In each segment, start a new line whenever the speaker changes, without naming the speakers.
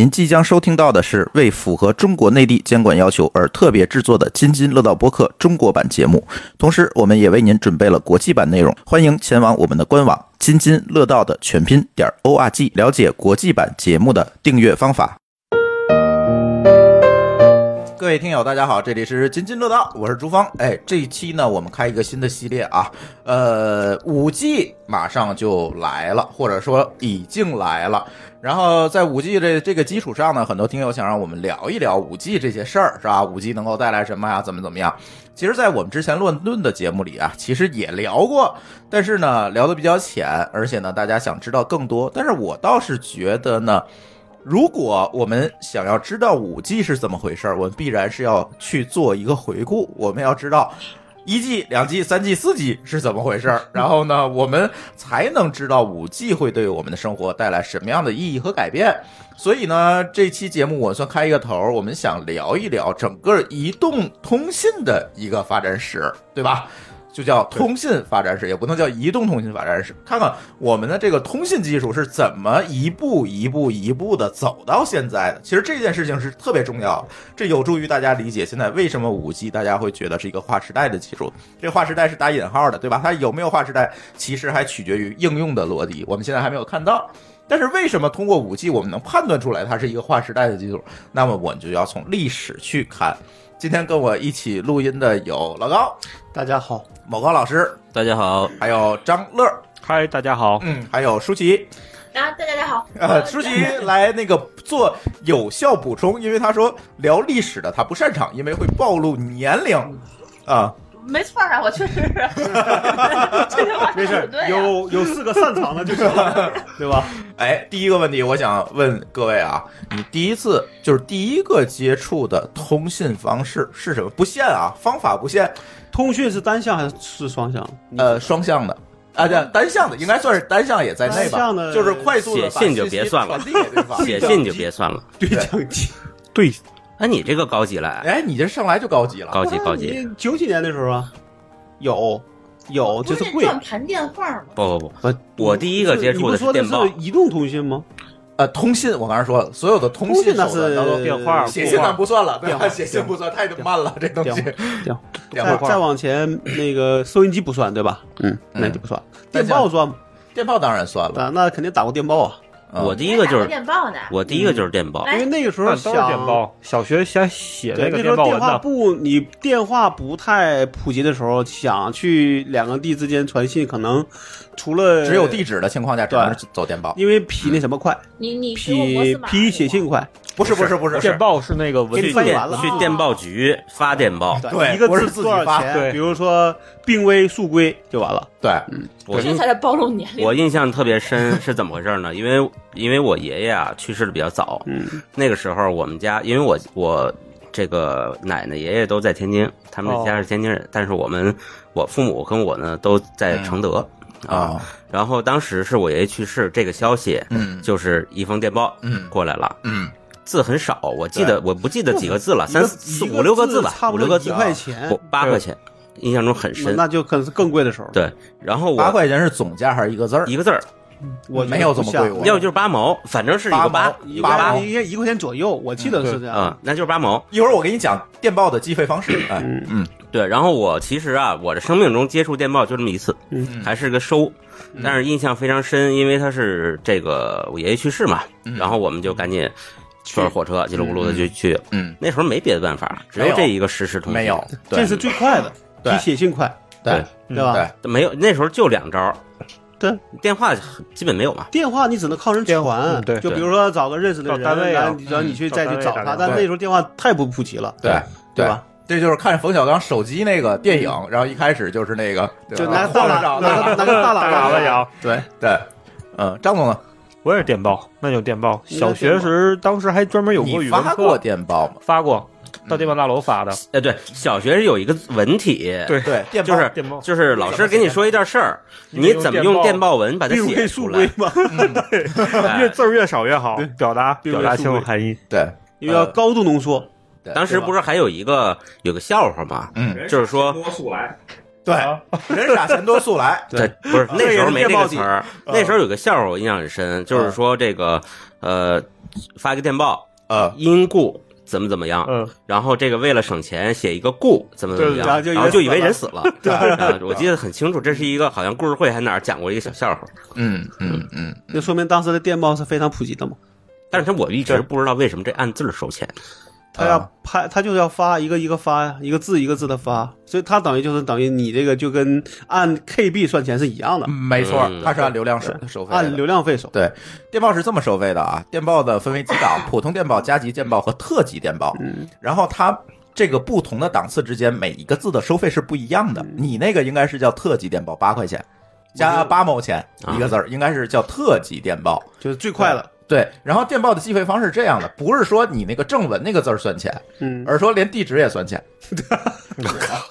您即将收听到的是为符合中国内地监管要求而特别制作的《津津乐道》播客中国版节目，同时我们也为您准备了国际版内容，欢迎前往我们的官网津津乐道的全拼点儿 o r g 了解国际版节目的订阅方法。各位听友，大家好，这里是津津乐道，我是朱芳。哎，这一期呢，我们开一个新的系列啊，呃，五 G 马上就来了，或者说已经来了。然后在五 G 这这个基础上呢，很多听友想让我们聊一聊五 G 这些事儿，是吧？五 G 能够带来什么呀？怎么怎么样？其实，在我们之前乱炖的节目里啊，其实也聊过，但是呢，聊的比较浅，而且呢，大家想知道更多。但是我倒是觉得呢。如果我们想要知道五 G 是怎么回事儿，我们必然是要去做一个回顾，我们要知道。一 G、两 G、三 G、四 G 是怎么回事儿？然后呢，我们才能知道五 G 会对我们的生活带来什么样的意义和改变。所以呢，这期节目我算开一个头儿，我们想聊一聊整个移动通信的一个发展史，对吧？就叫通信发展史，也不能叫移动通信发展史。看看我们的这个通信技术是怎么一步一步一步的走到现在的。其实这件事情是特别重要的，这有助于大家理解现在为什么五 G 大家会觉得是一个划时代的技术。这划时代是打引号的，对吧？它有没有划时代，其实还取决于应用的落地，我们现在还没有看到。但是为什么通过五 G 我们能判断出来它是一个划时代的技术？那么我们就要从历史去看。今天跟我一起录音的有老高，
大家好，
某高老师，
大家好，
还有张乐，
嗨，大家好。
嗯，还有舒淇。
啊，大家好，
呃，舒淇来那个做有效补充，因为他说聊历史的他不擅长，因为会暴露年龄啊。
没错啊，我确实 是，这句话
没
说得
事
对、啊，，
有有四个擅长的就行 了，对吧？
哎，第一个问题我想问各位啊，你第一次就是第一个接触的通信方式是什么？不限啊，方法不限，
通讯是单向还是双向？
呃，双向的。啊，对，单向的应该算是单向，也在内吧。
单向的
就是快速的
写信就别算了写信就别算了。
对讲机，对，
啊，你这个高级了，
哎，嗯你这上来就高级了。
高级高级，。
九几年的时候啊，有有，
不
就是是贵。
转盘电话吗？
不不不，
不
我第一个接触
你不
的
说的
电报
是，移动通信吗？
呃，通信我刚才说了，所有的通
通
信
信那
手段当中
是
电话
写信那不算 了，对
电
吧？
话
写信不算，太慢了，这哎东西。
电
电
话再
话，
再往前，那个收音机不算对吧？嗯，那就不算。电报算吗？
电报当然算了。
啊，那肯定打过电报啊，
嗯
我第一个就
还打过
是
电报呢，
我第一个就是电报
哎，
因为那个时
那
候
都是
想
电报，小学先写
对，那
那个
时候
电报文
话
呢。
不，你电话不太普及的时候，想去两个地之间传信，可能除了
只有，地址的情况下，只
对
能走电报。
因为比那什么快，
你嗯你给我摩
比
斯码
比写信快，
不是不是不是，
电报是那个文
给
字
你，翻译
电
完了
去电报局发电报，
对
一个
不是自己
字多少
发
钱？
对
比如说病危速归就完了。
对，
我
这
印
才是暴露年龄。
我印象特别深是怎么回事呢？因为因为我爷爷啊去世的比较早，
嗯，
那个时候我们家因为我我这个奶奶爷爷都在天津，他
哦
们家是天津人，但是我们我父母跟我呢都在
嗯
承德、啊，
啊，
然后当时是我爷爷去世这个消息，
嗯
就是一封电报
嗯
过来了。
嗯，
字很少，我记得我不记得几个字了，
一
三
个
四
一
五六个字吧，
差
五
不
六
多
个
一
字，啊
块钱，
不八块钱，印象中很
那
深。
那就可能是更贵的时候。，
对，然后
八
我
块钱是总价还是一个字儿？
一个字儿，
我
没有这么贵
我
过
要不就是八毛，反正是一个
八毛
有个
八
八
毛
应该一块钱左右，我记得是这样。
啊，那就是八毛。
一会儿我给你讲电报的计费方式。哎，
嗯
嗯
对，然后我其实啊，我的生命中接触电报就这么一次，
嗯
还是个收，但是印象非常深，因为他是这个我爷爷去世嘛，然后我们就赶紧坐着火车叽里咕噜的就去。
嗯，
那时候没别的办法，只
没有
有这一个实时通信，
没有，对
这是最快的，
对
比写信快，
对
对吧？
对，
没有，那时候就两招，
对，
电话基本没有嘛。
电话你只能靠人
电话
传，
嗯对
就比如说找个认识的人，
到单位啊
然后你然后你去
嗯
再去找他，
到单位打电
但
话
那时候电话太不普及了，
对
对吧？
这就是看冯小刚手机那个电影，然后一开始就是那个，对吧
就拿个
晃
大
着 找
喇拿
的，
个拿个大喇
喇叭
叭
摇，
对，
对，嗯，张总呢？
我也是电报，那就电报。
你那
小
是电报
学时当时还专门有过
你
语文
发过
课，
电报吗？
发过，到电报大楼发的。
哎，对，小学是有一个文体，
对
对，电报
就是
电报
就是老师给你说一段事儿，你怎么用电报文把它
病
写
危
出
速
来
归？嘛，
哎
越字儿越少越好，表达
对
表达清楚含义。
对，
因为要高度浓缩，
哎当时不是还有一个有个笑话吗？
嗯
就是说，
对，
啊
人傻钱多速来，
对，不是那时候没这个词儿。
嗯
那时候有个笑话我印象很深，就是说这个呃，发一个电报，
呃，
因故怎么怎么样，
嗯，
然后这个为了省钱写一个故怎么怎么
对
样，
然后就以为
然后就以为
死了
人死了。
对
啊，我记得很清楚，这是一个好像故事会还哪儿讲过一个小笑话，
嗯嗯嗯，
就说明当时的电报是非常普及的嘛。
但是他我一直
对
不知道为什么这按字儿收钱。
他要
啊
拍，他就是要发一个一个发呀，一个字一个字的发，所以他等于就是等于你这个就跟按 KB 算钱是一样的，
没错
嗯，
它是按流量收收费的，
按流量费收。
对，电报是这么收费的啊，电报的分为几档：普通电报、加急电报和特急电报。然后它这个不同的档次之间，每一个字的收费是不一样的。你那个应该是叫特急电报，八块钱加八毛钱一个字儿，应该是叫特急电报。
就是最快了。
对，然后电报的计费方式是这样的，不是说你那个正文那个字儿算钱，
嗯，
而是说连地址也算 钱。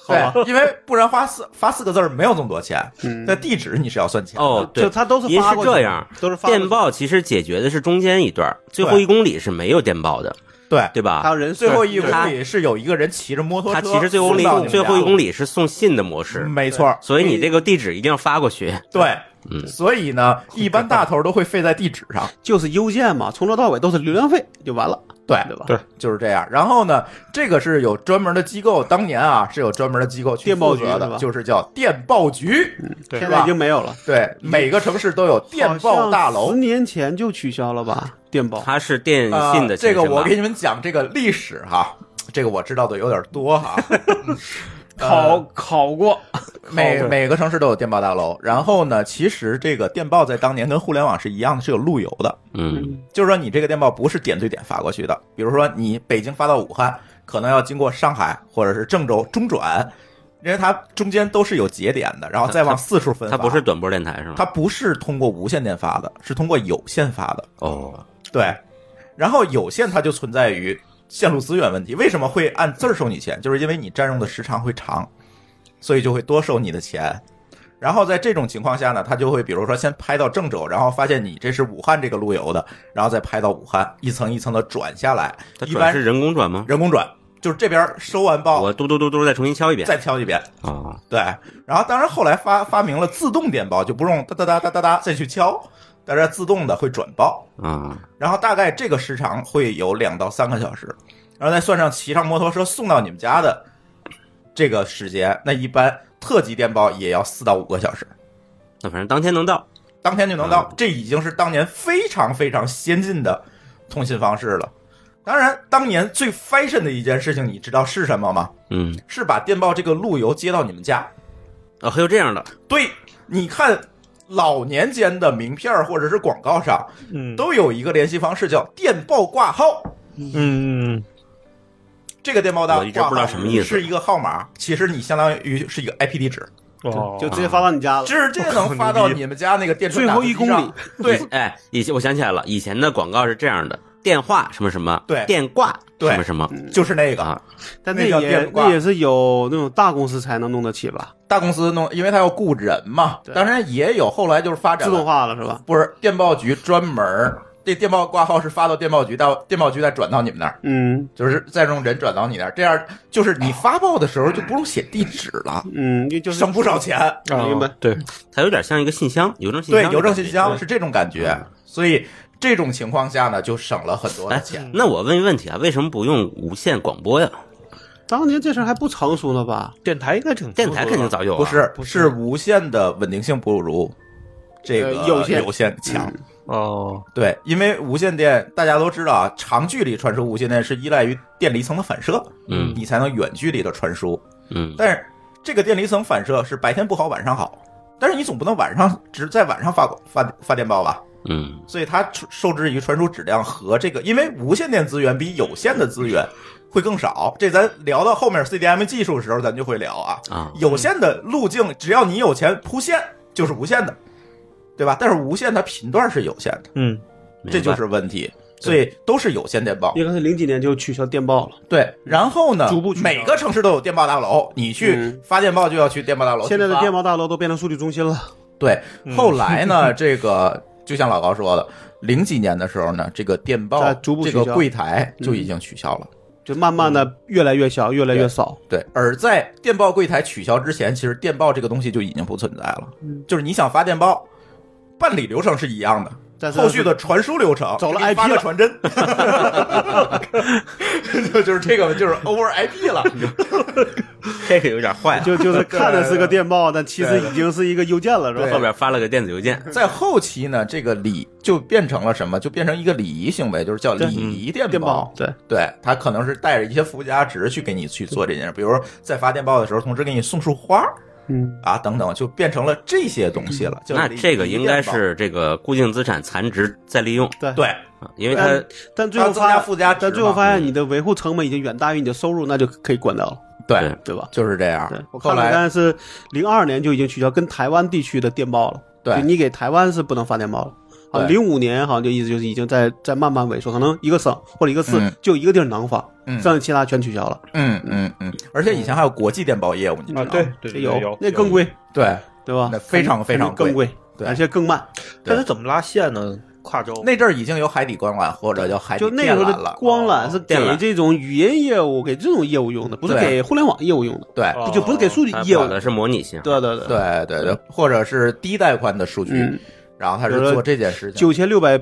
对，因为不然花四发四个字儿没有这么多钱，
嗯
在地址你是要算钱的。
哦，对
就，他都是
您
发
是
过去
这样，
都是发过去
电，报其实解决的是中间一段儿，最后
对
一公里是没有电报的，
对，
啊对吧？
还有人
最后
一
一公里是有一个人骑着摩托车
它
送
其
到你们家，嗯
实最后一公最后一公里是送信的模式，
没错，
所以你这个地址一定要发过去。
对，
嗯
所以呢，一般大头都会费在地址上，
就是邮件嘛，从头到尾都是流量费就完了，
对。
对吧？
对
就是这样，然后呢，这个是有专门的机构，当年啊是有专门的机构去
电报
负
局
责
是
的，
吧
就是叫电报局。
嗯
对
现在已经没有了。
对，每个城市都有电报大
好像
楼
十。年前就取消了吧？电报
它是电
啊
信的前
这
身吧、
个我给你们讲这个历史 哈，这个我知道的有点多哈。 呃
考考过，
每
对
每个城市都有电报大楼，然后呢，其实这个电报在当年跟互联网是一样的，是有路由的。
嗯，
就是说你这个电报不是点对点发过去的，比如说你北京发到武汉，可能要经过上海或者是郑州中转，因为它中间都是有节点的，然后再往四处分
它
发。
不是，短波电台是吗？
它不是通过无线电发的，是通过有线发的。
哦，
对，然后有线它就存在于线路资源问题，为什么会按字儿收你钱？就是因为你占用的时长会长，所以就会多收你的钱。然后在这种情况下呢，他就会比如说先拍到郑州，然后发现你这是武汉这个路由的，然后再拍到武汉，一层一层的转下来，
它
一
转
般
是人工转吗？
人工转，就是这边收完报
我嘟嘟嘟嘟再重新敲一遍。
再敲一遍，
哦，
对，然后当然后来发发明了自动电报，就不用哒哒哒哒哒哒再去敲，但是自动的会转报。
啊、
然后大概这个时长会有两到三个小时，然后再算上骑上摩托车送到你们家的这个时间，那一般特级电报也要四到五个小时，
那反正当天能到。
当天就能到。这已经是当年非常非常先进的通信方式了。当然，当年最 fashion 的一件事情，你知道是什么吗？
嗯，
是把电报这个路由接到你们家。
哦，还有这样的，
对，你看老年间的名片儿或者是广告上，
嗯
都有一个联系方式叫电报挂号。
嗯嗯
这个电报大
我一直不知道什么意思
是一个号码，其实你相当于是一个 IP 地址，
嗯哦，
就直接发到你家了。
直接能发到你们家那个电车
最
打
后
字
一
机
公
上
里，，
对
哎，以前我想起来了，以前的广告是这样的：电话什么什么，
对
电挂
对嗯
什么什么
就是那个
啊，
但
那叫
也
电挂
那也是有那种大公司才能弄得起吧？
大公司弄，因为它要雇人嘛。
对
当然也有后来就是发展
自
了，
动化了是吧？
不是电报局专门儿这电报挂号是发到电报局，到电报局再转到你们那儿，
嗯
就是再用人转到你那儿，这样就是你发报的时候就不用写地址
哦
了，
嗯，就就是
省不少钱。
啊
明白
对，
它有点像一个信箱，邮政信
对
箱，，
邮政信箱
对。嗯
是这种感觉，所以这种情况下呢，就省了很多的
哎
钱。，
那我问一问题啊，为什么不用无线广播呀？
当年这事儿还不成熟呢吧？
电台应该挺
电台肯定早有、啊，
不是，
不
是
是
无线的稳定性不如这个
呃有线
有线强。
哦，
对，因为无线电大家都知道啊，长距离传输无线电是依赖于电离层的反射，
嗯
你才能远距离的传输。
嗯，
但是这个电离层反射是白天不好，晚上好。但是你总不能晚上只在晚上发发发电报吧？
嗯，
所以它受受制于传输质量和这个，因为无线电资源比有线的资源会更少。这咱聊到后面 CDMA 技术的时候，咱就会聊啊。
啊，
嗯
有线的路径，只要你有钱铺线，就是无线的，对吧？但是无线它频段是有限的，
嗯，
明白
这就是问题。所以都是有线电报，
应该是零几年就取消电报了。
对。然后呢，
逐步取消
每个城市都有电报大楼，你去
嗯
发电报就要去电报大楼去发。
现在的电报大嗯楼都变成数据中心了。
对。后来 呢，这个就像老高说的，零几年的时候呢，这个电报
在逐步
这
取
个
消嗯
柜台就已经取消了，
就慢
嗯
慢的越来越小，越来越少。
对，而在电报柜台取消之前，其实电报这个东西就已经不存在了。
嗯
就是你想发电报，办理流程是一样的，
但是
后续的传输流程
走了
给你
IP
发个
了
传真， 就就是这个就是 over IP 了。
这个有点
啊
坏了。
就就是看着是个电报，但其实已经是一个邮件了，是
对
吧？
后边发了个电子邮件，
在后期呢，这个礼就变成了什么？就变成一个礼仪行为，就是叫礼
嗯
仪电
电
报
报。对，
对，它可能是带着一些附加值去给你去做这件事，比如说在发电报的时候，同时给你送束花
嗯，
啊等等，就变成了这些东西了。叫
嗯那
礼
这个应该
礼仪电报
是这个固定资产残值再利用
对。
对，
啊，因为
呃
它
但最后
增加
发，
附加值嘛，
但最后发现你的维护成本已经远大于你的收入，那就可以关掉了，
对
对，
对吧？
就是这样
对，。我
后
看了，
来
但是零二年就已经取消跟台湾地区的电报了。
对
就你给台湾是不能发电报了。啊，
对
零五年好像就一直就是已经在在慢慢萎缩，可能一个省或者一个市
嗯
就一个地儿能发，
嗯
剩下其他全取消了。
嗯嗯嗯，而且以前还有国际电报业务，你知道
啊，
吗？
对
这
对对，
有
有
那更。贵，
对，
对吧
那？非常非常贵
更贵，
对
而且更慢。
对
但是怎么拉线呢？跨州
那阵儿已经有海底光缆或者叫海底
就那
哎电
时候
缆
的
了。哦
光缆是
电缆
给这种语音业务、给这种业务用的，不是
对
给互联网业务用的，
对
哦
就不是给数据
它
业务
跑的。是模拟信号。
对对对，
对对对，或者是低带宽的数据
嗯，
然后他是做这件事情。
九千六百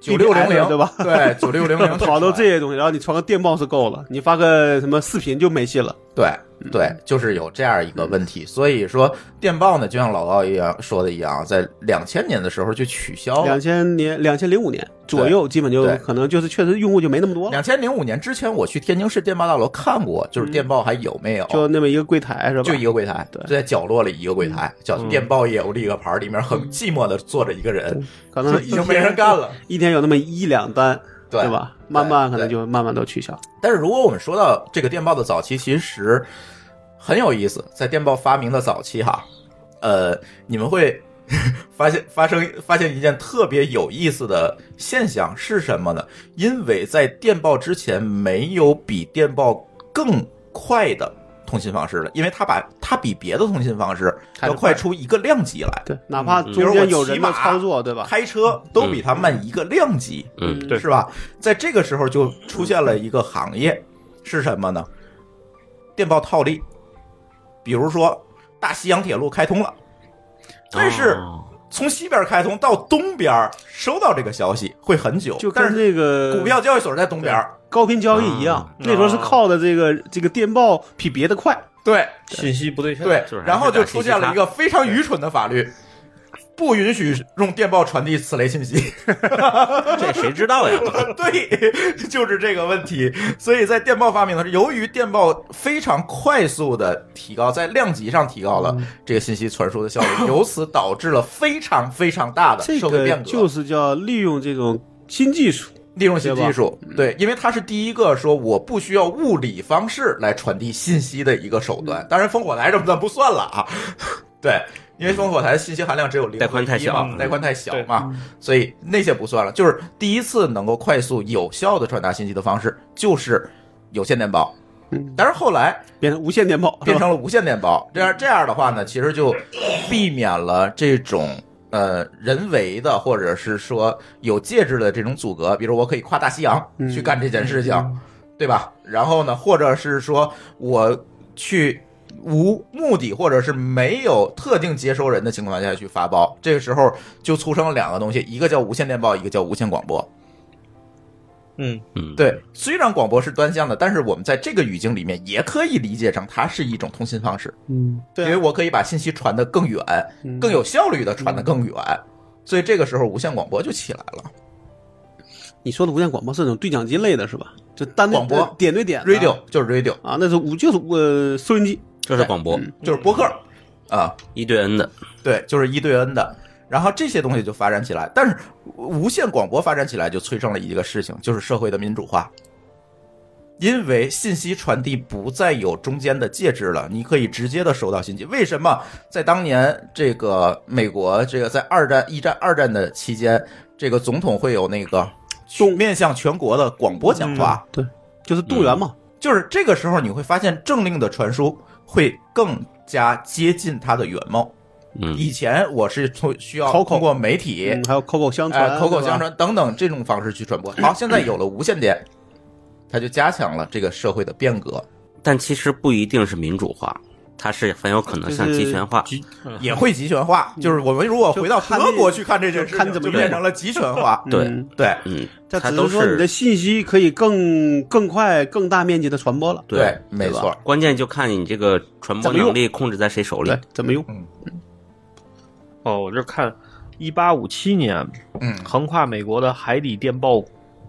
九六零零
对吧？
对，九六 零零
跑到这些东西，然后你传个电报是够了，你发个什么视频就没戏了。
对对，就是有这样一个问题。所以说，电报呢，就像老高一样说的一样，在两千年的时候就取消了
两。千年、两千零五年左右，基本就
对
可能就是确实用户就没那么多了，
两千零五年之前，我去天津市电报大楼看过，就是电报还有没有？
就那么一个柜台是吧？
就一个柜台，
对嗯
就在角落里一个柜台，叫电报业务立个牌儿，里面很寂寞的坐着一个人，
可
就
能
已经没人干 了，
一天有那么一两单，
对
对？吧？慢慢可
对
能就慢慢都取消。
但是如果我们说到这个电报的早期，其实很有意思，在电报发明的早期哈，呃，你们会 发现发生发现一件特别有意思的现象是什么呢？因为在电报之前，没有比电报更快的。通信方式了，因为它把它比别的通信方式
开
要
得
快
快
出一个量级来，
对，哪怕中
嗯比如我
间有人
骑
的
马
操作，对吧？
开车都比他慢一个量级，
嗯，
对
是吧？在这个时候就出现了一个行业，是什么呢？电报套利，比如说大西洋铁路开通了，但是
哦
从西边开通到东边收到这个消息会很久，
就
但
跟
是
那个
股票交易所在东边，
高频交易一样，
嗯
那时候是靠的这个这个电报比别的快，
对
信息不对称，
对
就是还，是
然后就出现了一个非常愚蠢的法律。不允许用电报传递此类信息，
这谁知道呀？
对，就是这个问题。所以在电报发明的时候，由于电报非常快速的提高，在量级上提高了
嗯
这个信息传输的效率，由此导致了非常非常大的嗯
这
社会
个
变革，
就是叫利用这种新技术。
利用新
对吧
技术。对，嗯因为它是第一个说我不需要物理方式来传递信息的一个手段。当然，烽火台这么算不算了啊？ 对。嗯因为烽火台的信息含量只有零
带宽太小
嘛带宽太小
对
嘛，所以那些不算了。就是第一次能够快速有效的传达信息的方式，就是有线电报。
嗯，
但是后来
变成无线电报，
变
是吧
成了无线电报，这样这样的话呢，其实就避免了这种呃人为的或者是说有介质的这种阻隔，比如我可以跨大西洋
嗯
去干这件事情，对吧？然后呢，或者是说我去。无目的或者是没有特定接收人的情况下去发包，这个时候就促成了两个东西，一个叫无线电报，一个叫无线广播。
嗯，
嗯，
对，虽然广播是端向的，但是我们在这个语境里面也可以理解成它是一种通信方式，
嗯，
因为
对啊，
我可以把信息传得更远，
嗯
更有效率的传得更远。所以这个时候，无线广播就起来了
啊你说的无线广播是那种对讲机类的，是吧？就单
广播
呃点对点的
，radio 就是 radio，
啊，那是无就是呃收音机，
这是广播
就是播客
嗯
啊，
一对 N 的，
对，就是一对 N 的。然后这些东西就发展起来，但是无线广播发展起来就催生了一个事情，就是社会的民主化。因为信息传递不再有中间的介质了，你可以直接的收到信息。为什么在当年这个美国这个在二战、一战、二战的期间，这个总统会有那个面向全国的广播讲话？
就是动员嘛，
就是这个时候你会发现政令的传输会更加接近它的原貌。
嗯，
以前我是从需要
口口
通过媒体、
嗯还有口口相
哎
传，
口口
对吧
相，传等等这种方式去传播。好，现在有了无线电，它就加强了这个社会的变革，
但其实不一定是民主化，它是很有可能像集权化。
集
嗯
也会集权化。就是我们如果回到
就看
德国
你
去看这件事
就看
情，
你怎么
就变
用
成了集权化。
对
嗯
对
嗯，
这
它
只
都
是说你的
是
信息可以更更快、更大面积的传播了。
对没
对吧
错
关键就看你这个传播
怎么用
能力控制在谁手里
对。，怎么用？
哦，我这看一八五七年，
嗯，
横跨美国的海底电报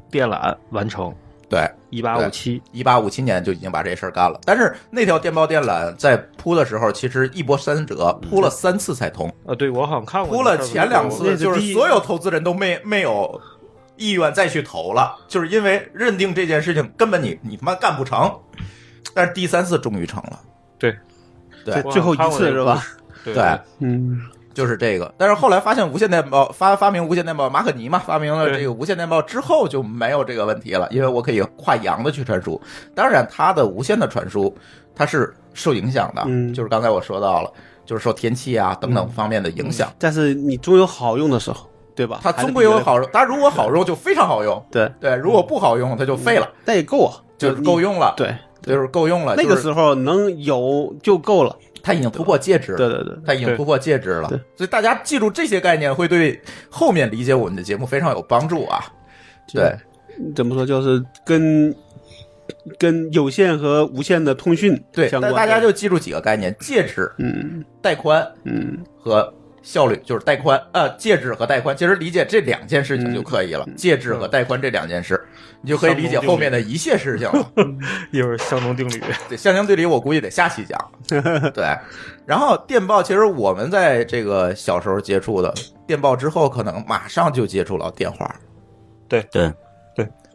电缆完成，
对。
一八五七。
一八五七年就已经把这事儿干了，但是那条电报电缆在铺的时候，其实一波三折，铺了三次才通，
呃，对我好像看过
铺
那
了
事儿
前两
那
次，
是
就是
第一
所有投资人都没没有意愿再去投了，就是因为认定这件事情根本你你他妈干不成，但是第三次终于成了，对
这最后一次是吧？
对
对，
嗯，
就是这个。但是后来发现无线电报发发明无线电报，马可尼嘛发明了这个无线电报之后就没有这个问题了，因为我可以跨洋的去传输。当然，它的无线的传输它是受影响的，
嗯
就是刚才我说到了，就是受天气啊等等方面的影响。
但是你终有好用的时候，对吧？
它
嗯还是
终归有
比较
好用，它如果好用就非常好用，
对，
对；如果不好用，它就废了，
但也够啊，
就是
你
够。用了，
对，
就是够用了。
那个
就是
时候能有就够了。
它已经突破介质了，
对对对，
它已经突破介质了
对，
所以大家记住这些概念，会对后面理解我们的节目非常有帮助啊。对，
怎么说就是跟跟有线和无线的通讯
对，
相
但
关。
大家就记住几个概念：介质、
嗯
带宽
嗯
和效率，就是带宽呃，介质和带宽，其实理解这两件事
嗯
情就可以了。介质和带宽这两件事，你就可以理解后面的一切事情了。
一会儿相同 定律。
对，相相对比，我估计得下期讲。对，然后电报，其实我们在这个小时候接触的电报之后，可能马上就接触了电话，
对，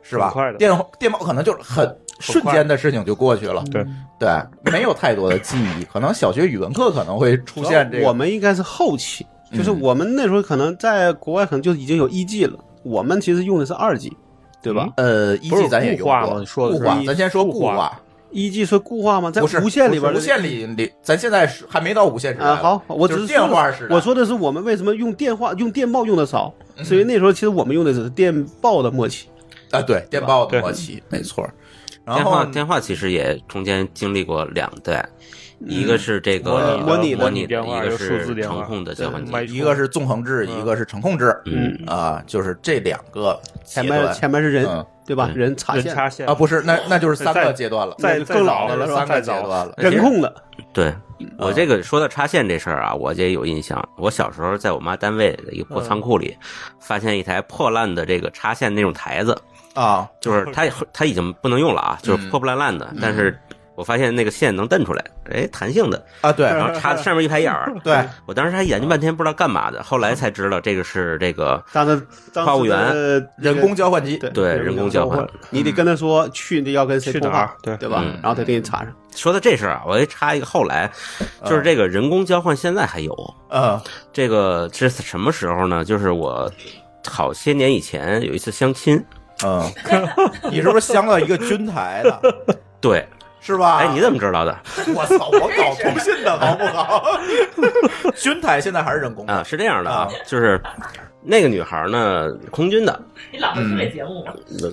是吧
很快？的
电电报可能就是很瞬间的事情就过去了。
对
对，没有太多的记忆，可能小学语文课可能会出现这个。
我们应该是后期，就是
嗯
我们那时候可能在国外可能就已经有一 G 了，我们其实用的是二 G，对
嗯
吧？
呃，一
不是
季咱也
固
用
化
过，
吗你说的
固
是
化，
一
咱先说
固
固
化
化，
一 G 是固话吗？在
不是
无线里
不
边
是
的
无线里里，咱现在是还没到无线时代
啊，好，我只
就是是
说
电
了
话时代。
我说的是我们为什么用电话、用电报用的少，
嗯
所以那时候其实我们用的只是电报的末期。
啊，对，电报的
对
末期，没错。然
电
后
话电话其实也中间经历过两代，一个是这个呃
模拟的
模拟
电
一
话
个
有数字
是
电话
程控的交换机，
买
嗯一个是纵横制，一个是程控制，
嗯，
啊，就是这两个阶
前面
段
前面是人，
嗯
对吧？
嗯
人插
人
线，
插线
啊，不是，那那就是三个阶段了，
再
那就
再
更
早
老的了是吧
三
再
个阶
早
段了，
人控的，
对我这个说到插线这事儿啊，我这有印象。我小时候在我妈单位的一个破仓库里，发现一台破烂的这个插线那种台子，
啊，
就是它它已经不能用了啊，就是破破烂烂的。但是我发现那个线能蹬出来，哎，弹性 的，
啊，对
然后插上面一排眼儿。
对，
我当时还研究半天不知道干嘛的，后来才知道这个是这个
当时当时
话务员
的
人工交换机，
对
对嗯人工交换
换，你得跟他说去你要跟谁
去
通
哪
话
儿，？对，
对吧
嗯？
然后他给你插上。
说到这事儿啊，我给插一个，后来就是这个人工交换现在还有，
嗯
这个这是什么时候呢？就是我好些年以前有一次相亲，
嗯， 你是不是镶到一个军台了，
对，
是吧？
哎，你怎么知道的？
我操！我 搞通信的好不好？ 军台现在还是人工的
啊，是这样的
啊
就是那个女孩呢，空军的，
你老
嗯
是出这节目，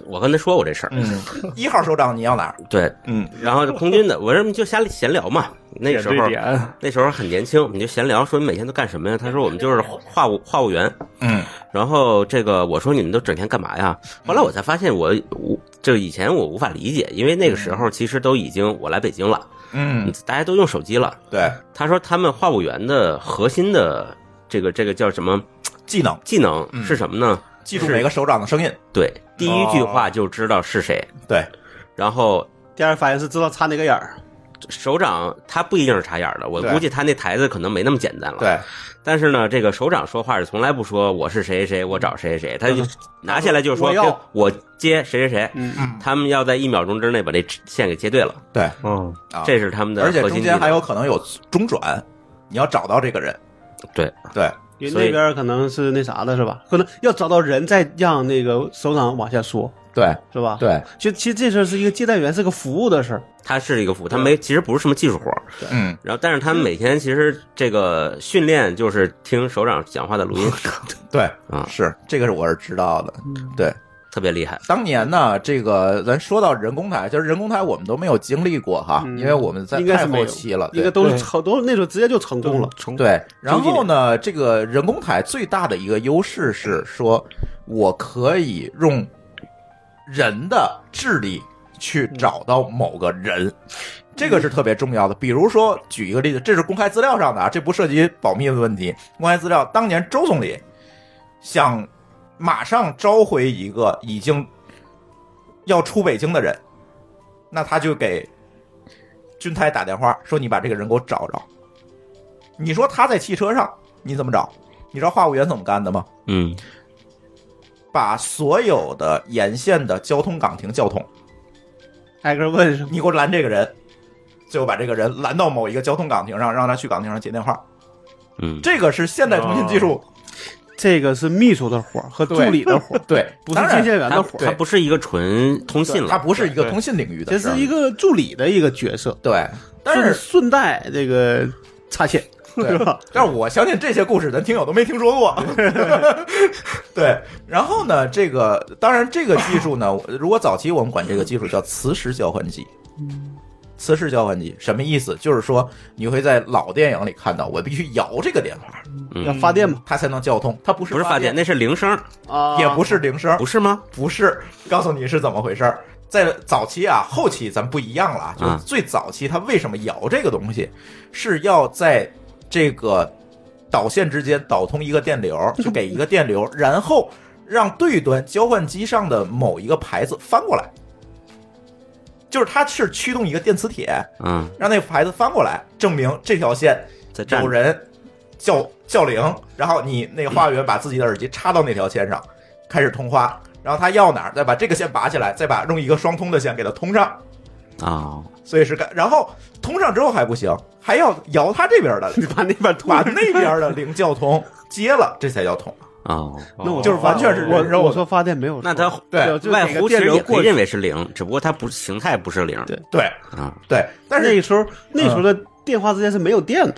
我跟她说过这事儿，
嗯，一号首长你要哪儿？
对，
嗯，
然后空军的，我这不就瞎闲 聊嘛，那
点
时候
对点，
那时候很年轻，我们就闲聊，说你每天都干什么呀？她说我们 就是话务话务员，
嗯，
然后这个我说你们都整天干 嘛呀？后来我才发现我我就以前我无法理解，因为那个时候其实都已经我来北京了，
嗯，
大家都用手机了。
对，
他说他们话务员的核心的这个这个叫什么
技能
技能
嗯
是什么呢？
记住每个首长的声音，
对，第一句话就知道是谁，
对，
然后
第二反应是知道插哪个眼儿，
首长他不一定是插眼儿的，我
对
估计他那台子可能没那么简单了。，
对，
但是呢，这个首长说话是从来不说我是谁谁谁，我找谁谁谁，他
嗯
就拿下来就说哎
我要
我接谁谁谁，
嗯
他们要在一秒钟之内把这线给接对了，
对，
嗯，
啊
这是他们的
而且
核
中
心技
间
能。
还有可能有中转，你要找到这个人，
对，
对，
因为
所以
那边可能是那啥的是吧？可能要找到人，再让那个首长往下说，
对，
是吧？，
啊
对，
就其实这事儿是一个接待员，是个服务的事儿。
他是一个服务，他没其实不是什么技术活儿，
嗯，
然后但是他们每天其实这个训 练就是听首长讲话的录音，
对，
啊
嗯
是这个是我是知道的，对。
特别厉害。
当年呢，这个咱说到人工台，就是人工台我们都没有经历过哈，
嗯
因为我们在
应该
太
是没
后
有
期
啊
了，
应
对
该都是
对
成，都那时候直接就成功了。
成
对，然
经济
后呢，这个人工台最大的一个优势是说，我可以用人的智力去找到某个
嗯
人，这个是特别重要的。比如说，举一个例子，这是公开资料上的啊，这不涉及保密的问题。公开资料，当年周总理想马上召回一个已经要出北京的人，那他就给军台打电话说：“你把这个人给我找着。”你说他在汽车上，你怎么找？你知道话务员怎么干的吗？
嗯，
把所有的沿线的交通岗亭叫通，
挨个问是吗？
你给我拦这个人，最后把这个人拦到某一个交通岗亭上，让他去岗亭上接电话。
嗯，
这个是现代通信技术，
这个是秘书的活儿和助理的 活儿，
对，
不是
当然
接线员
它
的活
它
儿，
不是一个纯通信
它
了，
不是一个
对
通信领域的
这
事儿，
是一个助理的一个角色，
对，但
顺
是
顺带这个插线
对
是
嗯
吧？
但是我相信这些故事咱听友都没听说过。对，然后呢，这个当然这个技术呢，如果早期我们管这个技术叫磁石交换机。
嗯
磁石交换机什么意思？就是说你会在老电影里看到，我必须摇这个电话，
嗯
要发电嘛
它才能交通。它不是
不是发电，
电，
那是铃声，
啊，
也不是铃声，
不是吗？
不是，告诉你是怎么回事儿。在早期啊，后期咱不一样了啊，就是
嗯
最早期它为什么摇这个东西，是要在这个导线之间导通一个电流，就给一个电流，然后让对端交换机上的某一个牌子翻过来，就是它是驱动一个电磁铁，
嗯，
让那个牌子翻过来，证明这条线
在站
有
着，
人叫叫铃，然后你那个话务员把自己的耳机插到那条线上，开始通话，然后他要哪儿，再把这个线拔起来，再把用一个双通的线给它通上，
啊，
所以是干，然后通上之后还不行，还要摇他这边的铃，
把那边吐
把那边的铃叫通，接了，这才叫通。
哦，
那我
就是完全是
哦
我
人肉的
我说发电没有错，
那它
对
对呃就是
外
给个
弧其
电
实
流
也可
过
以
去。
认为是零，只不过它不是形态不是零，
对
对
啊，
对，但是
那时候那时候的电话之间是没有电的，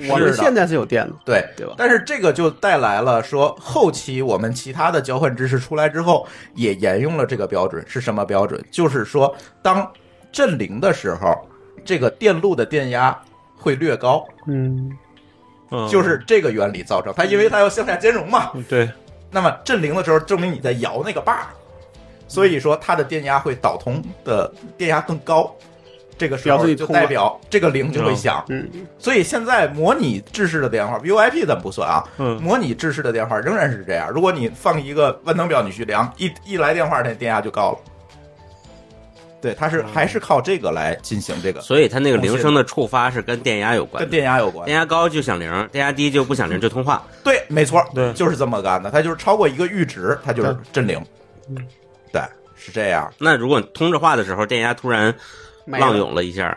是
我们
的
现在是有电的，
对
对吧
但是这个就带来了说，后期我们其他的交换知识出来之后，也沿用了这个标准。是什么标准？就是说，当振铃的时候，这个电路的电压会略高，
嗯，
嗯
就是这个原理造成。它因为它要向下兼容嘛，
对，
那么振铃的时候，证明你在摇那个把儿，所以说它的电压会导通的电压更高。这个时
表
候
示你
就
通了
代表这个铃就会响，
嗯，
所以现在模拟制式的电话 VIP 咱不算啊，
嗯，
模拟制式的电话仍然是这样。如果你放一个万能表，你去量，一一来电话，那电压就高了。对，它是还是靠这个来进行这个，
所以它那个铃声的触发是跟电压有关
跟
的，
电压有关
电。压高就响铃，电压低就不响铃，就通话。
对，没错，
对
就是这么干的。它就是超过一个阈值，它就是振铃。对，是这样。
那如果通着话的时候，电压突然
没
浪
了
涌了一下，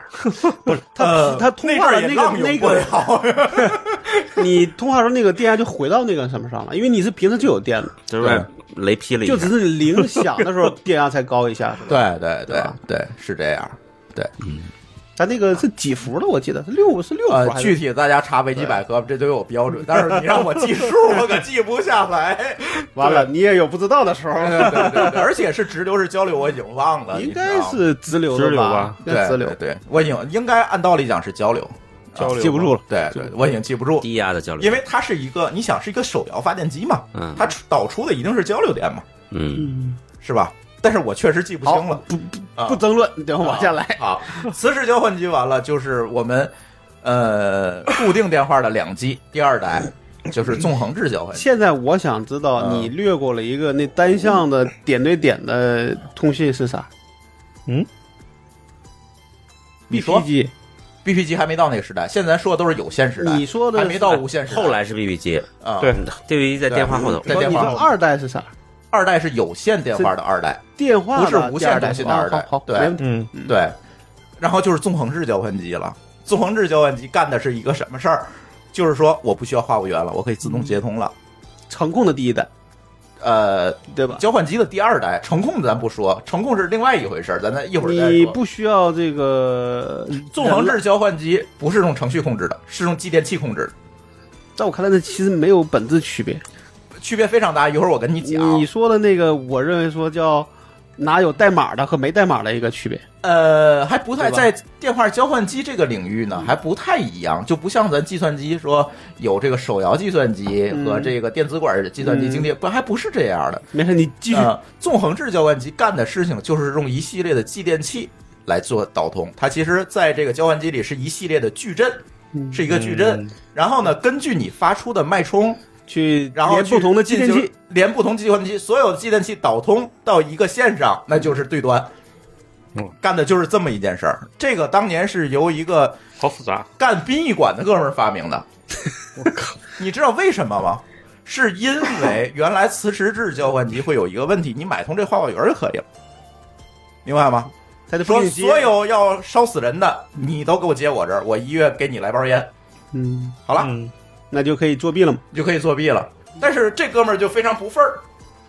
它
呃
它通
那
话
阵
的
儿也
那
浪
个那
涌不
个
了，
你通话时候那个电压就回到那个什么上了，因为你是平时就有电的，
就是雷劈了一
就只
下，
是你铃响的时候电压才高一下。是吧
对对对
对吧
对，是这样。
它那个是几伏的？我记得是六是六
呃
伏，还
具
是？
体大家查维基百科，这都有标准，但是你让我记 数，我可记不下来。
完了，你也有不知道的时候。
对对对对，而且是直流是交流，我已经忘了，
应
你知
该
道吗
是直流
直
的
流吧
应该
对
直流
对，对，我已经应该按道理讲是交流，
交流
记不住了。
对对，我已经记不住，
低压的交流，
因为它是一个，你想是一个手摇发电机嘛，
嗯
它出导出的一定是交流电嘛，
嗯，
嗯，
是吧？但是我确实记不清了，不
不争论，等往下来。
好，磁式交换机完了就是我们呃固定电话的两机，第二代就是纵横置交换机。
现在我想知道，
嗯
你略过了一个那单向的点对点的通信是啥
你说
BP 机，
BP 机还没到那个时代，现在咱说的都是有线时代，
你说的
还没到无
嗯
线时代。
后来是 BB 机，
啊，
对
对于在
对
啊
电话后头，
在电
你
话
说
后
二代是啥？
二代是有线电话的二代，
电话
不是
的
无
第
线
二代
通信的二代
哦好，好
对
没问题
嗯，
对，然后就是纵横置交换机了。纵横置交换机干的是一个什么事儿？就是说我不需要话务员了，我可以自动接通了。
程控的第一代，
呃，
对吧？
交换机的第二代程控咱不说，程控是另外一回事儿，咱咱一会儿再
你
说。
不需要这个
纵横置交换机不是用程序控制的，是用继电器控制的。
在我看来，那其实没有本质区别。
区别非常大。一会儿我跟你讲。
你说的那个，我认为说叫拿有代码的和没代码的一个区别。
呃，还不太
对吧
在电话交换机这个领域呢，还不太一样，就不像咱计算机说有这个手摇计算机和这个电子管计算机
嗯
经济，不还不是这样的。
没事，你继续。
呃，纵横式交换机干的事情就是用一系列的继电器来做导通，它其实在这个交换机里是一系列的矩阵，
嗯
是一个矩阵。然后呢，根据你发出的脉冲，
去
然后
连
去
不同的继
进
电
行
器，
连不同继电器，所有继电器导通到一个线上，那就是对端
嗯。
干的就是这么一件事儿。这个当年是由一个
好复杂，
干殡仪馆的哥们儿发 明的。你知道为什么吗？是因为原来磁石制交换机会有一个问题，你买通这化宝源就可以了，明白吗？
它的
说
不啊
所有要烧死人的，你都给我接我这儿，我一月给你来包烟，
嗯，
好了，
嗯，
那就可以作弊了嘛。
你就可以作弊了。但是这哥们儿就非常不忿儿，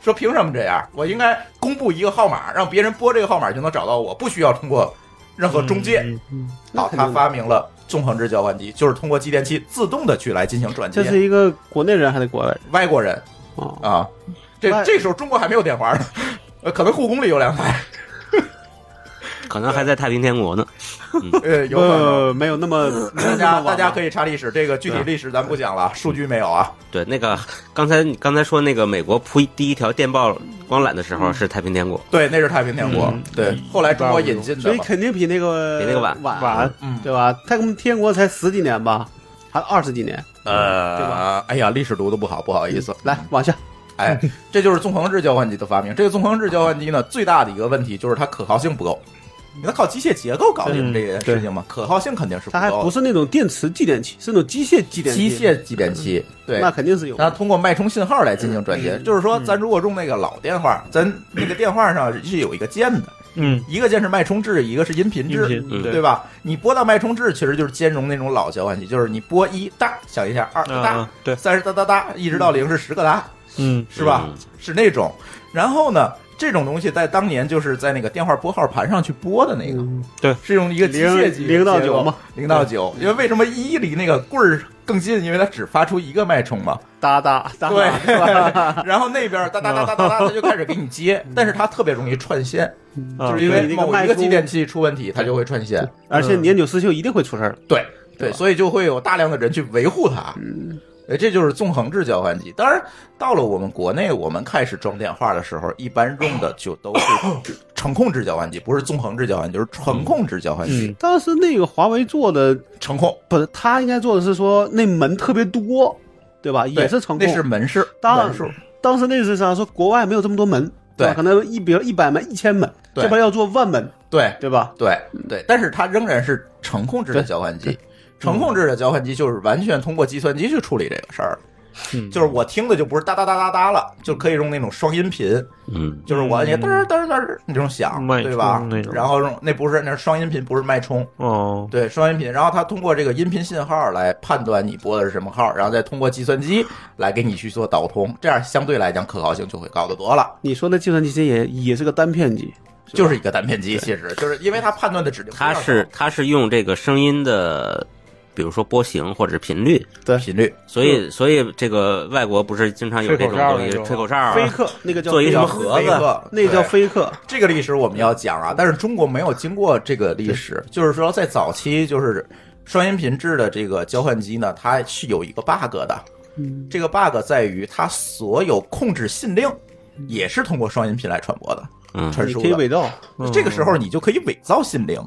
说凭什么这样？我应该公布一个号码，让别人拨这个号码就能找到我，不需要通过任何中介。
嗯
那
好，
肯
他
定的
发明了纵横制交换机，就是通过继电器自动的去来进行转接。
这是一个国内人还是国外人
外国人
啊？
啊，这
外
这时候中国还没有电话呢，呃，可能故宫里有两台，
可能还在太平天国呢。
呃，有可能。
呃，没有那 么
大 家大家
以
可以查历史，这个具体历史咱不讲了，数据没有啊。
对，那个刚才你刚才说那个美国铺第一条电报光缆的时
嗯
候是太平天国，
对，那是太平天国
嗯，
对，后来中国引进
所
的
以
嘛。
肯定比那个
比那个晚
晚
晚
嗯，
对吧？太空天国才十几年吧，还二十几年。对
呃，嗯哎呀，历史读的不好，不好意思。
来，往下，
哎，这就是纵横制交换机的发明。这个纵横制交换机呢，最大的一个问题就是它可靠性不够。你能靠机械结构搞定
嗯
这件事情吗？可靠性肯定是
它还
够
不
的。
是那种电池继电器，是那种机械继电器。
机械继电器，对，
那肯定是有。
那通过脉冲信号来进行转接，就是说，咱如果用那个老电话，咱那个电话上是有一个键的，
嗯，
一个键是脉冲制，一个是音频
音
制，
频
嗯
对吧？你拨到脉冲制，其实就是兼容那种老交换器，就是你拨一哒响一下，二哒哒
啊，对，
三是哒哒哒，一直到零是十个哒，
嗯
是吧
嗯？
是那种。然后呢，这种东西在当年就是在那个电话拨号盘上去拨的那个，是用一个机械机
零零到九嘛，
零到九，因为为什么一离那个棍儿更近？因为它只发出一个脉冲嘛。
哒哒哒，
对， 然后那边哒哒哒哒哒哒，他就开始给你接，但是它特别容易串线，
啊
就是因
嗯对
为
你那个
某
脉
一
冲
个继电器出问题，它就会串线。
而且年久失修一定会出事儿。
对
啊
对，所以就会有大量的人去维护它。
嗯
哎，这就是纵横制交换机。当然，到了我们国内，我们开始装电话的时候，一般用的就都 是程控制交换机，不是纵横制交换机，就是程控制交换机。
当时那个华为做的
程控
不是，他应该做的是说那门特别多，对吧？也是成
对
功。
那是门市，
当然
门数
当时那是啥？说国外没有这么多门，
对
吧可能一比如一百门、一千门，
对
这边要做万门，
对
对吧？
对对，但是它仍然是程控制的交换机。程控制的交换机就是完全通过计算机去处理这个事儿，
嗯
就是我听的就不是哒哒哒哒哒了，就可以用那种双音频，
嗯，
就是我也嘚儿嘚儿嘚儿那种响，
脉
对吧
冲那？种
然后用那不是那是双音频，不是脉冲，
哦，
对双音频。然后它通过这个音频信号来判断你拨的是什么号，然后再通过计算机来给你去做导通，这样相对来讲可靠性就会高得多了。
你说那计算机其实也也是个单片机，
就是一个单片机，其实就是因为它判断的指令非常
它
高
是它是用这个声音的，比如说波形或者是频率，
频率，
所以所以这个外国不是经常有这种
吹口哨
东西
那种
吹口哨啊，
飞客那个叫
做一
飞
什么
客
盒
飞
子，
鹤
那个叫
对
飞客，
这个历史我们要讲啊，但是中国没有经过这个历史，就是说在早期就是双音频制的这个交换机呢，它是有一个 bug 的，
嗯
这个 bug 在于它所有控制信令也是通过双音频来传播的，
嗯
传
嗯你
输
可以
的。
伪造，
这个时候你就可以伪造信令，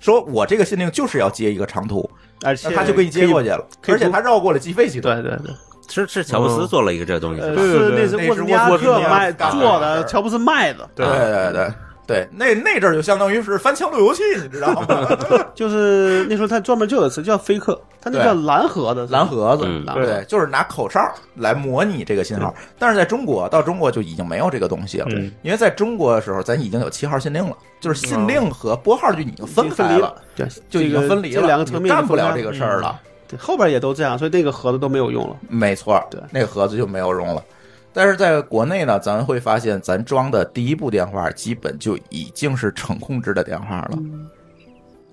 说我这个信令就是要接一个长途，
而且
那它就给你接过去了，
可以
而且它绕过了计费系
可
统。
以。对对对，
是是乔布
嗯
斯做了一个这个东西
呃
是
对
吧？
对
是
对
是
那是
沃兹尼亚
沃兹尼
克
亚
卖
干的
做
事
的，
儿
乔布斯卖的，
对对对对，那那阵儿就相当于是翻墙路由器，你知道吗？
就是那时候他专门就有词叫飞客，他那
对
叫蓝盒子，
蓝盒子，
嗯
对
对，就是拿口哨来模拟这个信
嗯
号。但是在中国，到中国就已经没有这个东西了，
嗯
因为在中国的时候，咱已经有七号信令了，就是
嗯
信令和拨号就已经分开
离
了，，
对，
就已
这
经
个
分离了，
这两个层面
你干不了
已
这
经
个
分
事儿了。
开了，嗯对后边也都这样，所以那个盒子都没有用了。
没错，
嗯对
那个盒子就没有用了。但是在国内呢，咱会发现，咱装的第一部电话基本就已经是程
嗯
控制的电话了，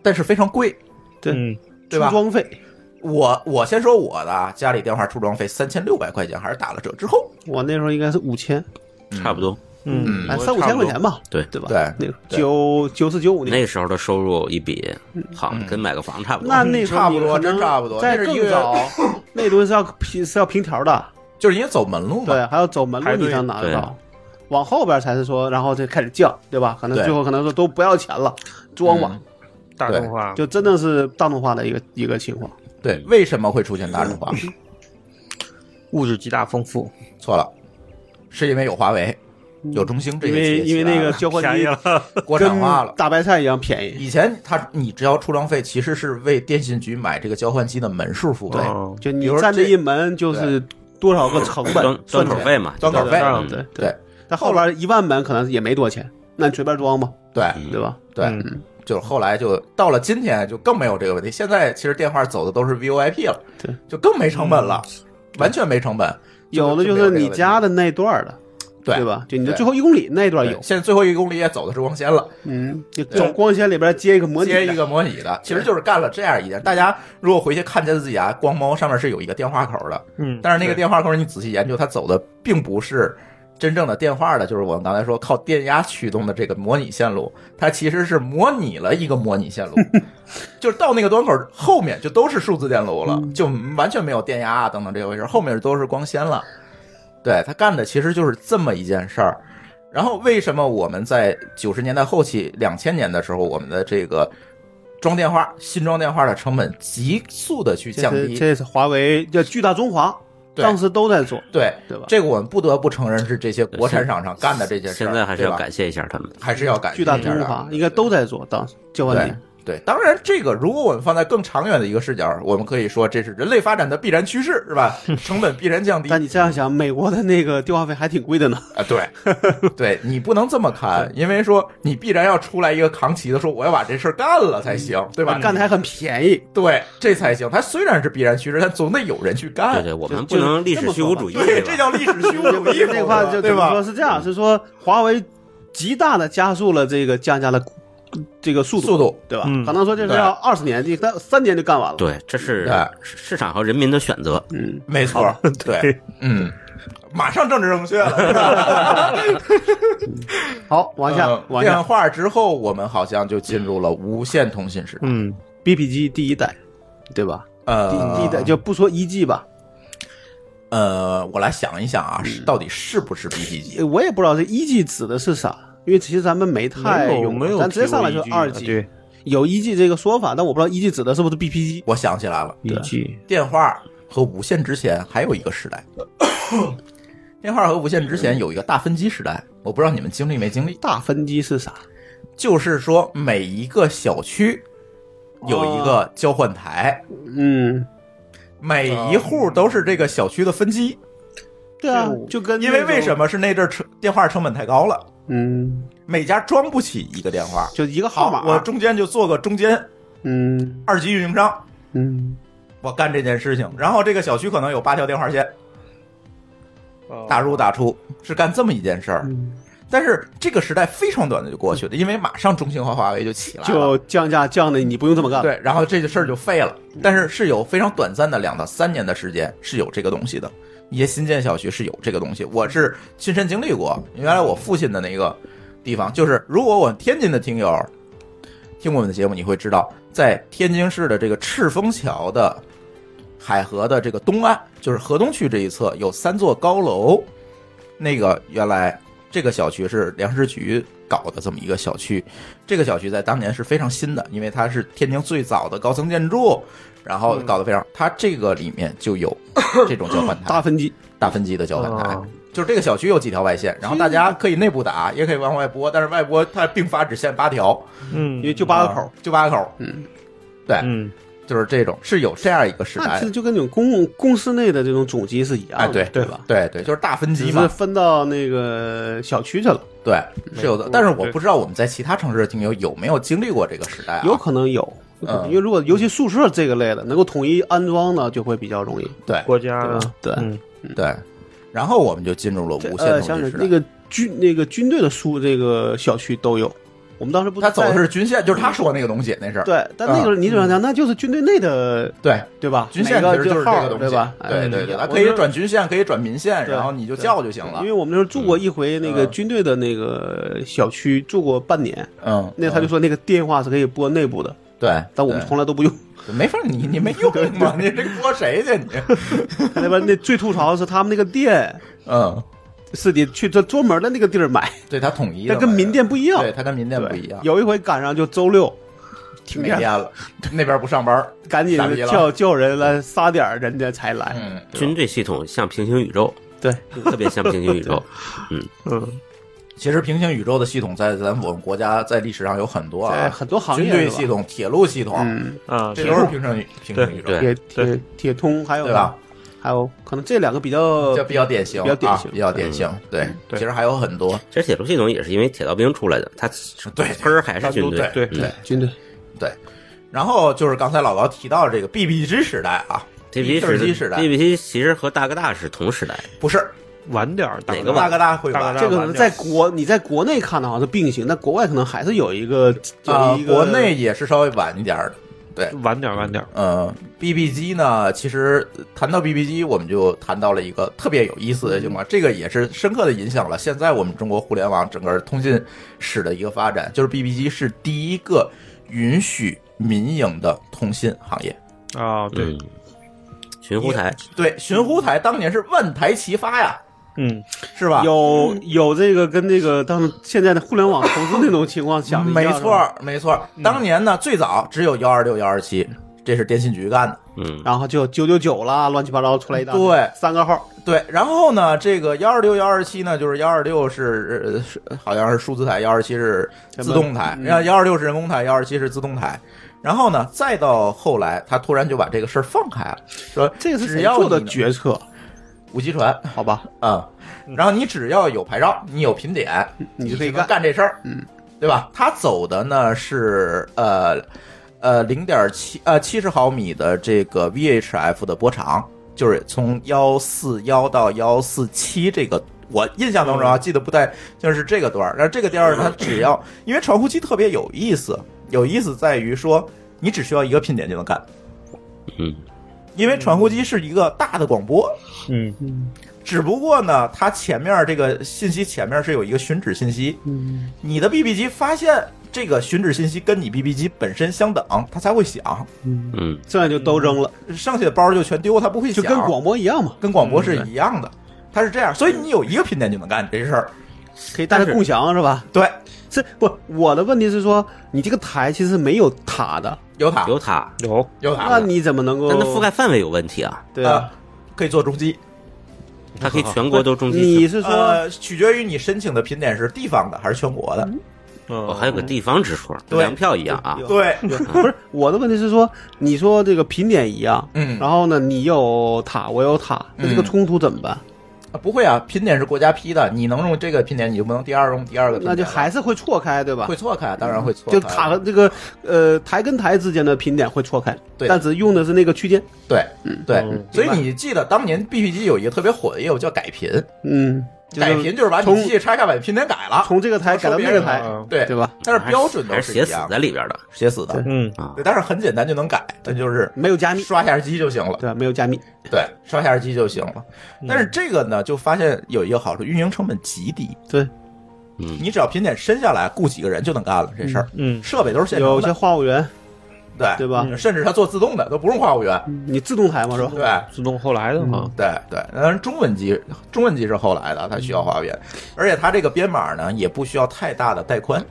但是非常贵，
对
嗯
对吧
出装费
我我先说我的啊，家里电话出装费三千六百块钱，还是打了折之后，
我那时候应该是五千，
差不多。
嗯，
哎，
我
三五
差
千
不多
块钱吧，
对
对吧？
对
那个
对
九九四九五年，
那时候的收入一比，好
嗯
跟买个房差不多。
那那时候
嗯差不
你
多
可能
真差不多
再
那是一
更
个
早， 那东西是要平是要平 条的，
就是因为走门路嘛。
对，还啊要走门路
排队
你才拿得
对
到。往后边才是说，然后就开始降，对吧？可能
对
最后可能说都不要钱了，
嗯
装吧，
大众化，
就真的是大众化的一个一个情况。
对，为什么会出现大众化？
嗯
物质极大丰富，
错了，是因为有华为、有中兴这
嗯因
些
为
企业
因为
起来
那个
了
交换
便
机
宜了，
国产
跟
化了。
大白菜一样便宜，
以前他你只要出装费，其实是为电信局买这个交换机的门数付费，
哦
就
比
你
如说
站这
这
一门就是多少个成
端
本
端
算起
口
来，
费嘛，
端口费
对。
嗯
对对
对
但后边一万门可能也没多少钱，那你随便装吧，
对
对吧？
对，
嗯
就是后来就到了今天就更没有这个问题。现在其实电话走的都是 VoIP 了，
对，嗯
就更没成本了，完全没成本。
有的
就
就是你家的那段儿的，
对
对吧？就你的
对
最后一公里那段
没有这个问题
有
对，现在最后一公里也走的是光纤了，
嗯，就
对
从光纤里边接一个模拟的，
接一个模拟的，其实就是干了这样一件。大家如果回去看见自己啊，光猫上面是有一个电话口的，
嗯，
但是那个电话口你仔细研究，它走的并不是。真正的电话的，就是我们刚才说靠电压驱动的这个模拟线路，它其实是模拟了一个模拟 线路，就是到那个端口后面就都是数字电路了，
嗯
就完全没有电压啊等等这回事，后面都是光纤了。对他干的其实就是这么一件事儿。然后为什么我们在九十年代后期、两千年的时候，我们的这个装电话、新装电话的成本急速的去降
这是
低？
这是华为叫巨大中华，
对
当时都在做，
对，
对吧？
这个我们不得不承认是这些国产厂商干的这些事儿，
现在还是
对
要
吧
感谢一下他们。
还是要感谢
巨
一下
大
的
中华应该都在做，当时交换
对
机。
对。当然，这个如果我们放在更长远的一个视角，我们可以说这是人类发展的必然趋势，是 吧？成本必然降低。
但你这样想，美国的那个电话费还挺贵的呢。
啊，对， 对你不能这么看，因为说你必然要出来一个扛旗的，说我要把这事儿干了才行，对吧？
嗯干的还很便宜，
对，这才行。它虽然是必然趋势，但总得有人去
对
干。
对，我们
就
不能历
这
史
么
虚
说
无
吧
主义，
对，
吧
这叫历史虚 无主义，
这话就
对
怎么说
吧？
是这样，是说华为极大的加速了这个降价的这个速度，
速度，
对吧？
嗯
可能说这是要二十年，这三三年就干完了。，
对，这是
对
市场和人民的选择。
嗯，
没错，对，嗯，马上政治正确了。
好，往下
嗯
往
电
下
话之后，我们好像就进入了无线通信时代。
嗯，
，BB 机第一代，对吧？第
呃，
第一代就不说一 G 吧，
呃，我来想一想啊，
嗯
是到底是不是 BB 机？
呃我也不知道这一 G 指的是啥，因为其实咱们没太
没有
用过，
没有提过 1G 的，
咱直接上来就是二 G，
对
有一 G 这个说法，但我不知道一 G 指的是不是 BP 机。
我想起来了，
一 G，
电话和无线之前还有一个时 代，电话和无线之前有一个大分机时代，我不知道你们经历没经历，
大分机是啥？
就是说每一个小区有一
哦
个交换台，
嗯，
每一
哦
户都是这个小区的分机，
对啊
这我，
就跟
因为为什
么？
么是那阵儿成电话成本太高了，
嗯，
每家装不起一个电话，
就一个号
好
码，，
我中间就做个中间
嗯
二级运营商，
嗯，
我干这件事情，然后这个小区可能有八条电话线，打入打出是干这么一件事儿。
嗯
但是这个时代非常短的就过去了，因为马上中兴和华为就起来了，
就降价降的，你不用这么干。，
对，然后这个事儿就废了。但是是有非常短暂的两到三年的时间是有这个东西的，一些新建小区是有这个东西，我是亲身经历过。原来我父亲的那个地方，就是如果我天津的听友听我们的节目，你会知道，在天津市的这个赤峰桥的海河的这个东岸，就是河东区这一侧有三座高楼，那个原来这个小区是粮食局搞的这么一个小区，这个小区在当年是非常新的，因为它是天津最早的高层建筑，然后搞得非常，它这个里面就 有这种交换
大
台、
分机，
大分机的交换台
哦。
就是这个小区有几条外线，然后大家可以内部打，也可以往外拨，但是外拨它并发只限八条，
嗯
因为就八个口
啊，，就八个口，
嗯，
对，
嗯，
就是这种是有这样一个时
那
代
其实，就跟那种公共公司内的这种总机是一样
哎，
的，
对
对吧？
对对，就是大分
只
机
是
嘛，
分到那个小区去了，
对，是有的
嗯。
但是我不知道我们在其他城市的听友有没有经历过这个时代啊？
有可能有，
嗯
因为如果尤其宿舍这个类的能够统一安装呢，就会比较容易，
对
国家
对吧？对，
嗯
对，然后我们就进入了
这
无线
呃，
通
想
信
想
时代。
那个军那个军队的宿这个小区都有，我们当时不
他走的
在
是军线，就是他说那个东西那是
对，但那个你怎么讲？那就是军队内的
对
对吧？
军线
每
其
个
实就是
号
这
儿
个东西，
对吧？哎
对对对，
我
它可以
是
转军线，可以转民线，
对
然后你就叫就行了
因。为我们那时候住过一回那个军队的那个小区，住过半年。
嗯，
那他就说那个电话是可以拨内部的，
对，
但我们从来都 不用。
对没法，你你没用 嘛，你这说谁去你？
他那边那最吐槽的是他们那个店
嗯，
是得去这专门的那个地儿买，
对，它统一的
但
嘛，
跟民店不一样。
对，它跟民店不一样，
有一回赶上就周六停
没
电
电，了，那边不上班儿，
赶紧
傻逼了
叫叫人来仨点儿人家才来。
嗯，
军队系统像平行宇宙，
对，
特别像平行 宇宙。
嗯，
其实平行宇宙的系统在咱我们国家在历史上有很多
在
啊，
很多行业
军队
是吧
系统、铁路系统，
嗯，
啊，
这都是平行宇平行宇宙，
对
铁铁铁通还有
对吧？？
还有可能这两个比较
这比较典型，
呃比较典型嗯
啊比较典型。对，其
对
实还有很多，
其实铁路系统也是因为铁道兵出来的，它
对
喷儿还是军队。
对
嗯
对
军队
然后就是刚才老高提到这个 BBG 时代啊
TBT
手机
是
时代
TBT 其实和大哥大是同时代，
不是
晚点儿，
哪个
大
晚
哥大会
大
晚
哥
这个可能在国你在国内看的话是并行，但国外可能还是有一个
啊
有，一个
国内也是稍微晚一点儿的。
晚点儿晚点儿，
呃，BB 机呢，其实谈到 BB 机，我们就谈到了一个特别有意思的
嗯
情况，这个也是深刻的影响了现在我们中国互联网整个通信史的一个发展，就是 BB 机是第一个允许民营的通信行业。
啊，对，
嗯，巡湖台，
对，寻呼台当年是万台齐发呀，
嗯，
是吧？
有有这个跟这个当时现在的互联网投资那种情况想的一样嗯
没错儿，没错儿。当年呢，最早只有幺二六、幺二七，这是电信局干的。
嗯，
然后就九九九啦，乱七八糟出来一大堆
对
三个号，
对，然后呢，这个幺二六、幺二七呢，就是幺二六是呃是好像是数字台，幺二七是自动台，
人工嗯
然后幺二六是人工台，幺二七是自动台。然后呢，再到后来，他突然就把这个事儿放开了，说
这个是
只
谁
要
做的
你
决策？
五级传
好吧，
啊、然后你只要有牌照，你有频点，
嗯你
你
就可以
就能
干。
干这事儿，
嗯，
对吧？他走的呢是呃呃零点七呃七十毫米的这个 VHF 的波长，就是从幺四幺到幺四七这个。我印象当中啊，
嗯
记得不太就是这个段儿。然后这个段儿， 它只要因为传呼机特别有意思，有意思在于说，你只需要一个频点就能干。
嗯，
因为传呼机是一个大的广播，
嗯，
只不过呢，它前面这个信息前面是有一个寻址信息，
嗯，
你的 BB 机发现这个寻址信息跟你 BB 机本身相等，它才会响，
嗯，
这样就都扔了，
剩下的包就全丢，它不会
就
响，
跟广嗯播一样嘛，
跟广播是一样的，它是这样，所以你有一个频点就能干这事儿，
可以大家共享是吧？
对，
是不？我的问题是说，你这个台其实没有塔的，
有塔
有塔，
有
有塔，
那你怎么能够？
但它覆盖范围有问题啊，
对啊，
呃可以做中继，
它可以全国都中
哦你
继。
是说
呃，取决于你申请的频点是地方的还是全国的，
哦，
嗯，
还有个地方之说，
对
粮票一样啊，
对，
不是我的问题是说，你说这个频点一样，
嗯，
然后呢，你有塔，我有塔，那这个
嗯
冲突怎么办？
不会啊，频点是国家批的，你能用这个频点，你就不能第二用第二个频点
那
了，
就还是会错开，对
嗯
吧？
会错开，啊当然会错开，
就塔和这个呃台跟台之间的频点会错开，
对
但只用的是那个区间，
对，对
嗯，
所以你记得当年 BP 机有一个特别火的业务叫改频，
嗯，就
改
是
频就是把你
从
机器拆开把频点改了，
从这个台改到那个台，
嗯
对
对吧？
但是标准都
还是写
一
死
样的，
在里边的
写死的，
嗯，
啊
对，，但是很简单就能改，它就是
没有加密，
刷一下机就行了，
嗯对，没有加密，
对，刷一下机就行了。
嗯
但是这个呢，就发现有一个好处，运营成本极低，
对，
嗯，
你只要频点伸下来，雇几个人就能干了这事儿，
嗯，
设备都是现成
有些
的，
话务员，对
对，
吧？嗯
甚至他做自动的都不用话务员，
你自动台嘛，是吧？
对。
自动后
嗯
来的嘛，
对对，当然中文机中文机是后来的，它需要花园，而且它这个编码呢也不需要太大的带宽，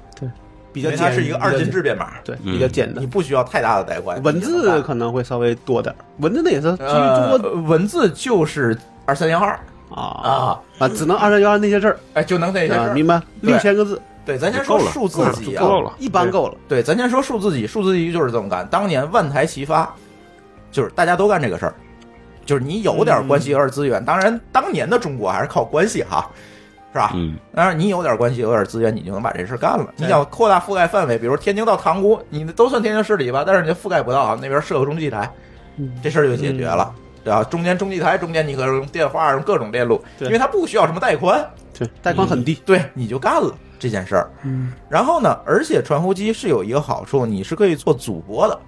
比
因
较
为
简，
它是一个二进
比较简，
制编码，
对，
嗯
比较简单
你。不需要太哎大的带宽。
文
你就能
字
干
可能会稍微多点儿，文字那也是基于中
呃文字就是二三幺二
国啊
啊，
啊，只能二三幺二那些字儿
哎，就能那些事
啊，
儿。
明白？
对
六千个字
对，咱先说
就够了
数字级
就
啊，
够了，
一般够了，
对，咱先说数字级，数字级就是这么干。当年万台齐发，就是大家都干这个事儿，就是你有点关系，有点资源。当然，当年的中国还是靠关系哈，是吧？
嗯，
当然，你有点关系，有点资源，你就能把这事儿干了。你想扩大覆盖范围，比如天津到塘沽，你都算天津市里吧，但是你覆盖不到啊，那边设个中继台，
嗯
这事儿就解决了，对吧？中间中继台中间你可以用电话，用各种链路，
对
因为它不需要什么带宽，嗯
对，带宽很低，
对，你就干了。这件事儿。
嗯
然后呢，而且传呼机是有一个好处，你是可以做主播的，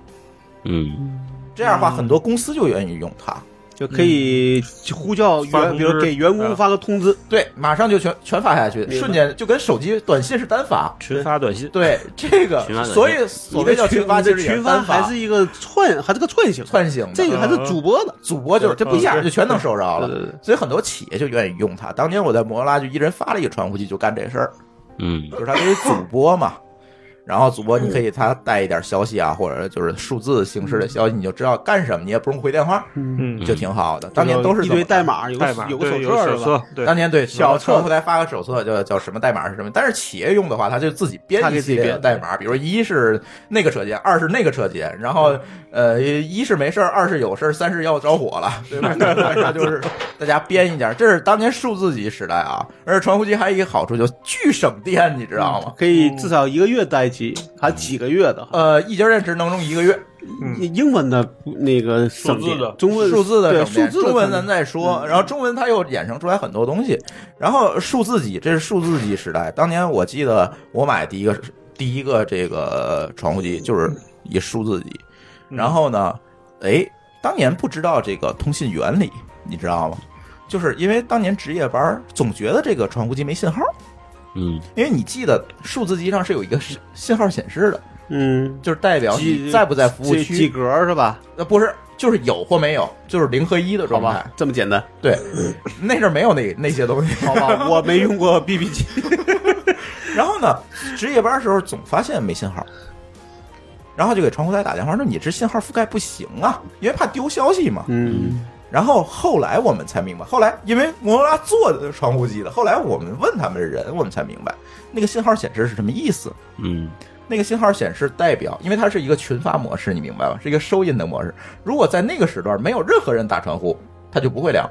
嗯，
这样的话
嗯
很多公司就愿意用它。
就可以呼叫
发
嗯
员，
通
比如
知
给员工
啊
发个通知，
对，马上就全全发下去，
白
瞬间就跟手机短信是单发。
群发短信，
对这个
群发短，信
所以所
你
谓
的
叫
群
群发，
你
其
的
实也
群
是
发
单发
还是一个串，还是个串型，
串行的。
这个还是主播的，
主播就是这不一下
对
就全能收着
嗯对对对
了，所以很多企业就愿意用它。当年我在摩托拉就一人发了一个传呼机，就干这事儿，
嗯，
就是它作为 主播嘛。然后主播你可
嗯
以他带一点消息啊，或者就是数字形式的消
嗯
息，你就知道干什么，你也不用回电话，
嗯，
就挺好的。当年都是
一
这么
堆代码，有个
代码
有个手
对有
册是吧？
册，对
当，年对
小册
传呼台发个手册叫叫什么代码是什么，但是企业用的话，他就自己编
他
一
给自己
系列的
编
代码，比如一是那个车间，二是那个车间，然后呃一是没事儿，二是有事儿，三是要着火了，对吧？那就是 大家编一下，这是当年数字级时代啊。而且传呼机还有一个好处，就巨省电，你知道吗？
可以至少一个月待机，还几个月的哈。
呃，一节电池能用一个月，
嗯
英英文的那个省
数字的
电中文
数字的
对
省电
数字的嗯
中文
可
咱
能
再说，然后中文它又衍生出来很多东西，然后数字机这是数字机时代，当年我记得我买第一个第一个这个传呼机就是一数字机，
嗯
然后呢，哎，当年不知道这个通信原理，你知道吗？就是因为当年值夜班儿，总觉得这个传呼机没信号，
嗯，
因为你记得数字机上是有一个信信号显示的，
嗯，
就是代表你
几
在不在服务
几几
区，
格是吧？
呃，不是，就是有或没有，就是零和一的
好
状态
吧。，这么简单，
对， 那阵儿没有那那些东西。
好吧，哦我没用过 BB 机，
然后呢，值夜班的时候总发现没信号，然后就给传呼台打电话说你这信号覆盖不行啊，因为怕丢消息嘛。
嗯，
然后后来我们才明白，后来因为摩托罗拉做的传呼机的，后来我们问他们人，我们才明白那个信号显示是什么意思。
嗯，
那个信号显示代表，因为它是一个群发模式，你明白吗？是一个收音的模式。如果在那个时段没有任何人打传呼，它就不会亮。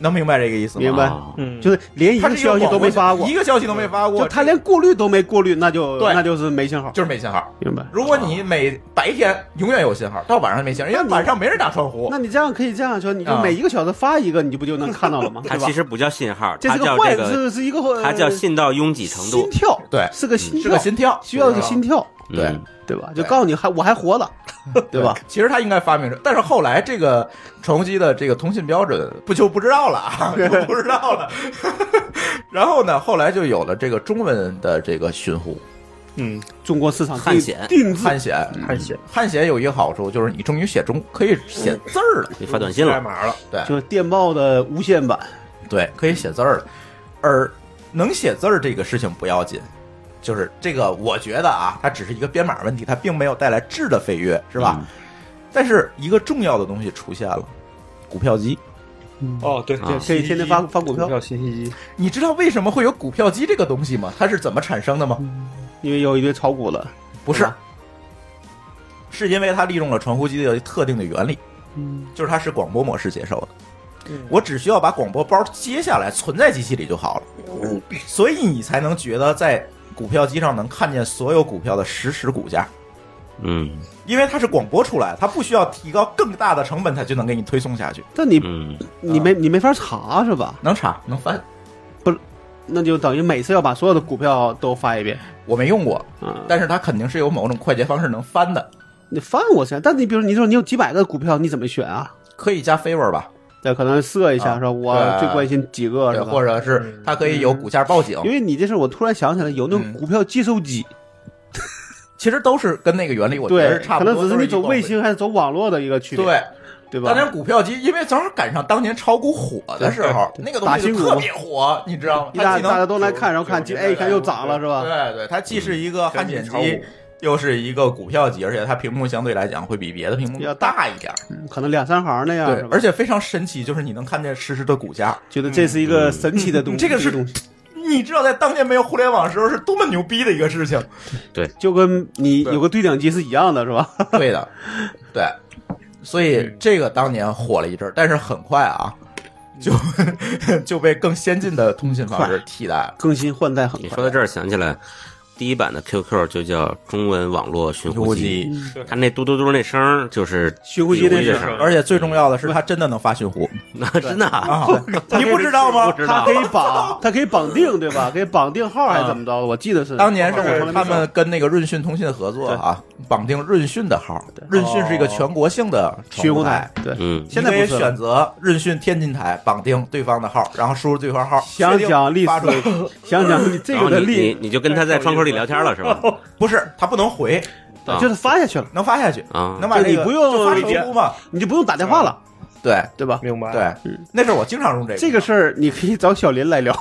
能明白这个意思吗？
明白
啊
嗯，
就是连一
他
个消息都没发过
一，个消息都没发过，
就他连过滤都没过滤，那就
对
那就是没信号，
就是没信号。
明白？
如果你每白天永远有信号，到晚上没信号，因为
那你
晚上没人打窗户
那。你这样可以这样说，你就
啊
每一个小时发一个，你就不就能看到了吗？
它
对吧
其？实不叫信号，
这
它
是
叫
坏
这
事，是
个，
是一个呃
它叫信到拥挤程
心
度。
跳，
对嗯
是个心
是个
跳，
心跳，
需要一个心
跳。
跳，
对
嗯
对吧？
对
就告诉你还我还活了，对吧？
其实他应该发明出，但是后来这个传呼机的这个通信标准不就不知道了 啊，就不知道了。 然后呢，后来就有了这个中文的这个寻呼
嗯，
中国市场
汉显
定定制
汉显。
太险，
汉显有一个好处就是你终于写中可以写字儿了，
你发短信了
代，码了，
对
嗯就是电报的无线版，
对，可以写字儿了。而能写字儿这个事情不要紧，就是这个，我觉得啊，它只是一个编码问题，它并没有带来质的飞跃，是
嗯
吧？但是一个重要的东西出现了，股票机。
哦，对，
啊
对，
可以天天发发股
股
票
票信息机，
你知道为什么会有股票机这个东西吗？它是怎么产生的吗？
因为有一堆炒股了。
不是
嗯，
是因为它利用了传呼机的特定的原理，就是它是广播模式接受的。我只需要把广播包接下来存在机器里就好了，嗯所以你才能觉得在股票机上能看见所有股票的实时股价，
嗯
因为它是广播出来，它不需要提高更大的成本，它就能给你推送下去。
但你
嗯
你没你没法查是吧？
能查能翻，
那就等于每次要把所有的股票都翻一遍
我没用过，
啊。
但是它肯定是有某种快捷方式能翻的，
你翻我是，但你比如你说你有几百个股票，你怎么选啊？
可以加 favor 吧，
对，可能设一下
啊
说，我
对
最关心几个
对
是
或
吧？嗯
者是它可以有股价报警，
因为你这事儿，我突然想起来有那
嗯
种股票接收机，
其实都是跟那个原理我觉得
对
是，差
可
不多，
能只
都
是
是
你
一
走
种
卫星还是走网络的一个区别，
对。
对
当年
吧？
股票机，因为正好赶上当年炒股火的时候，
对
那
对
个东西
打新
就
股
特别火，你知道吗？
一大
它既能
大家都来看，然后看，
九十
哎，一看又
年代
涨了是嗯吧？
对对，它既是一个汉显
跟
机
进，
又是一个股票机，而且它屏幕相对来讲会比别的屏幕
比较大
大一点。
嗯可能两三行那样，
对
是，吧
而且非常神奇，就是你能看见实时的股价。
觉得这是一个神奇的东西，
嗯这个是
东西，
你知道在当年没有互联网的时候是多么牛逼的一个事情。
就跟你
对
有个对讲机是一样的，是吧？
对 的，对，所
嗯
以这个当年火了一阵儿，但是很快啊，
嗯
就 就被更先进的通信方式替代了。
更新换代很
你
快
说，到这儿想起来，第一版的 QQ 就叫中文网络寻呼
估
机，
计，
它那嘟嘟嘟那声儿就是
寻呼机那
是
是
什么
而且最重要的是，它真的能发 寻呼
真的啊，
啊！你不知道吗
不？知
它
道
可以绑，它可以绑定，对吧？可以绑定号还是怎么
嗯
着？我记得是
当年
我从
是
来没
他们
上
跟那个润讯通信合作啊，绑定润讯的号。润讯是一个全国性的
寻呼
台
哦台，，对，
嗯，
现在
你可以
不是了
选择润讯天津台，绑定对方的号，然后输入对方号。
想
确定
想历
发出来
史，想想你这
然
个
后
的哦
你你
历，
你就跟他在窗口里聊天了是 吧？
不是，他不能回，
啊
就是发下去了，
能发下去，
啊
能把
就
这
你
个
不用
就发成呼嘛？
你就不用打电话了，
对
啊
对吧？
明白？，
对，那阵儿我经常用这个。
嗯这个事儿你可以找小林来聊，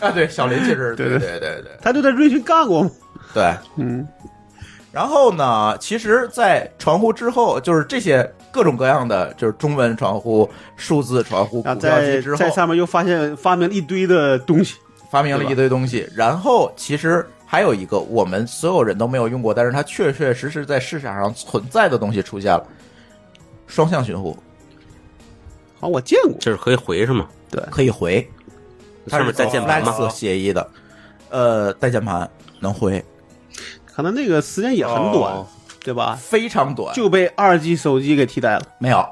啊，对，小林其实
对
对
对
对对对
他就在瑞讯干过嘛。
对。
嗯，
然后呢，其实，在传呼之后，就是这些各种各样的，就是中文传呼、数字传呼、
然
股
后
票
啊在
机之后
在，上面又发现发明了一堆的东西，
发明了一堆东西。然后，其实还有一个我们所有人都没有用过，但是它确确实实在市场上存在的东西出现了——双向寻呼，
好像我见过。
就是可以回是吗？
可以回，它
上
是
面带键盘吗？
Flex 协议的，呃，带键盘能回，
可能那个时间也很短，
哦
对吧？
非常短，
就被二 G 手机给替代了。
没有，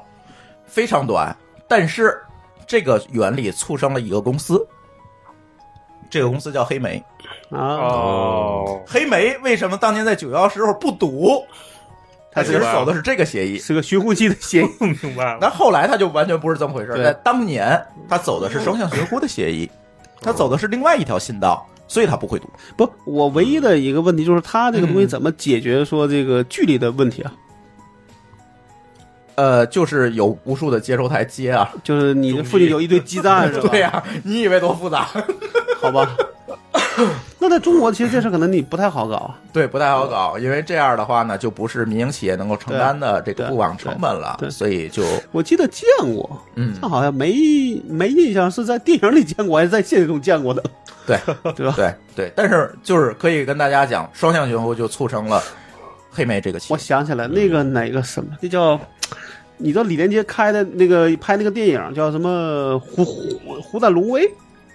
非常短。但是这个原理促生了一个公司，这个公司叫黑莓。
啊，
哦，
黑莓为什么当年在九幺时候不赌？它其实走的是这个协议。
是个寻呼机的协议。
明白了。
但后来它就完全不是这么回事儿。
对
在当年，它走的是双向寻呼的协议，它走的是另外一条信道，所以它不会赌。
不，我唯一的一个问题就是它这个
嗯
东西怎么解决说这个距离的问题啊？
呃，就是有无数的接收台接啊，
就是你的附近有一堆基站是吧？
对呀、你以为多复杂？
好吧。那在中国其实这事可能你不太好搞啊，
对，不太好搞，因为这样的话呢，就不是民营企业能够承担的这个
对
固网成本了
对，哦对
所以就
我记得见过，
嗯，
但好像没没印象是在电影里见过还是在现实中见 过的。
对
对吧？
对对，但是就是可以跟大家讲，双向寻呼就促成了黑莓这个企
我
业。
想起来那个哪个什么，那叫你知道李连杰开的那个拍那个电影叫什么《虎虎虎胆龙威》，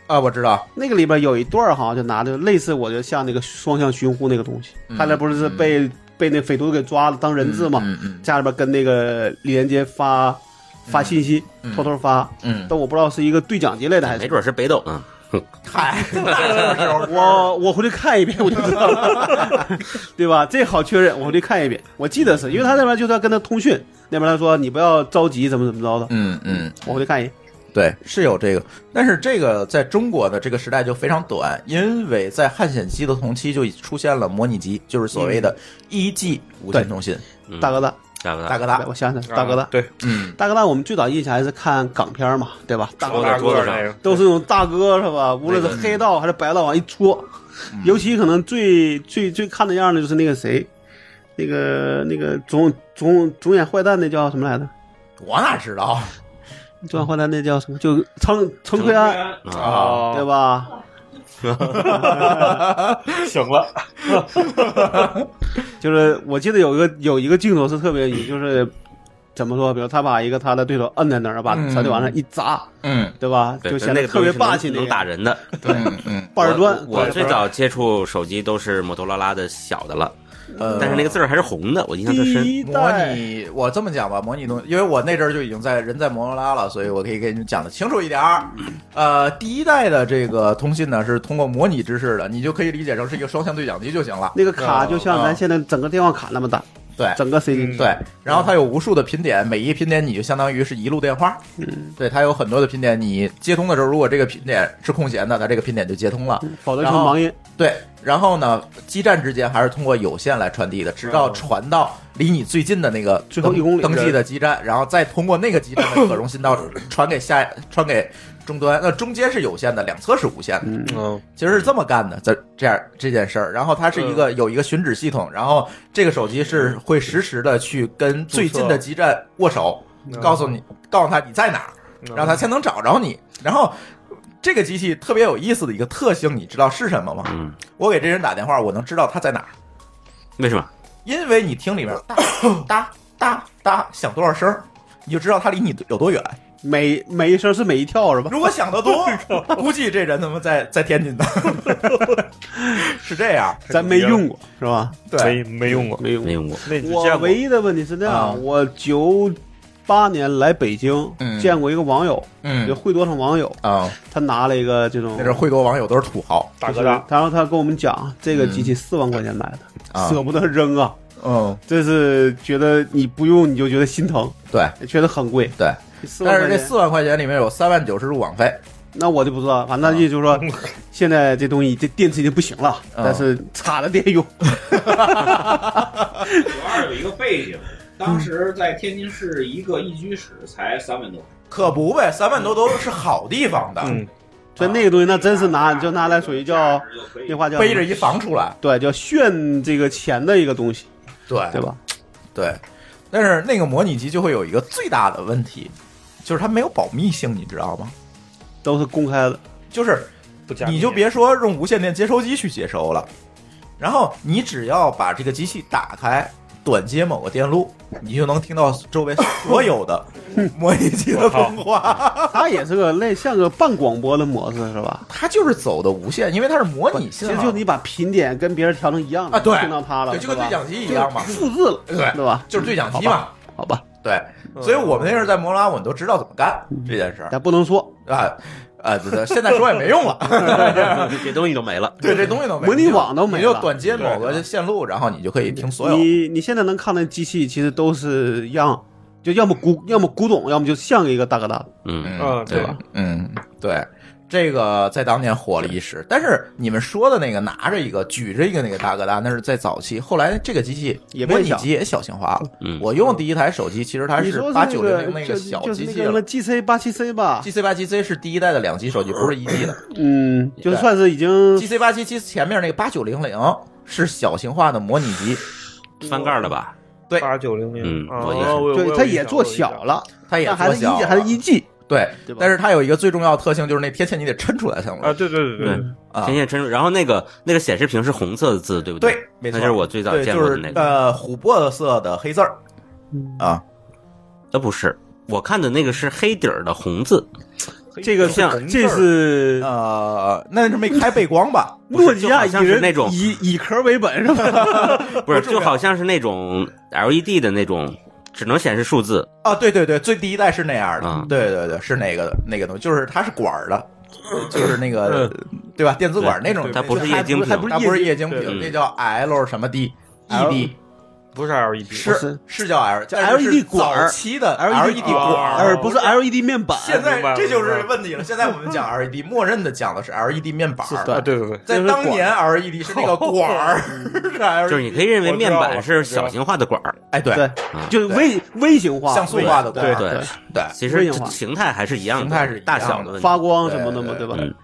啊，我知道，
那个里边有一段儿好像就拿着类似我就像那个双向寻呼那个东西，
嗯
他那不是被、被那匪徒给抓了当人质嘛，
嗯嗯
家里边跟那个李连杰发发信息，
嗯
偷偷发，
嗯，
但我不知道是一个对讲机类的还
没
是。
准是北斗啊呢。
嗨，那时候
我我回去看一遍我就知道了，对吧？这好确认，我回去看一遍。我记得是因为他那边就是要跟他通讯，那边他说你不要着急，怎么怎么着的。
嗯嗯，
我回去看一眼。
对，是有这个，但是这个在中国的这个时代就非常短，因为在汉显机的同期就已出现了模拟机，就是所谓的
嗯
一 G 无线通信，
嗯
大哥大，
大哥
大
大，
哥大，
我想想，大哥大，
对，
嗯，
大哥大，我们最早印象还是看港片嘛，对吧？大哥
我
大
在桌子上
那个
都是那种大哥是吧？无论是黑道还是白道，往一戳，
嗯
尤其可能最最最看的样的就是那个谁，那个那个总总总演坏蛋那叫什么来着？
我哪知道
总演坏蛋那叫什么？就程程奎安
啊，
啊？
对
哦，
吧？
行了，
就是我记得有一个有一个镜头是特别，
嗯
也就是怎么说，比如他把一个他的对手摁在那儿，把
嗯
小队往上一砸，
嗯
对吧？
对
就显
那
得
个
特别霸
东西
气那
是能能打
个
人的。
嗯嗯，
板儿砖。
我我
对
最早接触手机都是摩托罗拉的小的了，
呃
但是那个字儿还是红的，我印象特深。
第一
模
代
拟，我这么讲吧，模拟东，因为我那阵儿就已经在人在摩托罗拉了，所以我可以给你们讲的清楚一点儿。呃，第一代的这个通信呢，是通过模拟制式的，你就可以理解成是一个双向对讲机就行了。
那个
啊
卡就像咱现在整个电话卡那么大，
对
整个 CD
嗯
对，然后它有无数的频点，每一频点你就相当于是一路电话。嗯，对，它有很多的频点，你接通的时候，如果这个频点是空闲的，它这个频点就接通了。
否则就是盲音。
对，然后呢，基站之间还是通过有线来传递的，直到传到离你最近的那个
嗯最后一公里嗯
登登记的基站，然后再通过那个基站的可容信道传给下传给终端。那中间是有线的，两侧是无线的，
嗯，
其实是这么干的。这这样这件事儿，然后它是一
嗯
个有一个寻址系统，然后这个手机是会实时的去跟最近的基站握手，
嗯
告诉你告诉他你在哪儿，
嗯
然后他才能找着你。然后这个机器特别有意思的一个特性，你知道是什么吗？
嗯，
我给这人打电话，我能知道他在哪儿，
为什么？
因为你听里面哒哒哒哒响多少声儿，你就知道他离你有多远。
每每一声是每一跳是吧？
如果想得 多，估计这人他妈在在天津 呢，是这样。
咱没用过是吧？
对，
没没用过，
没用
没用过。
那你
我
见过
唯一的问题是这
啊
样，我九八年来北京
嗯
见过一个网友，就
嗯
惠多上网友，
啊，
他拿了一个这种
那阵儿惠多网友都是土豪，
大
就
哥
是
大，
然后他跟我们讲，这个机器四万块钱买
嗯啊
的，舍不得扔啊，
嗯，
这是觉得你不用你就觉得心疼，
对
觉得很贵。
对。
4
但
万
是这
块钱
四万块钱里面有三万九是入网费，
那我就不知道，反正那意思就是说，现在这东西这电池已经不行了，
嗯
但是插着电用。
主要是有一个背景，当时在天津市一个一居室才三万多，
可不呗，三万多都是好地方的，
嗯，
所以那个东西那真是拿就拿来属于叫那话叫
背着一房出来，
对叫炫这个钱的一个东西，
对
对吧？
对，但是那个模拟机就会有一个最大的问题，就是它没有保密性，你知道吗？
都是公开的，
就是
不加
你就别说用无线电接收机去接收了，然后你只要把这个机器打开，短接某个电路，你就能听到周围所有的模拟机的通话。
它也是个类像个半广播的模式是吧？
它就是走的无线，因为它是啊模拟
其
信
实
号，
就你把频点跟别人调成一样
啊对
听到它了，
对，就跟
是吧
对讲机一样嘛，
就复制了，
对
对吧？
就是对讲机嘛。
好吧，
对，所以我们那阵儿在摩拉，我们都知道怎么干这件事儿
咱不能说
啊。啊，对对，现在说也没用了。
这东西都没了。
对，这东西都没
模拟
用
网都没
你就
了
短接某个线路，然后你就可以听所有。
你你现在能看的机器其实都是样，就要么古要么古董，要么就像一个大哥大的。
嗯，
啊
嗯，
对吧？？嗯，对，这个在当年火了一时。但是你们说的那个拿着一个、举着一个那个大哥大，那是在早期。后来这个机器
也
模
变
拟
小
机也小型化了。
嗯
我用的第一台手机，其实它
你
是
说
八
是
九
那
零零那
就
个
是
小
就是
机
那
器
个什么
了。
GC 八七 C 吧？
G C 八七 C 是第一代的两 G 手机，不是一 G 的。
嗯，就
对
算是已经
G C 八七七前面那个八九零零是小型化的模拟机，
翻盖的吧？
对
八九零零，
嗯
啊
我也是
我我
对，
有
它
印
也
象
做小，了，
它也
但还
做
是
小
一
了
还是一 G，
对，
对吧
但是它有一个最重要的特性，就是那贴线你得抻出来才能
我有印象啊，对对对
对，天线真。然后那个那个显示屏是红色的字，对不
对，没
那
错，
就是我最早
对，
见过
就
的
是
那个。
呃琥珀色的黑字儿
嗯
啊，
呃，不是，我看的那个是黑底儿的红字，
对
这个
黑
是这
色红字儿
是
呃，那是没开背光吧？
不是
诺基亚
就好像
以
是
人
那种
以以壳为本是吧？
不是，就好像是那种 LED 的那种，只能显示数字。
啊，对对对，最第一代是那样的，
嗯
对对对，是那个那个东西，就是它是管儿的，就是那个、对吧？电子管儿那种，
它不是
就
液晶
还
屏
不，
它不是液晶
对
屏，
嗯
那叫 L 什么 D，E
L-
D
不是 LED，
是
是
是叫 L，叫
LED
是
管儿 E
早期的 E
LED
管儿
啊
而不是 LED 面板。
现在
明白了
这就
明
是
白了
问题了。现在我们讲 LED，默认的讲的是 LED 面板儿，
是
啊，
的
对对对，
在当年 LED 是那个管儿，是 LED，
就是你可以认为面板是
我知道
小型化的管儿，
哎对
对，
嗯
就是微微型化、
像素化的
对
管儿
对
对，
对，
其
微
实
型化
形态还是一样的，
形态是一样的
大小的问题
发光什么的嘛，
对
对吧？
嗯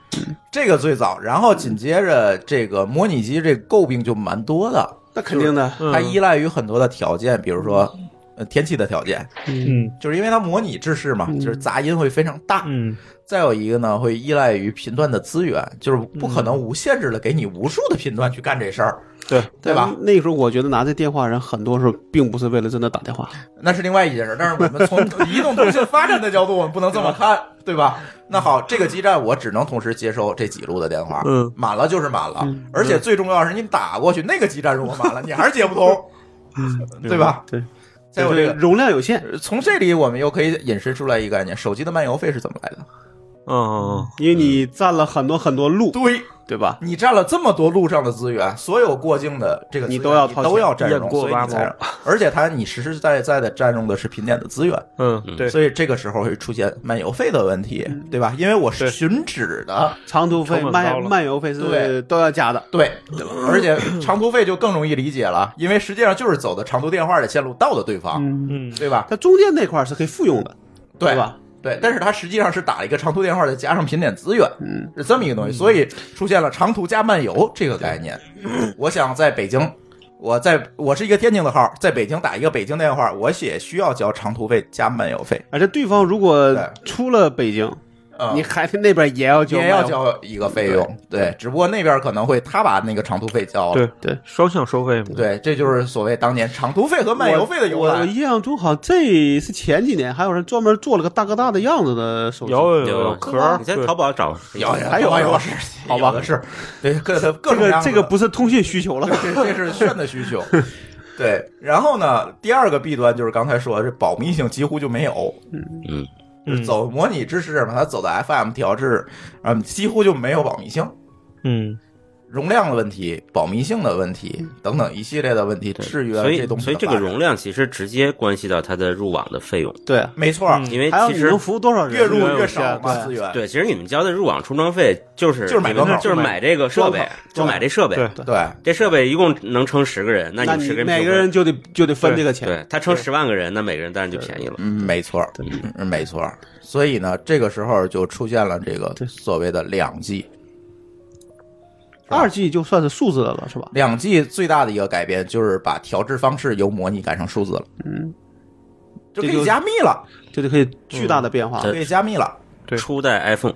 这个最早，然后紧接着这个模拟机这个诟病就蛮多的，
那肯定的，
嗯
它依赖于很多的条件，比如说呃天气的条件，
嗯
就是因为它模拟制式嘛，就是杂音会非常大。
嗯
再有一个呢，会依赖于频段的资源，就是不可能无限制的给你无数的频段去干这事儿，
对
对吧？
那时候我觉得拿这电话人很多时候并不是为了真的打电话，
那是另外一件事。但是我们从移动通信发展的角度，我们不能这么看，对吧？那好，这个基站我只能同时接收这几路的电话，
嗯，
满了就是满了，
啊
而且最重要是你打过去那个基站如果满了，你还是接不通，
嗯
对吧？
对，
再有这个。
啊
嗯
容量有限，
从这里我们又可以引申出来一个概念：手机的漫游费是怎么来的？
嗯，
因为你占了很多很多路，
对
对吧？
你占了这么多路上的资源，所有过境的这个资源
你都要
你
掏钱
都要占用，
雁过
所以你
八
才
毛
让而且它你实实在在的占用的是频点的资源，
嗯，对，
所以这个时候会出现漫游费的问题，嗯对吧？因为我是
对
寻址的，
长途费、
成本高
漫
了
漫游费
对
是都要加的，
对，而且长途费就更容易理解了，因为实际上就是走的长途电话的线路到的对方，
嗯，
嗯
对吧？
它中间那块儿是可以复用的，
对？
吧？
对，但是它实际上是打了一个长途电话，再加上频点资源，
嗯，
是这么一个东西，所以出现了长途加漫游这个概念。
嗯
我想在北京，我在我是一个天津的号，在北京打一个北京电话，我也需要交长途费加漫游费。
而且对方如果
对
出了北京，
嗯
你还得那边也要交
也
卖
要
货，
交一个费用，对，只不过那边可能会他把那个长途费交了，
对对，双向收费嘛。
对，这就是所谓当年长途费和漫游费的由
我我
来。
印象中好像这是前几年还有人专门做了个大哥大的样子的手机，
有
有
壳儿
你在
对
淘宝找
有
还有
有有
啊
是，
好吧
有的是，对各各
这
种各
个
样
这个
的
不是通信需求了，
这这是炫的需求。对，然后呢，第二个弊端就是刚才说的，这保密性几乎就没有。
嗯
走模拟支持嘛，它走的 FM 调制，嗯，几乎就没有保密性。
嗯，
容量的问题、保密性的问题等等一系列的问题，制约
嗯所以
这东西
所以
的
这
发
个
展
容量其实直接关系到它的入网的费用，
对，
没错，
嗯
因为
还有
哎其
你
实
能服务多少人，
越入
对
越少嘛
对
资源。
对，其实你们交的入网充装费就是
哎就是买
你们
装口
就是买这个设备
装口，
就买这设备。
对
对
这设备一共能撑十个人，那
那
你十
你
个人
每
平
个
分
人就得就得分这个钱，
对他撑十万个人，那每个人当然就便宜了。
嗯，没错，嗯没错。所以呢，这个时候就出现了这个所谓的两 G。
二 G 就算是数字的了，是吧？
两 G 最大的一个改变就是把调制方式由模拟改成数字了，
嗯，
就可
这
以
就呃
加密了，
这就可以巨大的变化。
对
可以加密了。
对
初代 iPhone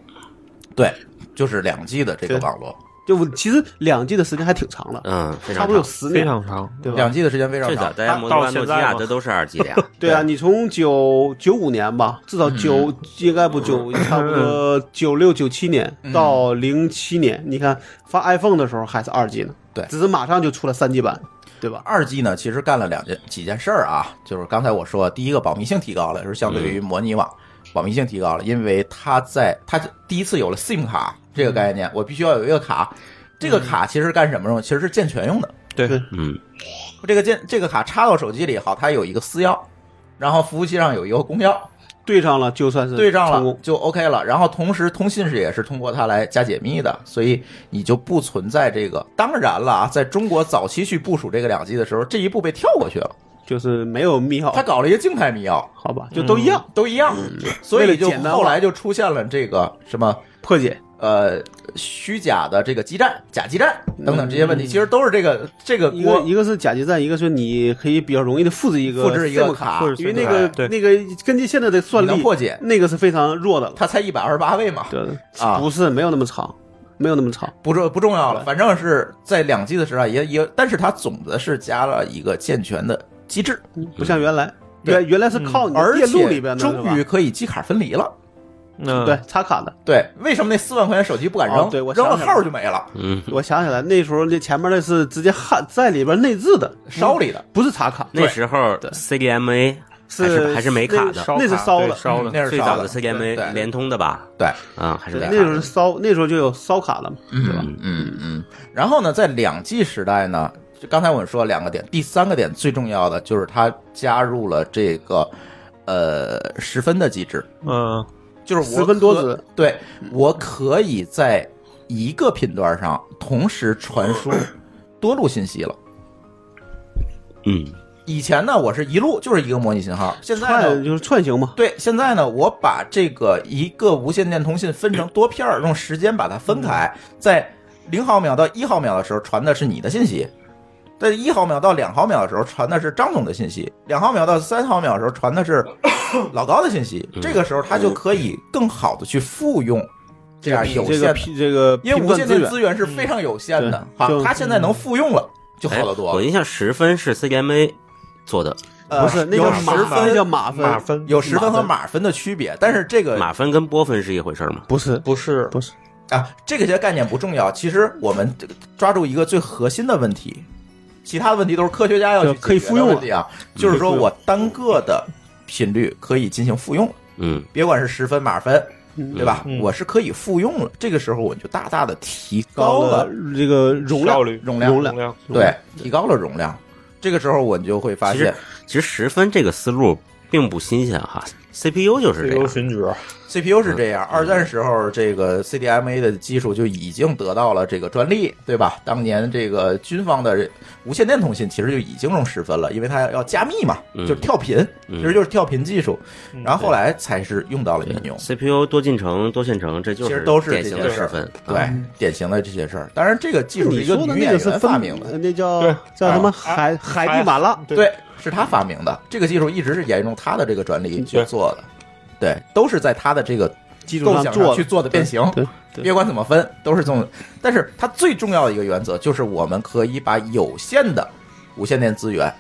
对，就是两 G 的这个
对
网络，
就我其实两 G 的时间还挺长了，
嗯，非
差
常
不多有
长
十
非
年，
常长。
对吧
两？G 的时间非常
最
长
早。大家
它
摩
到
托罗拉、
现
诺基
在
亚
吗
这都是二 G 的呀。
对啊，你从九九五年吧，
嗯
至少九、应该不九，差不多九六九七年
嗯
到零七年，你看发 iPhone 的时候还是二 G 呢，
对
只是马上就出了三 G 版，对吧？
二 G 呢，其实干了两件几件事儿啊，就是刚才我说，第一个保密性提高了，就是相对
嗯
于模拟网、保密性提高了，因为它在它第一次有了 SIM 卡这个概
嗯
念，我必须要有一个卡，这个卡其实干什么用？其实是健全用的，
对
对
嗯，
这个健这个卡插到手机里，好，它有一个私钥，然后服务器上有一个公钥，
对上了就算是
对上
成
了
功，
就 OK 了。然后同时通信是也是通过它来加解密的，所以你就不存在这个。当然了啊，在中国早期去部署这个两 G 的时候，这一步被跳过去了。
就是没有密钥
他，搞了一个静态密钥，
好吧，就都一样、嗯
都一样，所
为
以
了
就
简单化
后来就出现了这个什么
破解。
呃虚假的这个基站、假基站等等这些问题，其实都是这个这个
嗯一个
锅
一个是假基站，一个是你可以比较容易的复制一个
复制一个
SIM
卡
卡，
或者
因为那个
对
那个根据现在的算
你能
力
破解
那个是非常弱的了。
它才一百二十八位嘛，
对，
啊
不是没有那么长，没有那么长。
不重不重要了，
对
反正是在两 G 的时啊代也也，但是它总的是加了一个健全的机制，
不像原来，
对嗯
原原来是靠你的
而
嗯电路
且
里边的，
终于
是吧
可以机卡分离了。
嗯
那
对插卡的。
对，为什么那四万块钱手机不敢扔？
哦对我
扔了
想起来
号就没了，
嗯，
我想起来那时候那前面那是直接焊在里边内置的，
嗯烧里的。
不是插卡，
那时候 CDMA 还
是
还是没卡的，
烧
那是
卡
烧
对
了
烧了。
嗯那是
最
烧
早的
对
CDMA
对
联通的吧？
对，
啊，还是
对
没卡
那时候
的
是。烧，那时候就有烧卡了嘛，对吧？
嗯嗯嗯。然后呢，在两 G 时代呢，就刚才我们说了两个点，第三个点最重要的就是它加入了这个呃十分的机制，
嗯，
就是我
十分多
可
子，
对我可以在一个频段上同时传输多路信息了。
嗯，
以前呢，我是一路就是一个模拟信号，现在
串
呢。
就是串行嘛，
对，现在呢，我把这个一个无线电通信分成多片儿，用时间把它分开，在零毫秒到一毫秒的时候传的是你的信息，在一毫秒到两毫秒的时候传的是张总的信息，两毫秒到三毫秒的时候传的是老高的信息。这个时候，它就可以更好的去复用这样有
这
限
个
的
批这个
因为
频
无
段
线
资
电
源
资源是非常有限的
嗯，
哈
就，
它现在能复用了就好得
哎
多
我。印象十分是 CDMA 做的，
呃
不是那
有
叫
十
马那
分
叫马分，
马分
有十分和
马分
马分的区别，但是这个
马分跟波分是一回事儿吗？
不是
不是
不是
啊，这个些概念不重要。其实我们抓住一个最核心的问题，其他的问题都是科学家要去
就可以
解决
复
的
用嗯
问题啊，就是说
可以复用
我单个的频率可以进行复用，
嗯，
别管是十分、马分，
嗯
对吧？
嗯
我是可以复用了。这个时候我就大大的提
高
高
了
了
这个容量
效率
容量，
量
容量
对，提高了容量。这个时候我就会发
其实
现
其实十分这个思路并不新鲜哈，CPU 就是
自
这
由
样。
寻 E 址，
CPU 是这样，
嗯
二战时候这个 CDMA 的技术就已经得到了这个专利，对吧？当年这个军方的无线电通信其实就已经用十分了，因为它要加密嘛，
嗯
就是跳频，
嗯
其实就是跳频技术。
嗯
然后后来才是用到了应用，
CPU 多进程、多线程，这就
其实都是
典
这
型
些
的
事
十
儿
分。啊
对，
嗯
典型的这些事儿。当然，这个技术是
你
一个
说的
女
那
演
个是
员
分
发明的，
那叫
对
叫什么
啊
海海地马拉，
对，是她发
嗯
明的。这个技术一直是沿用她的这个专利去
对
做的，对，都是在她的这个
基础
构想上
做
去
的，
做的变形。
对对
别管怎么分，都是这种。但是它最重要的一个原则就是，我们可以把有限的无线电资源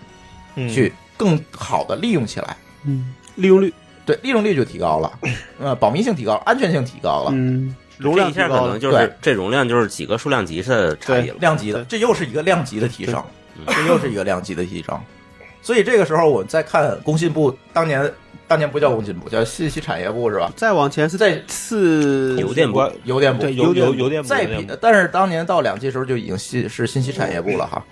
嗯
去更好的利用起来。
嗯，利用率，
对，利用率就提高 了，呃，保密性提高了，安全性提高了，
嗯，容
这
量
一
提
下可
高
能
了，
就是
对
这容量就是几个数量级的差异了。
量级的，
对
这又是一个量级的提升，这又是一个量级的提升。所以这个时候，我再看工信部当年，当年不叫工信部，叫信息产业部是吧？
再往前是
在
是
邮电部
关
邮电部
对邮
邮
电
邮
部
邮电部
再
邮电
批
部
的，但是当年到两 G 时候就已经信是信息产业部了哈。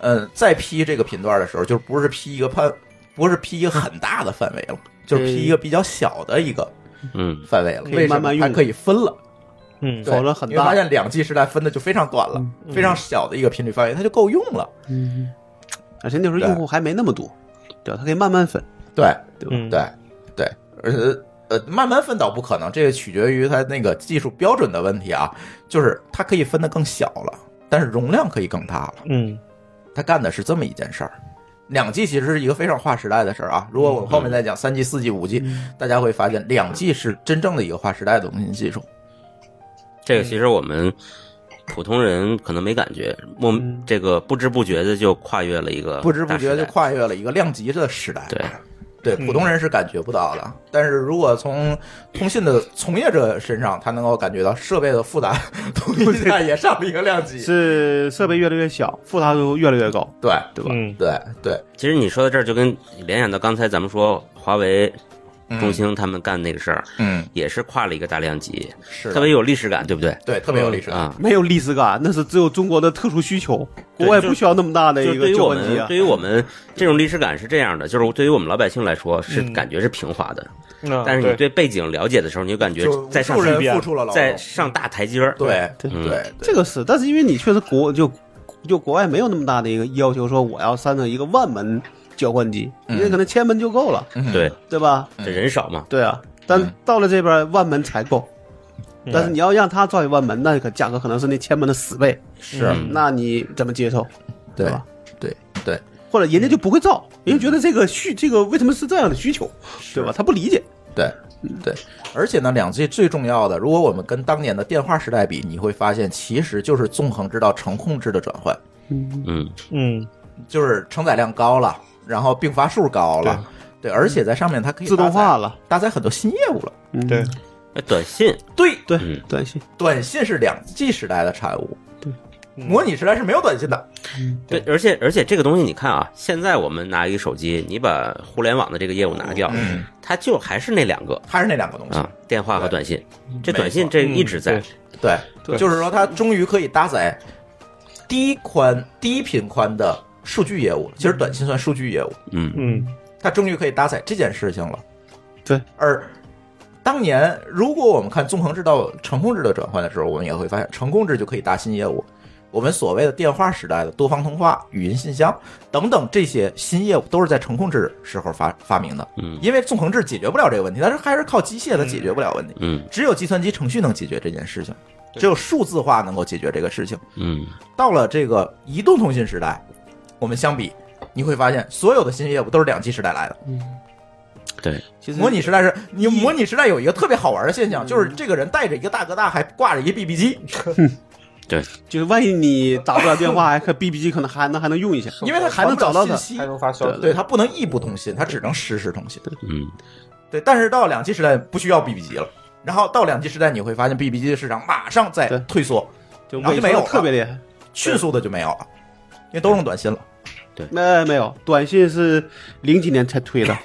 嗯，再批这个频段的时候，就不是批一个范，不是批一个很大的范围了，就是批一个比较小的一个
嗯，
范围了。
可以
为什
慢
么
慢
它
用
可以分了？
嗯
对
否则很
你会发
大，
现两 G 时代分的就非常短了，非常小的一个频率范围，它就够用了。
嗯，而且那时候
对
用户还没那么多，对吧？它可以慢慢分，
对
嗯
对对，而且呃，慢慢分倒不可能，这个取决于它那个技术标准的问题啊，就是它可以分的更小了，但是容量可以更大了。
嗯
他干的是这么一件事儿。两 G 其实是一个非常划时代的事儿啊。如果我们后面再讲三 G、四 G、五 G，大家会发现两 G 是真正的一个划时代的通信技术。
这
嗯
个其实我们普通人可能没感觉，莫这个不知不觉的就跨越了一个
嗯不知不
呃大时
觉就
代
跨越了一个量级的时代。
对
对，
嗯
普通人是感觉不到的，但是如果从通信的从业者身上，他能够感觉到设备的负担，通 信下也上了一个量级。
是设备越来越小，负担就越来越高，
对
对吧？
嗯
对对，
其实你说到这儿，就跟联想到刚才咱们说华为、
嗯
中兴他们干那个事儿，
嗯
也是跨了一个大量级，
是的
特别有历史感，对不对？
对特别有历史感。
啊，
没有历史感，那是只有中国的特殊需求，
对
国外
就
不需要那么大的
就
一
是对
个
于
交
我
换机
们，
啊。
对于我们这种历史感是这样的，就是对于我们老百姓来说是
嗯
感觉是平滑的，
嗯
但是你
对
对背景了解的时候，你就感觉
就
在
无
上
数人
边
付出了劳动
在，上大台阶儿。
对
对
对
嗯
对，
这个是，但是因为你确实国就就国外没有那么大的一个要求，说我要三个一个万门交换机，
嗯
因为可能千门就够了，
嗯
对，
对吧？
嗯
这人少嘛，
对啊，
嗯
但到了这边万门才够，
嗯
但是你要让他造一万门，那可价格可能是那千门的十倍，
是
嗯
那你怎么接受？
对
吧
对对，
或者人家就不会造，
嗯
人家觉得这个需这个为什么是这样的需求，对吧？他不理解，
对对，而且呢，两 G 最重要的，如果我们跟当年的电话时代比，你会发现其实就是纵横制到程控制的转换，
嗯，
嗯
就是承载量高了，然后并发数高了，对，而且在上面它可以
自动
搭载
化，了，
搭载很多新业务了。
嗯
对，
那短信
对，
对
嗯，
短信
短信是两 G 时代的产物，
嗯
模拟时代是没有短信的。
对，而且而且这个东西你看啊，现在我们拿一个手机，你把互联网的这个业务拿掉，
嗯，
它就还是那两个
它是那两个东西。
啊，电话和
嗯对
短信。这
没
短信
错
这一直在
嗯，
对，
对
就是说它终于可以搭载低宽低频宽的数据业务了。其实短信算数据业务。
嗯，
嗯
它终于可以搭载这件事情了。
对，
而当年如果我们看纵横制到程控制的转换的时候，我们也会发现程控制就可以搭新业务。我们所谓的电话时代的多方通话、语音信箱等等这些新业务，都是在程控制时候发发明的。
嗯
因为纵横制解决不了这个问题，但是还是靠机械的解决不了问题，
嗯
只有计算机程序能解决这件事情，只有数字化能够解决这个事情。
嗯，
到了这个移动通信时代，我们相比，你会发现所有的新业务都是两 G 时代来的。
对，
其实
模拟时代是你嗯模拟时代有一个特别好玩的现象，就是这个人带着一个大哥大，还挂着一 BB 机，
就是万一你打不了电话，还可 B B 机可能还能还能用一下，
因为他
还能找
传不了
到他
信
还
息，
能发消息，
对他不能异步通信，他只能实时通信。
嗯
对，但是到两 G 时代不需要 BB 机了，然后到两 G 时代你会发现 BB 机的市场马上在
对
退缩，
就
然后
伪
就没有
装
了
特别厉害。
迅速的就没有了，因为都用短信了。
没、没有，短信是零几年才推的，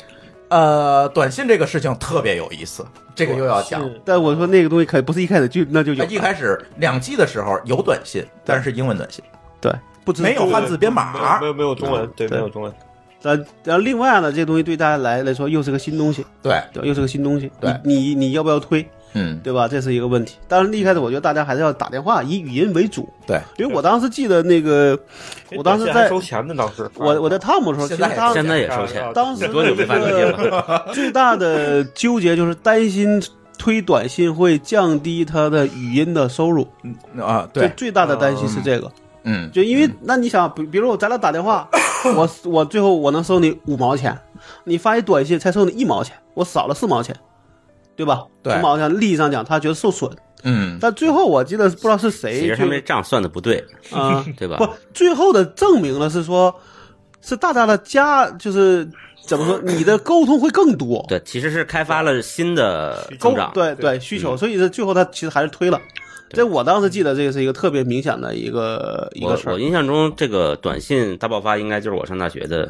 呃，短信这个事情特别有意思，这个又要讲。
但我说那个东西可不是一开始就那就
嗯
有
哎
了，
一开始两 G 的时候有短信，但是英文短信，
对，不知
没有汉字编码
没。有没有中文，对，没
对
有中文，
呃，然后另外呢，这东西对大家来来说又是个新东西，
对，
对吧，又是个新东西，
对
你你你要不要推，
嗯，
对吧？这是一个问题。当然一开始我觉得大家还是要打电话，以语音为主，
对。
因为我当时记得那个，我当时
哎短信还
在
收钱呢，当时
我我在汤姆的时候，其
现
实
在
他
现在也收钱
啊，
当时
多久没发短信了？
最大的纠结就是担心推短信会降低他的语音的收入，
啊，
最
对，
最大的担心是这个。
嗯，
就因为那你想，比比如我咱俩打电 话，我我最后我能收你五毛钱，你发一短信才收你一毛钱，我少了四毛钱，对吧？
对
从某种利益上讲，他觉得受损。
嗯，
但最后我记得不知道是谁去，
其实他们这账算的不对，
啊，
对吧？
不，最后的证明了是说，是大大的加，就是怎么说，你的沟通会更多，
对，其实是开发了新的
沟
增长，
对对需求，所以是最后他其实还是推了。
对
这我当时记得，这个是一个特别明显的一个一个
我
事
我
儿，
印象中，这个短信大爆发应该就是我上大学的，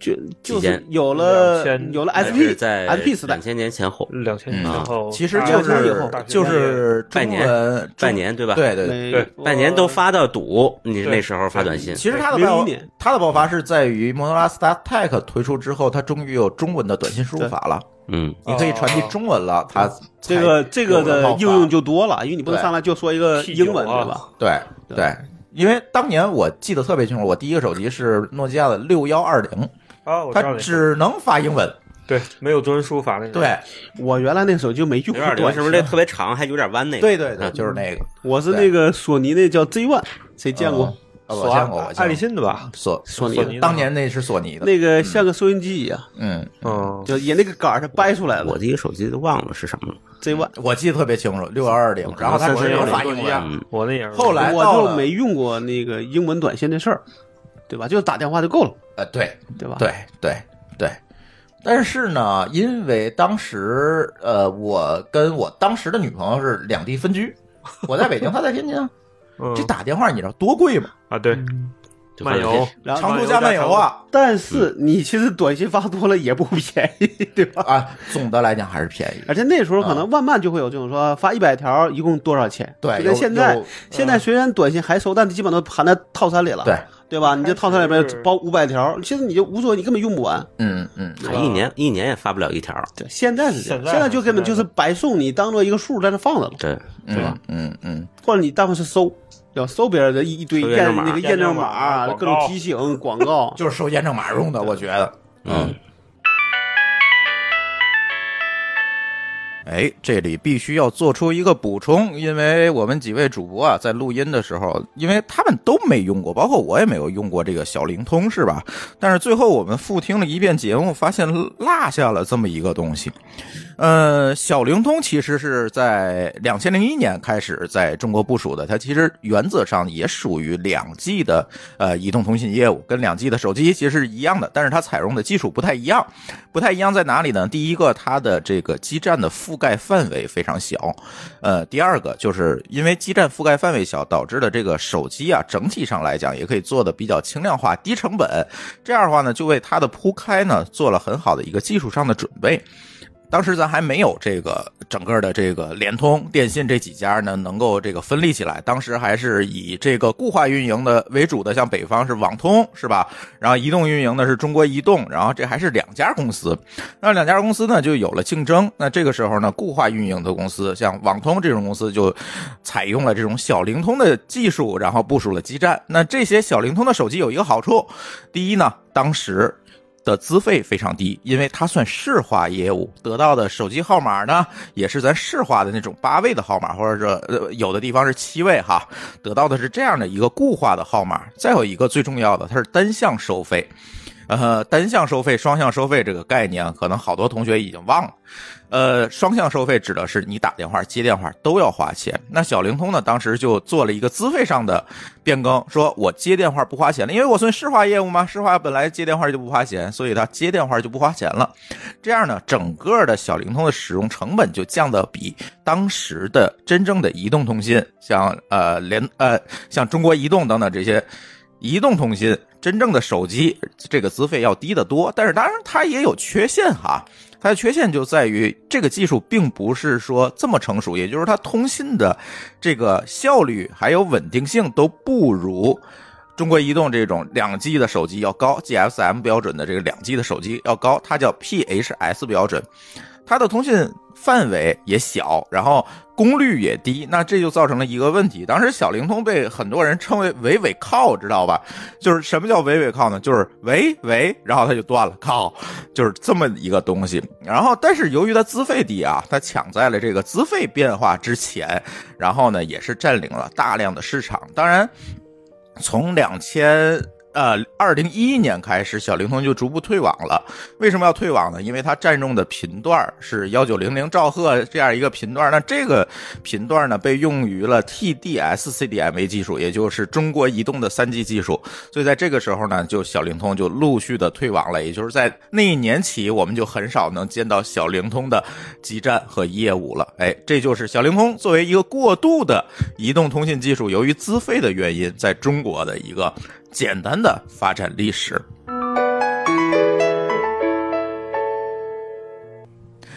就就
期
是
间
有了
2000
有了
还是
SP
在
SP 时代
两，千年前后，
两千年
嗯
后，
其实
大
就
大学
是
以后
大学
就是
拜
中
年
文
拜，年对吧？
中，对对对。
没
对
我
拜年都发到赌，你是
对
那时候发短信，
其实它的
零
爆
一年
它的爆发是在于 Monolast Tech 推出之后，它终于有中文的短信输入法了，
嗯，
你可以传递
哦
中文了。它
这
才
个这个
有了
的
爆发
应用就多了，因为你不能
对
上来就说一个
T9
英文
啊
对吧？
对
对
对，因为当年我记得特别清楚，我第一个手机是诺基亚的六幺二零，
啊，我知道
它
那个
只能发英文。
对没有中文输入法那个，
对
我原来那时候就没用过
有点
短
零
信啊
什么这特别长，还有点弯那个，
对对对，
嗯
就是那个。
我是那个索尼那叫 Z One，谁见过？
呃？
索
我见过，我
爱
见过
爱立信的吧？
索
索尼
索尼的
当年那是索尼的。
那个像个收音机一样，
嗯，
嗯，
就也那个杆儿是掰出来
我
的。
第一个手机都忘了是什么了，
Z One，
我记得特别清楚，六幺二零，然后它只能发英文。
嗯，
我那也是。
后来
我
到了
就没用过那个英文短信的事儿，对吧？就是打电话就够了，
呃，对，
对吧？，
对对对。但是呢，因为当时呃，我跟我当时的女朋友是两地分居，我在北 京，她在天津啊。
嗯
这打电话你知道多贵吗？
啊，对，
就
漫游
然后
长途加漫游啊
但是你其实短信发多了也不便宜，对吧？
啊！总的来讲还是便宜。
而且那时
啊
候可能慢慢就会有这种说发一百条一共多少钱，
对
就跟
有
现在
有，嗯
现在虽然短信还收，但基本都含在套餐里了，
对，
对吧？你这套餐里
开
边
始
包五百条，其实你就无所谓，你根本用不完。
嗯嗯，
还一年一年也发不了一条，
对，现在是这样，
现在
现在就根本就
现
是
在
白送你当做一个数在那放着了，
对，
对吧？嗯嗯，，
或者你但凡是搜，要搜别人的一一堆
收验
验
证码
那个验
验
证
证
码
码
啊，
广
各种
告
提醒广告
就是收验证码用的，我觉得。
嗯，
哎，这里必须要做出一个补充，因为我们几位主播啊，在录音的时候，因为他们都没用过，包括我也没有用过这个小灵通，是吧？但是最后我们复听了一遍节目，发现落下了这么一个东西。呃，小灵通其实是在两千零一年开始在中国部署的，它其实原则上也属于两 G 的呃移动通信业务，跟两 G 的手机其实是一样的，但是它采用的技术不太一样。不太一样在哪里呢？第一个，它的这个基站的覆盖范围非常小，呃，第二个就是因为基站覆盖范围小，导致了这个手机啊整体上来讲也可以做的比较轻量化、低成本，这样的话呢，就为它的铺开呢做了很好的一个技术上的准备。当时咱还没有这个整个的这个联通、电信这几家呢能够这个分立起来，当时还是以这个固化运营的为主的，像北方是网通是吧？然后移动运营的是中国移动，然后这还是两家公司。那两家公司呢就有了竞争。那这个时候呢，固化运营的公司像网通这种公司就采用了这种小灵通的技术，然后部署了基站。那这些小灵通的手机有一个好处，第一呢，当时。的资费非常低，因为它算市话业务，得到的手机号码呢也是咱市话的那种八位的号码，或者是呃有的地方是七位哈，得到的是这样的一个固话的号码。再有一个最重要的，它是单向收费，呃，单向收费、双向收费这个概念，可能好多同学已经忘了。呃，双向收费指的是你打电话、接电话都要花钱。那小灵通呢，当时就做了一个资费上的变更，说我接电话不花钱了，因为我算市话业务嘛，市话本来接电话就不花钱，所以它接电话就不花钱了。这样呢，整个的小灵通的使用成本就降得比当时的真正的移动通信，像呃联呃像中国移动等等这些移动通信，真正的手机这个资费要低得多。但是当然它也有缺陷哈，它的缺陷就在于这个技术并不是说这么成熟，也就是它通信的这个效率还有稳定性都不如。中国移动这种两 G 的手机要高，GSM 标准的这个两 G 的手机要高，它叫 PHS 标准，它的通信范围也小，然后功率也低，那这就造成了一个问题。当时小灵通被很多人称为“伪伪靠”，知道吧？就是什么叫“伪伪靠”呢？就是喂喂，然后它就断了，靠，就是这么一个东西。然后，但是由于它资费低啊，它抢在了这个资费变化之前，然后呢，也是占领了大量的市场。当然，从两千呃，二零一一年开始，小灵通就逐步退网了。为什么要退网呢？因为它占用的频段是幺九零零兆赫这样一个频段，那这个频段呢被用于了 TDS CDMA 技术，也就是中国移动的三 G 技术。所以在这个时候呢，就小灵通就陆续的退网了。也就是在那一年起，我们就很少能见到小灵通的基站和业务了。哎，这就是小灵通作为一个过渡的移动通信技术，由于资费的原因，在中国的一个简单的发展历史。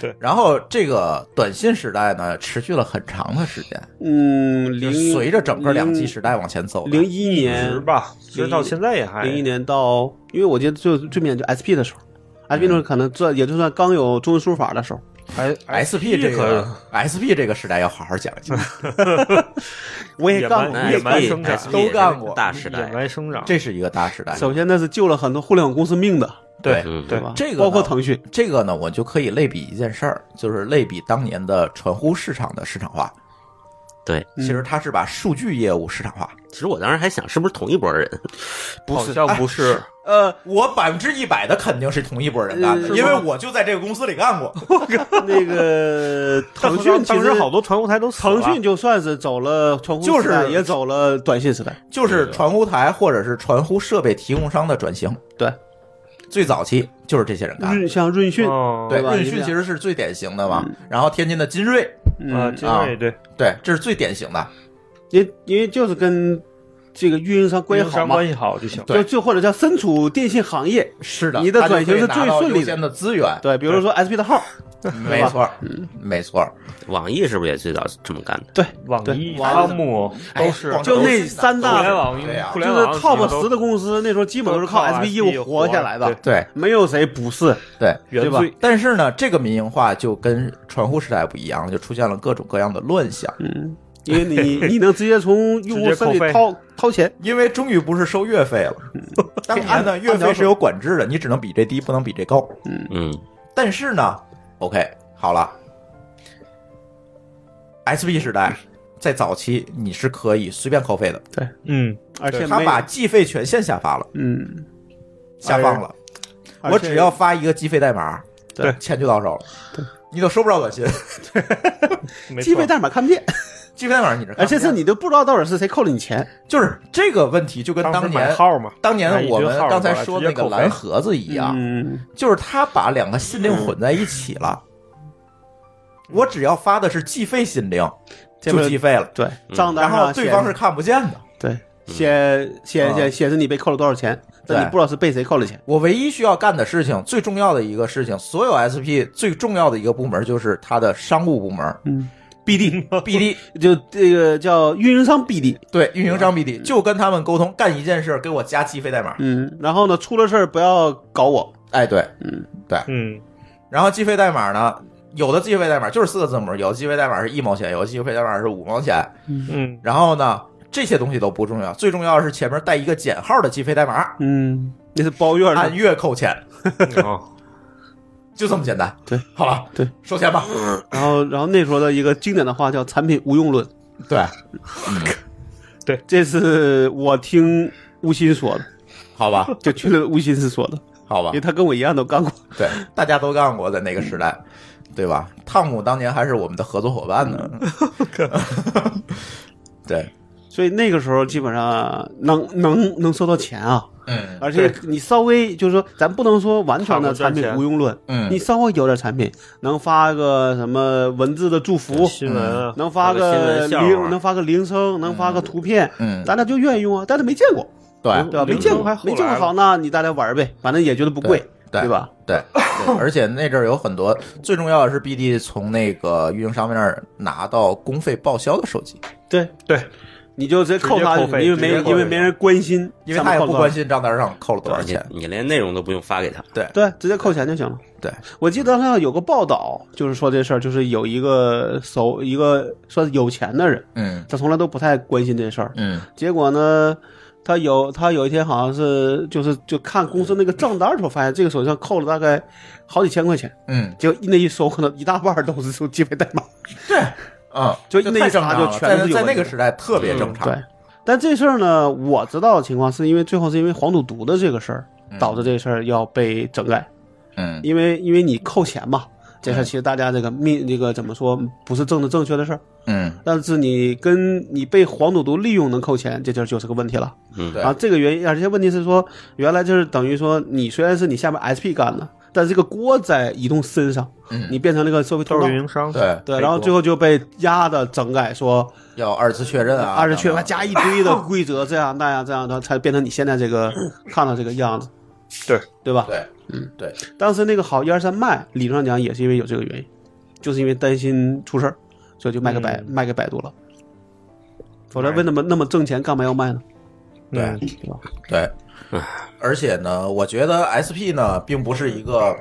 对，
然后这个短信时代呢，持续了很长的时间，
嗯，
就
零
是随着整个两 G
零
时代往前走的，
零一
一直
年
吧，其实到现在也还
零一年到，因为我记得就最明显就 SP 的时候，SP 那
嗯
时候可能这也就算刚有中文输入法的时候，
SP 这个 SP 这个时代要好好讲一讲，
我嗯也
也哎
干过
蛮。也蛮生产
SP
都干过
大时
野
代，
蛮生长，
这是一个大时代。
首先那是救了很多互联网公司命的，
对，
嗯，
对
吧？
这个呢
包括腾 讯，
这个呢，我就可以类比一件事儿，就是类比当年的传呼市场的市场化。
对。
其实它是把数据业务市场化。
其实我当时还想是不是同一拨人，
好像不是，
呃，我百分之一百的肯定是同一拨人干的，因为我就在这个公司里干过。
那 个腾
当
讯
时
其
当
实
时好多传呼台都死了
腾讯就算是走了传呼时
就是
代也走了短信时代，
就是传呼台或者是传呼设备提供商的转型。
对，
最早期就是这些人
啊
干的。
润像润讯，
哦
对，
对吧
润
因为
讯其实是最典型的嘛。然后天津的金瑞，
啊，
嗯，
金瑞对，
对，这是最典型的。
因因为就是跟这个运营商关系
经
好
商
嘛
关，系好就行。
对
就就或者叫身处电信行业，
是的，
你的
他就
转型
可以
是
拿
最
到
顺利
优先的资源。
对，比如说 SP 的号，
没错，嗯
嗯
没错。
网易是不是也最早这么干的？
对，
网易、
对
汤姆都是
哎广州
就那三
互联
大
网
对呀，
互
就
联
是
网
top 十
的
的公司，那时候基本都是
都靠
靠 SP 业务活下来
活
的
对，
对
没有谁 不是，
对。
对
原
吧
罪，
但是呢，这个民营化就跟传呼时代不一样了，就出现了各种各样的乱象。
嗯，因为你你能直接从用户手里
直接扣费
掏掏钱，
因为终于不是收月费了，
嗯
当年呢，月费是有管制的，你只能比这低，不能比这高。
嗯，
但是呢，OK，好了，SB 时代在早期你是可以随便扣费的，
嗯，
而且
他
没
把计费权限下发了，
嗯，
哎
下放了。
而
我
且
只要发一个计费代码，
对
钱就到手了。你都收不着短 信，
没
计
错
费代码看不见，
计费代码你是看
而
不见
且
的，
是你都不知道到底是谁扣了你钱，
就是这个问题，就跟
当时
当
买
年
号嘛，
当年我们
买一堆号
刚才说那个蓝盒子一样，
嗯，
就是他把两个心灵混在一起了。
嗯
我只要发的是计费心灵，
这
就
不
计费了，嗯
对，账单
然啊
上
后对方是看不见的。
对显显
啊
显显示你被扣了多少钱，但
对
你不知道是被谁扣了钱，
我唯一需要干的事情，最重要的一个事情，所有 SP 最重要的一个部门就是它的商务部门
嗯，
，BD BD
就这个叫运营商 BD，
对啊运营商 BD 就跟他们沟通，干一件事儿，给我加计费代码。
嗯，然后呢出了事儿不要搞我，
哎，对，
嗯
嗯，
然后计费代码呢，有的计费代码就是四个字母，有的计费代码是一毛钱，有的计费代码是五毛钱。
嗯，
然后呢，这些东西都不重要，最重要的是前面带一个减号的计费代码，
嗯，那是包月
按
的，
月扣钱，嗯
哦，
就这么简单。
对，
好了，
对，
收钱吧。
然后然后那时候的一个经典的话叫产品无用论，
对，
这是我听吴昕说的，
好吧，
就觉得吴昕是说的，
好吧
因为，他跟我一样都干过，
对，大家都干过在那个时代，对吧？汤姆当年还是我们的合作伙伴呢。对，
所以那个时候基本上能能能收到钱啊，
嗯
而且你稍微就是说，咱不能说完全的产品无用论，
嗯
你稍微有点产品，能发个什么文字的祝福，
新闻啊，
能发
发个新
个
闻笑话
铃，能发个铃声，能发个图片，
嗯，
大家就愿意用啊，大家没见过，
对
对吧？没
铃
见
声
过
还，后
没见过
来
好，那你大家玩呗，反正也觉得不贵，
对
对吧？
对，对而且那阵儿有很多，最重要的是 BD 从那个运营商那儿拿到公费报销的手机，
对
对，
你就直接扣他，
直接扣费
因为
直接
没
扣费
因为没人关心，
因为他也不关
心，
心账单上扣了多少
你
钱。
你连内容都不用发给他，
对，直接扣钱就行了。
对，
我记得好像有个报道，就是说这事儿，就是有一个手一个算是有钱的人，
嗯
他从来都不太关心这事儿，
嗯
结果呢，他有他有一天好像是就是就看公司那个账单的时候，发现这个手机上扣了大概好几千块钱，
嗯
结果那一搜，可能一大半都是从计费代码。
啊，
就
这
那
太
一
正
查
常
就
了
全
在
都有
在那
问
个
题
时代特别正常。
嗯对，但这事儿呢，我知道的情况是因为最后是因为黄赌毒的这个事儿导致这事儿要被整改，
嗯
因为因为你扣钱嘛，这事儿
嗯
其实大家这个命这个怎么说不是政治正确的事儿，
嗯，
但是你跟你被黄赌毒利用能扣钱，这事儿就是个问题了。
嗯
对
啊，这个原因，而且问题是说，原来就是等于说，你虽然是你下面 SP 干的，但是这个锅在移动身上，
嗯
你变成了一个社会通
都
道
是。运营商，
对，
对，然后最后就被压的整改说，
要二次确认啊，
二十确
等
还
等
加一堆的规则，这样那样这样，然后才变成你现在这个 看到这个样子，
对
对吧？
对，
当时那个好一二三卖，理论上讲也是因为有这个原因，就是因为担心出事儿，所以就卖给百、
嗯
卖给百度了。否则为那么那么挣钱，干嘛要卖呢？
对
嗯
对吧？
对，而且呢，我觉得 SP 呢，并不是一个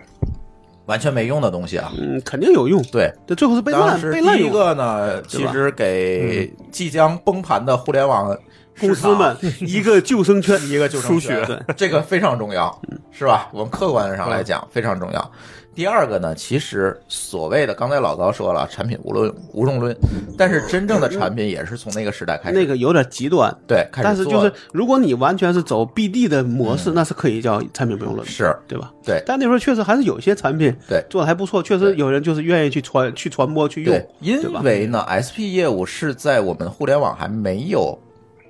完全没用的东西啊。
嗯，肯定有用。
对，
这最后是被
当
烂
时
被
第
滥
一
用了。
个呢，其实给即将崩盘的互联网
公司 们一个救生圈，
一个救生
输血嗯
圈，啊这个非常重 要，是吧？我们客观上来讲非常重要。第二个呢，其实所谓的刚才老高说了，产品无论无用论，但是真正的产品也是从那个时代开始，
那个有点极端，
对，开始
但是就
做
是
的
如果你完全是走 BD 的模式，那是可以叫产品不用论，
是
对吧？
对
但那时候确实还是有一些产品
对
做的还不错，确实有人就是愿意去传、去传播、去
对
用，，
因
对吧
为呢，SP 业务是在我们互联网还没有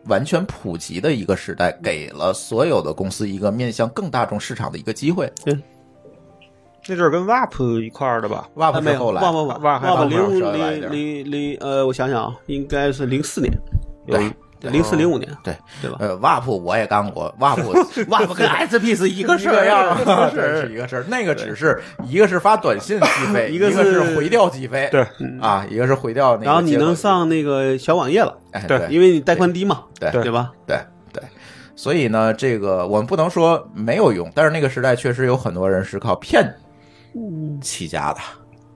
完全普及的一个时代，给了所有的公司一个面向更大众市场的一个机会。
那阵儿跟 WAP 一块儿的吧？
WAP
啊没
是
有，
后来，
忘忘忘
忘还
忘
忘
零
稍微晚一
零
点
零零呃，我想想啊，应该是零四年，
对
零四零五年，
对
对吧？
呃，WAP 我也干过，WAP WAP 跟 SP 是一个 事儿样儿， 对，是一个事儿。那个只是一个是发短信计费，一
一个是
是回调计费，
对
啊，一个是回调那个。
然后你能，上那个小网页了，
哎，
对
对，
因为你带宽低嘛，
对
对吧？
对对，所以呢，这个我们不能说没有用，但是那个时代确实有很多人是靠骗起家的，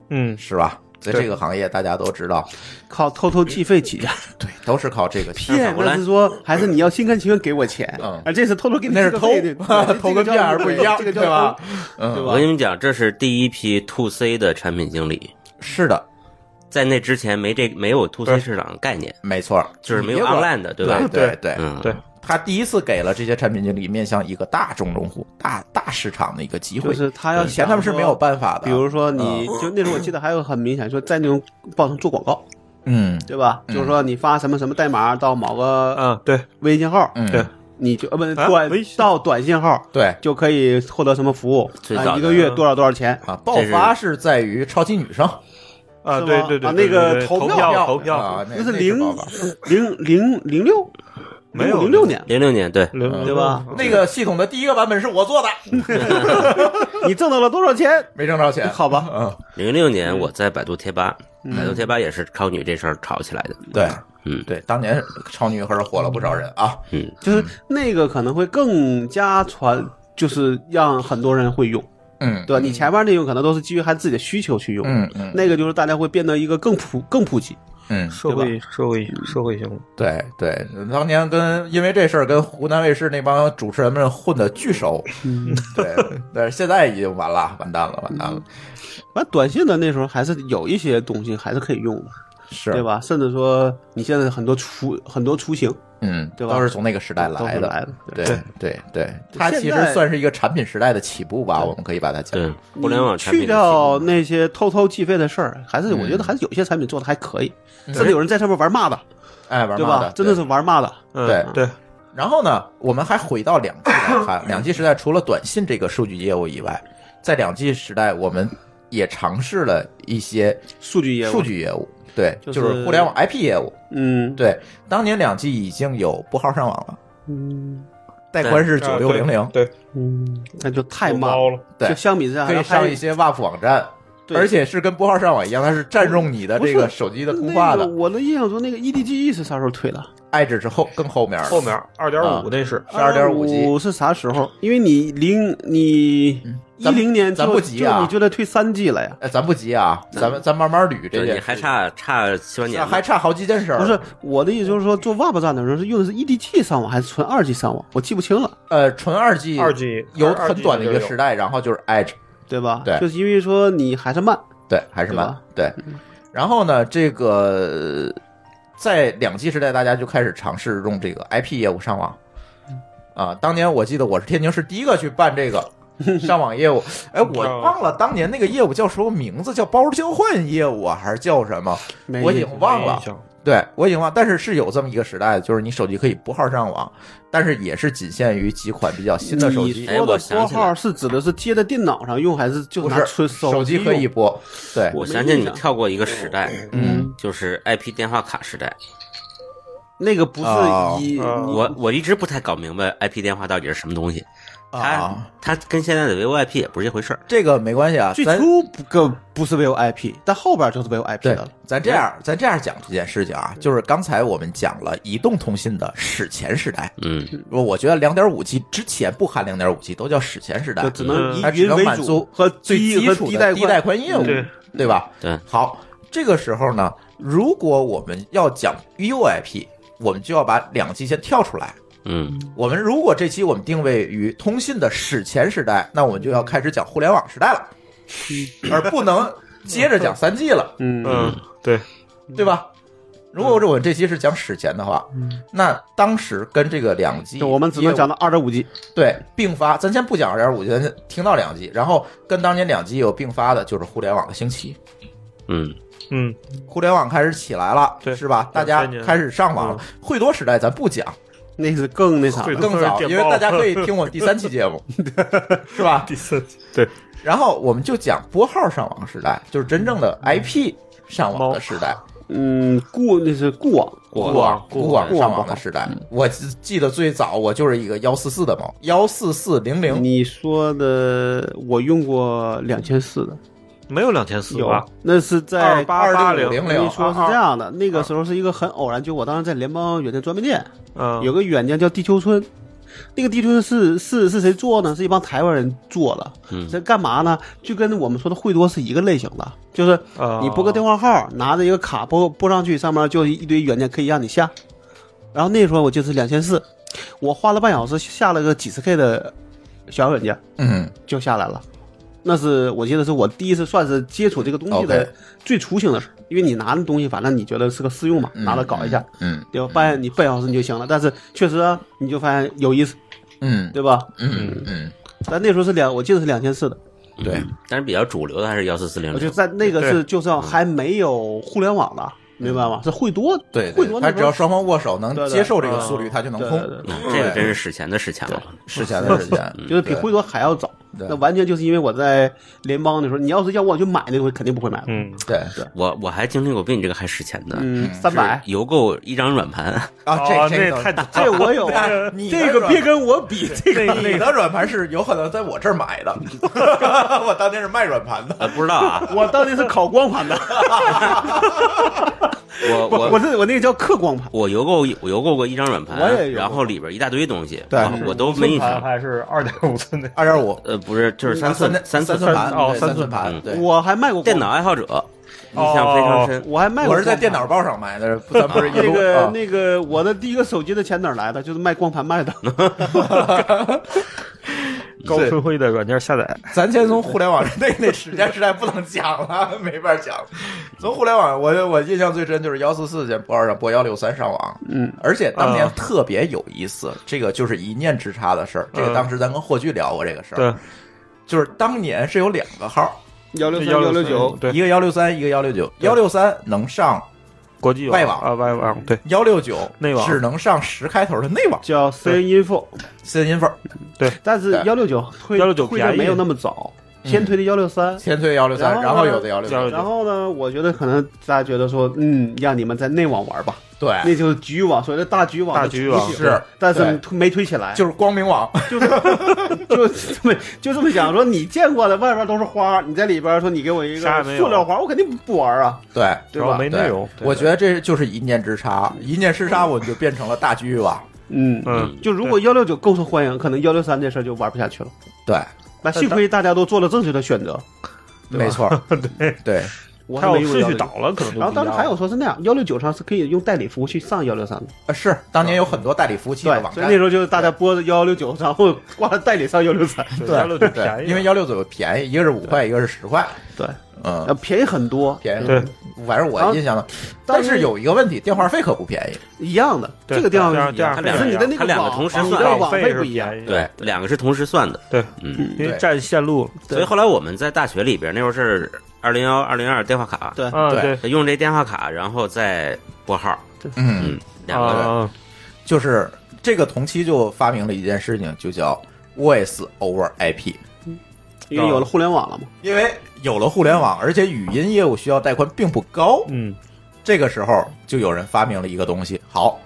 嗯，
是吧？在
对
这个行业，大家都知道，
靠偷偷计费起 家，
对，都是靠这个起家
骗，
过来
那是说还是你要心甘情愿给我钱，啊
嗯
而这是偷偷给你
那是
这个
偷
费的 对
偷跟
这个叫
骗还是不一样，
这个叫
对吧？
对
嗯，
我跟你们讲，这是第一批 to C 的产品经理，
是的，
在那之前没这没有 to
对
C 市场概念，
没错，
就是没有
你别管
online 的，对吧
对？对对，
嗯，
对
他第一次给了这些产品经理面向一个大众用户、大大市场的一个机
就
会。
是他要
以前他们是没有
办。
办法的，
比如说你，就那时候我记得还有很明显，说在那种报上做广告，
嗯
对吧？
嗯
就是说你发什么什么代码到某个
啊，对，
微信号，
嗯，
对
你就呃不
啊
短
微信
到短信号
对
就可以获得什么服务
最，早
啊，
的
一个月多少多少钱，
啊，爆发是在于超级女生
啊，
是吗
对对
啊
对，
那个
对对对
投
投
票
投
啊
票，，
那
那是
那
零
爆发
零零零六，
没有
零六年，
零六年对，
零
嗯
对吧？
那个系统的第一个版本是我做的，
你挣到了多少钱？
没挣着钱。
好吧，
嗯，
零六年我在百度贴吧，百度贴吧也是靠你这事儿炒起来的。
对，
嗯
对，当年超女可是火了不少人啊。
就是那个可能会更加传，就是让很多人会用，
嗯，
对吧？你前面那种可能都是基于他自己的需求去用，
嗯嗯
那个就是大家会变得一个更普更普及，
嗯，
社会社会社会性，
对对，当年跟因为这事儿跟湖南卫视那帮主持人们混的巨熟，对，但是现在已经完了，完蛋了，完蛋了，
嗯反正短信的那时候还是有一些东西还是可以用的，
是
对？吧？甚至说你现在很多雏很多雏形
嗯，
对吧
都是从那个时代
都
来
是
的，
来的，
对对对，
对
它
现
其
在
实算是一个产品时代的起步吧，我们可以把它讲
对，，互联网产品
去
的起步
掉那些偷偷计费的事儿，还是我觉
嗯
得还是有些产品做的还可以，甚至有人在上面玩骂的，
哎，玩
对
嘛
吧
的，？
真的是玩骂的，
嗯
对
对，
然后呢，我们还回到两 G 来 看，两 G 时代除了短信这个数据业务以外，在两 G 时代，我们也尝试了一些
数据业务，
数，据业务，对，就
就是
是互联网 IP 业务。
嗯，
对，当年两 G 已经有拨号上网了，
嗯
带宽是九
啊
六零零，
对，对嗯
嗯，那就太慢
猫了，
对
就相比之下，
可以上一些 WAP 网站，
对
而且是跟拨号上网一样，它是占用你的这个手机的
那
通话
个
的。
我的印象中，那个 EDGE 是啥时候推的？
爱只是后更后面了，
后面二点
啊
五那是
是二点
哦
五 G，
是啥时候？因为你零你一
咱不
零年
嗯咱
就
不急啊
就你就得推三 G 了呀。
哎，咱不急啊，咱们咱慢慢捋这
对，
件
你还
事
差差七八年
啊
呢，
还差好几件事儿。
不是我的意思，就是说做 Web 站的时候是用的是 EDG 上网还是纯二 G 上网？我记不清了，
呃，纯二 G，
二 G
有很短的一个时
代，
代，然后就是 Edge，
对吧？
对
就是因为说你还是慢，
嗯
对，还是慢，对。然后呢，这个呃在两栖时代，大家就开始尝试用这个 IP 业务上网。
嗯
啊，当年我记得我是天津市第一个去办这 个上网业务。哎，我忘了当年那个业务叫什么名字，叫包交换业务啊，还是叫什么？
没
我已经忘了
没印。象
对我已经忘，但是是有这么一个时代，就是你手机可以拨号上网，但是也是仅限于几款比较新的手
你
机。
哎
说
我
的
想
拨
起来了
号是指的是接在电脑上用，还是就
不
拿
是
出
手机
机
可以
用？
拨，对，
我想起你跳过一个时代，
嗯，
就是 IP 电话卡时代。
那个不是
哦
以
哦
我我一直不太搞明白 IP 电话到底是什么东西，它
啊，
它跟现在的 VoIP 也不是一回事儿。
这个没关系啊，
最
咱
初不个不是 VoIP，但后边就是 VoIP
对
的了。，
咱这样，咱这样讲这件事情啊，就是刚才我们讲了移动通信的史前时代，
嗯，
我我觉得两点五 G 之前不含两点五 G 都叫史前时代
就，只能以
它嗯只
云
能
为
满足
主和
最
低
基
和
础
低
的
带
低带宽业务，
嗯对
对吧？
对
好，这个时候呢，如果我们要讲 VoIP，我们就要把两 G 先跳出来。
嗯，
我们如果这期我们定位于通信的史前时代，那我们就要开始讲互联网时代了，而不能接着讲三 G 了，
嗯
嗯，对，
对吧？如果我们这期是讲史前的话，那当时跟这个两 G，
就我们只能讲到二点五 G，
对并发，咱先不讲二点五 G，咱先听到两 G，然后跟当年两 G 有并发的就是互联网的兴起，
嗯，
嗯，
互联网开始起来了，
对
是吧？大家
两千年
开始上网了。惠多时代咱不讲，
那是更那啥
会
了。
更早，因为大家可以听我们第三期节目，是吧？
第三集对
然后我们就讲拨号上网时代，就是真正的 IP 上网的时代，
嗯，固那是固网，
过
网
固网
固网
固网
上网的时代。
嗯
我记记得最早我就是一个幺四四的猫，幺四四零零，
你说的我用过两千四的，
没有两千四
有
吧？，
那是在
八八
2650
零
我跟你说是这样的，那个时候是一个很偶然，就我当时在联邦软件专卖店
嗯，
有个软件叫地球村，那个地球村是是是谁做呢？是一帮台湾人做的。
嗯
这干嘛呢？就跟我们说的惠多是一个类型的，就是
啊
你拨个电话号，拿着一个卡拨拨上去，上面就一堆软件可以让你下。然后那时候我就是两千四，我花了半小时下了个几十 K 的小软件
嗯，
就下来了。那是我记得是我第一次算是接触这个东西的
OK
最雏形的事儿，因为你拿的东西反正你觉得是个试用嘛，
嗯
拿着搞一下，，
嗯
对吧？发现你半小时你就行了，但是确实啊、你就发现有意思，
嗯
对吧？
嗯嗯
但那时候是两，我记得是两千四的，
嗯，对，
但是比较主流的还是幺四四零
我就
零。
在那个是
对
就是还没有互联网的，明白吗？是惠多，
嗯对，
惠
对
多那
他
时
只
候
要双方握手能
对对
接受这个
嗯
速率，他就能
对
通。
对对
嗯，这个真是史前的史前了。
史前的史前，
就是比惠多还要早。
对
那完全就是因为我在联邦的时候，你要是要我去买那个，我肯定不会买的。
嗯，
对
我我还经历过比你这个还史前的，
嗯，三百，
邮购一张软盘，
啊，这
哦
这
那
个
太
这我有啊。
哎 你的
这个
软
别跟我比，这个
你的软盘是有可能在我这儿买的， 我当年是卖软盘的。
呃，不知道 啊，
我当年是烤光盘的，
我
不
我
我是我那个叫刻光盘，
我邮购我邮购过一张软盘
我也，邮购
然后里边一大堆东西，
对
啊我都没印
盘
象。
还是二点五寸的，
二点五
呃，不是，就是三寸
嗯三
寸
寸
寸
盘
盘哦
对三
三
寸
寸
盘，
嗯
对。
我还卖过光
电脑，爱好者，印象非常深。
我还卖过光盘。
我是在电脑报上买的，不咱不是一
那
路
个
啊
那个，我的第一个手机的钱哪儿来的？就是卖光盘卖 的。
高春晖的软件下载，
咱先从互联网那那时间时代不能讲了，没法讲。从互联网，我我印象最深就是幺四四先拨二上拨幺六三上网，
嗯，
而且当年
啊
特别有意思，这个就是一念之差的事儿。这个
嗯
当时咱跟霍炬聊过这个事儿，
对，
就是当年是有两个号，
幺六
163对
一个幺六三，一个幺六九，幺六三能上
国际
外网
啊，外网
嗯
对，
幺六九
内网
只能上十开头的内网
叫 C N Info，
C N 粉，
但是
对
幺六九推
169
推的
便宜
没有那么早，
嗯
先推的幺六三。
先推幺六三，然
然
后
后呢
有的幺六
169
九，
然后呢，我觉得可能大家觉得说，嗯，让你们在内网玩吧，
对，
那就是局域网，所谓的大局域网的
大局域网
雏形
是，
但是没推起来，
就是光明网，
就是 就这么就这么想说，你见过的外边都是花，你在里边说你给我一
啥也
个
没有
塑料花，我肯定不玩啊，
对。
对
然后
吧？
没内容，对
我觉得这就是一念之差，一念之差，我就变成了大局域网。
嗯，
嗯，
就如果幺六九够受欢迎，可能幺六三这事儿就玩不下去了。
对，
那幸亏大家都做了正确的选择，对吧
没错儿， 对对，
我
它
还
要
没用
顺序
169
倒了，可能就
然后当时还有
不
说是那样，幺六九上是可以用代理服务去上幺六三的，
呃是当年有很多代理服务器的网
对，所以
站
那时，候就是大家拨幺六九，然后挂了代理上幺六三，
一样，
对
幺六九便
对，
宜，啊
因为幺六九便宜，一个是五块，一个是十块，
对，呃，
嗯，
便宜很多，
便宜。
对，
反正我印象的，但是有一个问题，电话费可不便宜。
一样的，
对
这个电话
这样
费一样
这样
可是你的那
它两个
网
同时
你的
算
网
网
费
费
不
是
一样，
便宜的，
对，两个是同时算的，
哦对，
嗯，
因为占线路，
对
所以后来我们在大学里边，那时候是二零幺、二零二电话卡，
对
嗯，
对
对，
用这电话卡，然后再拨号，
嗯，
嗯，两个人
啊
就是这个同期就发明了一件事情，就叫 Voice over IP。
因为有了互联网了嘛。
因为有了互联网，而且语音业务需要带宽并不高，
嗯，
这个时候就有人发明了一个东西，好，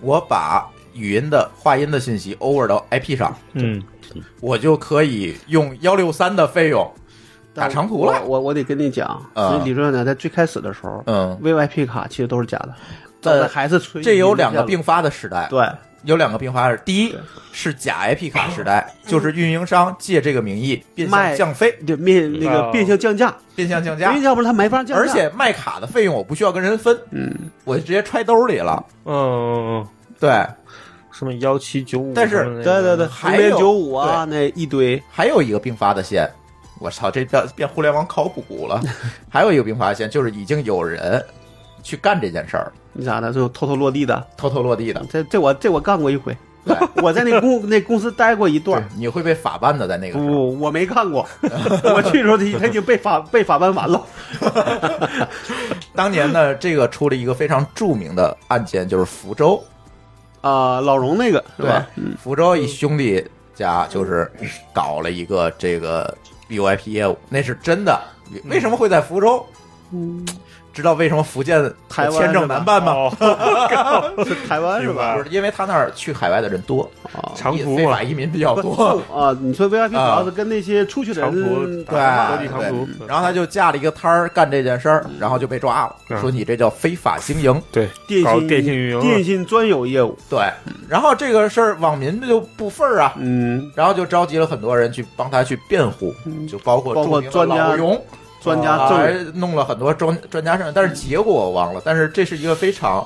我把语音的话音的信息 over 到 IP 上，
嗯，
我就可以用幺六三的费用打长途
我
了。
我我得跟你讲，
啊
所以理论上讲，在最开始的时候
嗯，
，VYP 卡其实都是假的，
但
但还是吹。
这有两个并发的时代，
对，
有两个并发的，第一
对
是假 IP 卡时 代，就是运营商借这个名义变相
卖
降费、
对面那个
嗯
变相降价，
变相啊降
因
价
为，要不然他没法降价。
而且卖卡的费用我不需要跟人分，
嗯，
我就直接揣兜里了。
嗯，
对，
什么幺七九五，
但是
对对对，
嗯还
红莲
有
九五啊，那一堆，
还有一个并发的线，我操，这变变互联网考古了。还有一个并发线就是已经有人去干这件事儿，
你咋的？这种偷偷落地的，
偷偷落地 的。
这这我这我干过一回，
对，
我在那公 那公司待过一段
对
儿。，
你会被法办的，在那个时候。
不，我没干过。 我去的时候，他他已经被法被法办完了。
当年呢，这个出了一个非常著名的案件，就是福州，
啊，老荣那个是
对
吧？，
福州一兄弟家就是搞了一个这个 VIP 业务，那是真的。为什么会在福州？
嗯
知道为什么福建
台湾
签证
是吧
难办吗？
哦，
是台湾是吧？
不是，因为他那儿去海外的人多，
啊
长途
非
嘛
法，移民比较
不
多。
啊，你说 VIP 主
啊
要是跟那些出去的
长途
人
对
打国际长途，
然后他就架了一个摊儿干这件事儿，然后就被抓了，
嗯
说你这叫非法经营。
对，
电
搞
信
电信运营了
电信专有业务，
对，然后这个事儿网民就不忿儿啊，
嗯，
然后就召集了很多人去帮他去辩护，就包括
包括
著名的老
专家
荣
专
啊
家证人，
弄了很多专专家证，但是结果我忘了，但是这是一个非常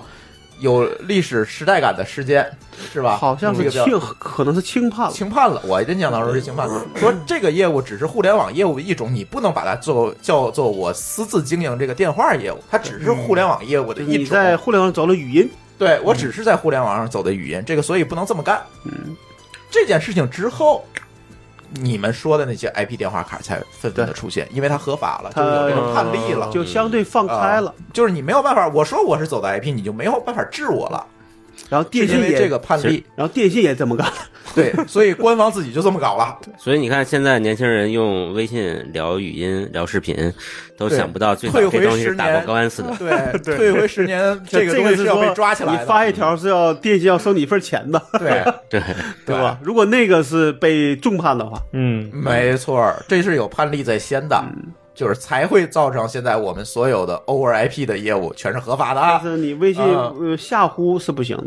有历史时代感的事件，是吧？
好像
这
是
个叫
轻，可能是轻判了。
轻判了，我印象当中是轻判了，说这个业务只是互联网业务的一种，你不能把它做叫做我私自经营这个电话业务，它只是互联网业务的
就是
一
你
种。
在互联网找了语音，
对我只是在互联网上走的语音，这个所以不能这么干。
嗯，
这件事情之后。你们说的那些 IP 电话卡才纷纷的
对
出现，因为它合法了，就
它呃
有这种判例了，
就相对放开了。
就是你没有办法，我说我是走的 IP，你就没有办法治我了，
然后电
是
信
因为
也
这个，判例，
然后电信也这么干。
对，所以官方自己就这么搞了。
所以你看，现在年轻人用微信聊语音、聊视频，都
对
想不到最早
退回
这东西
十
是打
年
过高安 斯的。
对，退回十年， 这个
这
东
个
西
是
是要
说
被抓起来
你
的，嗯
发一条是要电信要收你一份钱的，
对
对，
对吧？？如果那个是被重判的话，
嗯，
没错儿，这是有判例在先的，
嗯
就是才会造成现在我们所有的 over IP 的业务全是合法的
但
啊。
是你微信
啊
呃下呼是不行的，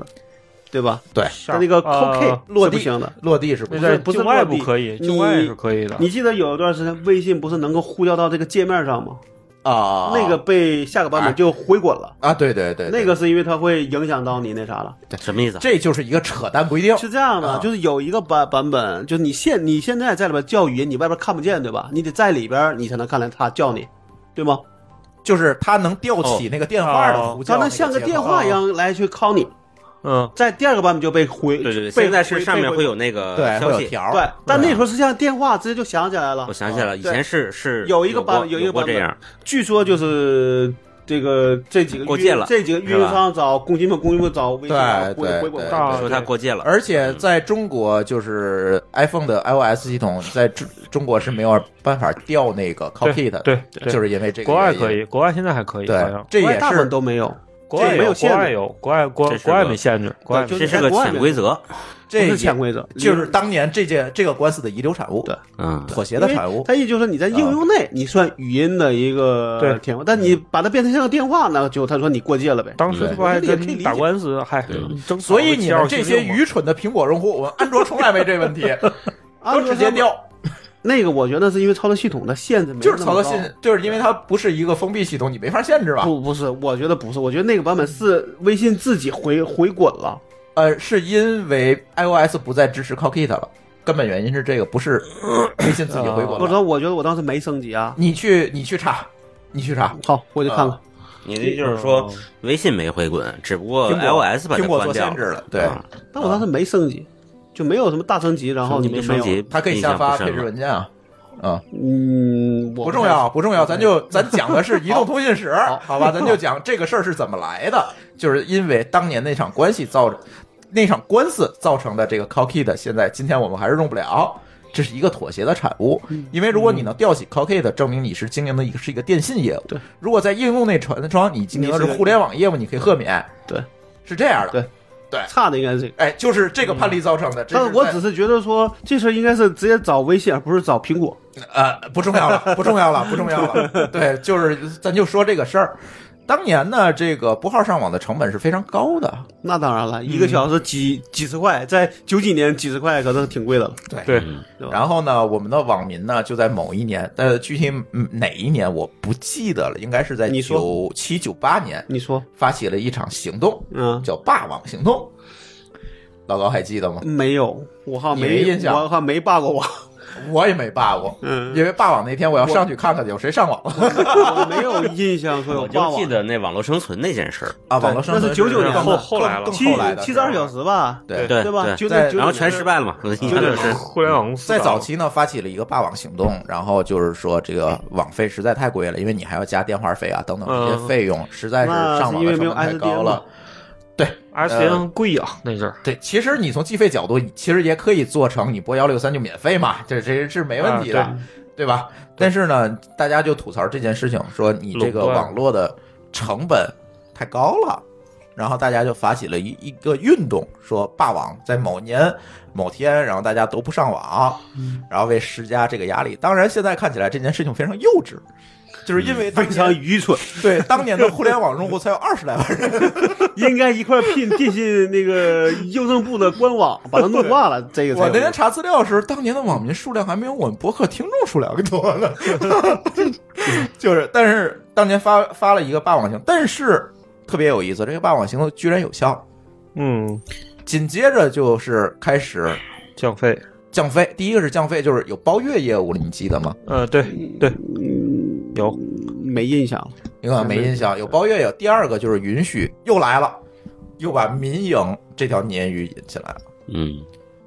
对吧？
对，
它那个 QK
啊
落
是
地
不行的。
落地呃是不
那
是？
在
不是
境外
落地
不可以，
你
境外是可以的。
你记得有一段时间微信不是能够呼叫到这个界面上吗？
啊，
那个被下个版本就回滚了。
啊，对对对，对
那个是因为它会影响到你那啥了，
什么意思啊？
这就是一个扯淡规定，
是这样
啊
的，就是有一个版版本，就是你现你现在在里边叫语音，你外边看不见，对吧？你得在里边你才能看见他叫你，对吗？
就是它能吊起那个电话的
哦
呼叫
它
那
能
个接口，
像个电话一样来去 call 你，
嗯，
在第二个版本就被回，
对对对，
被
现在是
回
上面
被
会有那个
呃
对，会
消
有
息。
条儿，
对，但那时候实际上电话直接就嗯想起来了
我。想起来了，以
啊对
前是是
有一个
过
版有一个
过
版
这
本
样，
据说就是这个这几个
过
运
界了
这几个运营商找工信部，工信部找微信
对
回回
对
滚
对
大
说他过界了，
而且在中国，就是 iPhone 的 iOS 系统在中中国是没有办法调那个 Copy 的，
对，对
就是因为这个
国
原
外
因
可，以，国外现在还可以，好
对
像，
这
国外
也
大部分
是
都没有，
国外
这没有
国
限制
外有，国外国
这是
国外
个
没限制，国外
对
这
就是是在
个
国外
潜
面
规则，
不
这
是
也
潜规则，
就是当年这件这个官司的遗留产物，
对
嗯，
妥协的
因为
产物。啊
它也就是你在应用内，你算语音的一个
对
电话，但你把它变成像个电话，那就他说你过界了呗。
当时
对
这不还
这个也可以理
跟
解
打官司，还
对
争
所以你们
们
这些愚蠢的苹果用户，我们安卓从来没这问题，
啊，
都直接
掉。
调，
那个我觉得是因为操作系统的限制没有
就是操作
那么
信
高，
就是因为它不是一个封闭系统，你没法限制吧？
不不是，我觉得不是，我觉得那个版本是微信自己回回滚了。
呃，是因为 iOS 不再支持 Cockit 了，根本原因是这个，不是微信自己回国
啊不知
了。
道，我觉得我当时没升级啊。
你去你去查，你去查。
好，我去看看。
你的意思就是说
哦，
微信没回滚，只不过
苹果
iOS 把它
苹果
关
做
掉
限制了，对，
啊
但我当时没升级，就没有什么大升级，然后
你
就
没
没
升
有
级，
它可以
印
下
象
发
不深
配置
了
文件啊。嗯，
嗯，我
不重要，不重要，咱就咱讲的是移 动通信史，好吧？咱就讲这个事儿是怎么来的，就是因为当年那场关系造成那场官司造成的这个 Cockit，现在今天我们还是用不了。这是一个妥协的产物，
嗯
因为如果你能调起 Cockit，证明你是经营的一个是一个电信业务。
对，
如果在应用内传窗，你经营的是互联网业务，你可以豁免。
对，
是这样的。
对差的应该是这个。
哎，就是这个判例造成的。这
但
是
是我
在
只是觉得说这事儿应该是直接找微信，而不是找苹果。
呃，不重 要了，不重要了，不重要了。对，就是咱就说这个事儿。当年呢，这个拨号上网的成本是非常高的。
那当然
嗯
了，一个小时几几十块，在九几年几十块可是挺贵的了。
对，
对吧
然后呢，我们的网民呢，就在某一年，呃，具体嗯哪一年我不记得了，应该是在
你说
九七九八年
你说，
发起了一场行动，
嗯，
叫“霸网行动”。老高还记得吗？
没有，我好像
你没印象
我好像没霸 过网，
我也没霸过，
嗯，
因为霸网那天我要上去看看有谁上网了
我没有印象说有
我
霸
就
网
记。得那网络生存那件事儿，
啊。
对
网络生
那
存
是99年
更
后
更
后来了
更
七
后来的
七十二小时吧，
对
对
吧？就
在
那
然后全失败了嘛，印象 就是
互联网公司
在早期呢，发起了一个霸网行动，然后就是说这个网费实在太贵了，因为你还要加电话费啊等等这
嗯
些费用，实在是上网的成本太高了。呃
SN 贵啊，那阵儿
对，其实你从计费角度，其实也可以做成你拨幺六三就免费嘛，这这是没问题的，
啊
对吧？但是呢，大家就吐槽这件事情，说你这个
垄断
网络的成本太高了。然后大家就发起了一一个运动，说霸网在某年某天，然后大家都不上网，
嗯
然后为施加这个压力。当然，现在看起来这件事情非常幼稚，就是因
嗯
为当
非常
年
愚蠢，
对当年的互联网用户才有二十来万人，
应该一块聘电信那个邮政部的官网把它弄挂了，这个才
我那
有
天查资料时，当年的网民数量还没有我们博客听众数量多呢。就是，但是当年发发了一个霸网行，但是特别有意思，这个霸网行动居然有效。
嗯，
紧接着就是开始
降费，
降费，第一个是降费，就是有包月业务了，你记得吗？
呃，对
嗯
对，有
没印象了。
你可能没印象，有包月有。第二个就是允许，又来了，又把民营这条鲶鱼引进来了，
嗯，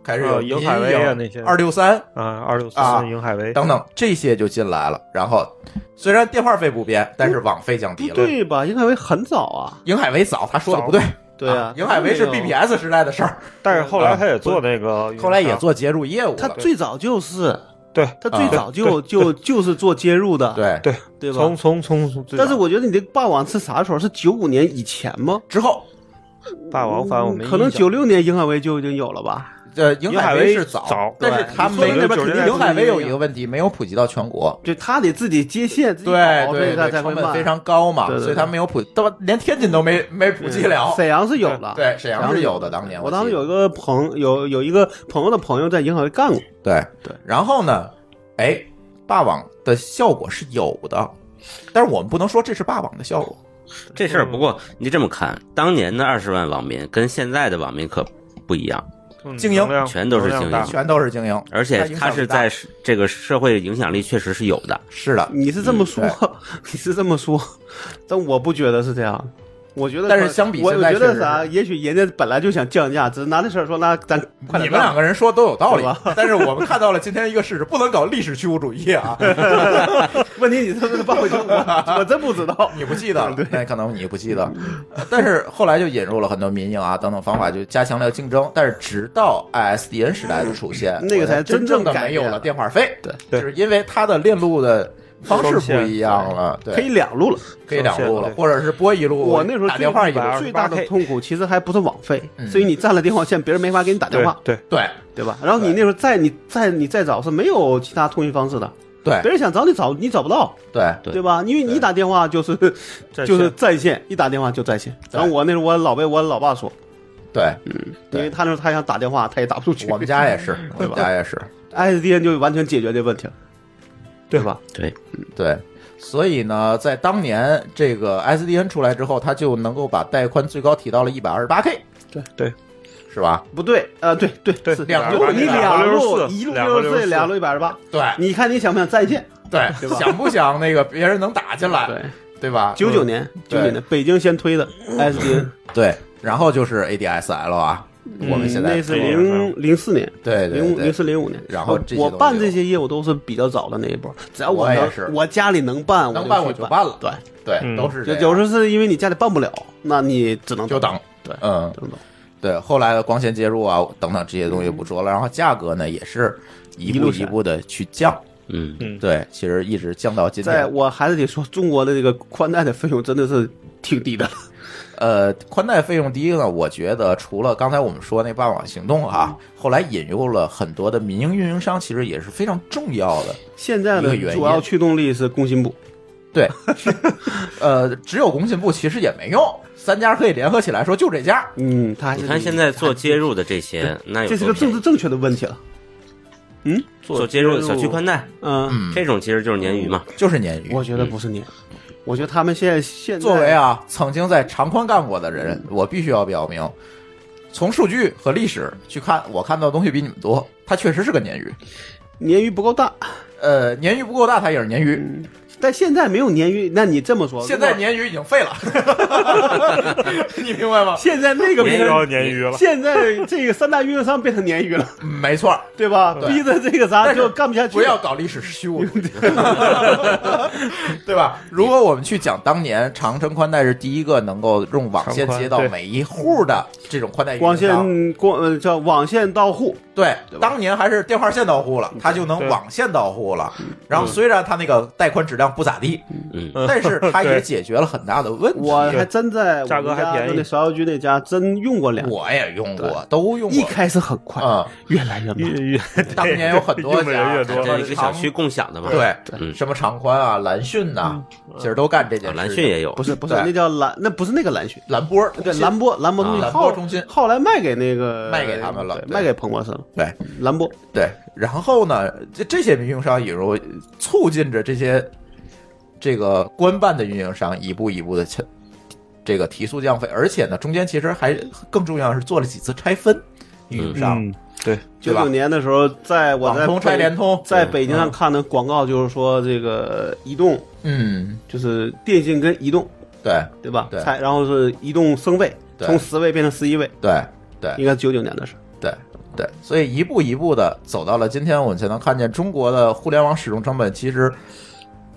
开始
呃
民
有海威啊
营
那些
二六三
啊，二六
啊
三银海威，
等等这些就进来了。然后虽然电话费不变，但是网费降低
哎不
了。，
对吧？应该会很早啊。
邢海维早，他说的不对。
对啊，
邢海维是
他没有
BBS 时代的事儿，
但是后来他也做那个，
啊
啊
后来也做接入业务
啊他
了。
最早
啊
就是，
对
他最早就 就就是做接入的，
对，
对，
对吧
从？从从，最
但是
早
我觉得你这个霸王是啥时候？是九五年以前吗？嗯
之后
霸王反正我没
可能
印象
九六年银海威就已经有了吧？
呃，邢海威是
邢海威早
但是他
对
没
你说的那
边肯定
邢海威有一个问题，没有普及到全国。
就他得自己接线，自己
对
搞所
对
以他
对，
才
成
会
本
慢。
非常高嘛，
对对对
所以他没有普，都连天津都没没普及了。
嗯沈阳是有了，
对，沈阳是有的，
沈阳
当年
我
记得
当时有一个朋有有一个朋友的朋友在银海威干过，
对
对。
然后呢，哎，霸网的效果是有的，但是我们不能说这是霸网的效果。
这事儿不过你这么看，当年的二十万网民跟现在的网民可不一样，
嗯
经营
能量
全都是
能
啊
量大
经
全都是精英，
而且
它影响
它是
力大
在是这个社会影响力确实是有的，
是的，
你是这么说，
嗯
你是这么说，但我不觉得是这样。我觉得，
但是相比
我
现
我
在
觉
确实
得
是
啥，也许人家本来就想降价，只是拿这事儿说，那咱快
你
点
们两
干。
个人说都有道理
对，
但是我们看到了今天一个事实，不能搞历史虚无主义 啊！
问题你是不是报我就 我我真不知道。
你不记得了
对，
那可能你不记得。呃但是后来就引入了很多民营啊等等方法，就加强了竞争。但是直到 ISDN 时代的出现，
那个才
我真的
真正改
没有
变
了
了
电话费，
对
对
就是因为它的链路的方式
双
不
线
一样了，
可以
对，
两路了。
可以两路了，
对
或者是拨一路，
我那时候
打电话一路
最，
最大的
28K
痛苦其实还不是网费
嗯，
所以你占了电话线，别人没法给你打电话，
对对
对
对吧？然后你那时候再你再你再找是没有其他通讯方式的，
对
别人想找你找你找不到，
对
对
对吧？因为你一打电话就是
在线
就是在线，一打电话就在线。
对
然后我那时候我老被我老爸说，
对，
因为他那时候他想打电话，他也打不出去。
我们家也 是，我
对
们
吧
家也是，
ISDN 就完全解决这问题了，对吧？
对，
对，所以呢，在当年这个 SDN 出来之后，它就能够把带宽最高提到了一百二十八 K。
对
对，
是吧？
不对，呃，对对
对
是
两
如果你
两
两
个
路
六十四
一路
两个
六
六
四，
十四
两路一百二十八，
对
你看你想不想再见？
对，想不想那个别人能打进来，
对，
对吧？
九九年，九
对嗯
九年北京先推的 S D N，嗯
对，然后就是 ADSL 啊，我们现在
那是零零四年，
对对
零五零
对，
四零五年。
然后这些
我我
东西
办
有
这些业务都是比较早的那一波，只要
我也
能
是
我家里能办，
能
办
办我就
就
办了
对，
对
嗯
都是这
有
样
有时候是因为你家里办不了，那你只能
就等，
对
嗯，
只能等。
对，后来的光纤接入啊等等这些东西不说了，然后价格呢也是一
嗯一
步
路
一
下
步的去降，
嗯，
对，其实一直降到今
在
天，
我还是得说，中国的这个宽带的费用真的是挺低的。
呃，宽带费用低呢，我觉得除了刚才我们说那办网行动啊，
嗯
后来引入了很多的民营运营商，其实也是非常重要的。
现在
一个
的
原因
主要驱动力是工信部，
对，呃，只有工信部其实也没用，三家可以联合起来说就这家，
嗯，他还是
你看现在做接入的这些，那有
这是个
多便
政
宜
治正确的问题了。
做接入小区宽带，
嗯，
嗯，
这种其实就是鲶鱼嘛。
就是鲶鱼。
我觉得不是你，我觉得他们现在现在
嗯作为啊
嗯
曾经在长宽干过的人，我必须要表明，从数据和历史去看，我看到的东西比你们多。它确实是个鲶鱼，
鲶鱼不够大，
呃，鲶鱼不够大，它也是鲶鱼。
嗯
但现在没有鲶鱼。那你这么说，
现在
如果
鲶鱼已经废了，
哦
你明白吗？
现在那个变
鲶鱼
成
要鲶鱼了，
现在这个三大运营商变成鲶鱼了，
没错儿，
对吧？
对
逼的这个啥
但是
就干不下去。
不要搞历史虚无主义， 对吧？如果我们去讲当年长城宽带是第一个能够用网线
长宽
接到
对
每一户的这种宽带运营
光
商
线光呃叫网线到户，
对，
对吧
当年还是电话线到户了，它就能
对
网线到户了。然后虽然它那个带宽质量不咋地，
嗯，
但是它也
对
解决了很大的问题。
我还真在我
价格
们家
还便宜
那芍药居那家真用过两，
我也用过，都用
一
过。
开始很快，
嗯，
越来越慢。
越越
当年有很多
用的
家
人越
什
多
么
这一个小区共享的嘛。
长嗯对，
嗯
什么长宽啊、蓝讯呐，其实都干这件
啊，
事。
蓝讯也有
嗯不，是不是
对，
那叫蓝，那不是那个蓝讯，
蓝波，
对蓝波蓝波
啊
通信，
蓝波
后
中心
后来卖给那个
卖给他们了
对
对
卖给彭博士了。
对，
蓝波
对。然后呢，这这些运营商引入，促进着这些这个官办的运营商一步一步的去。这个提速降费，而且呢，中间其实还更重要的是做了几次拆分，运营商、
嗯，对，
对
九
吧
九年的时候，在我
网
在
通嗯拆
北
联通，
在北京上看的广告就是说这个移动
嗯，
就是电信跟移动
对
对吧？
对
才然后是移动升位，
对
从十位变成十一位，
对对
应该九九年的事儿。
对对，所以一步一步的走到了今天，我们才能看见中国的互联网使用成本，其实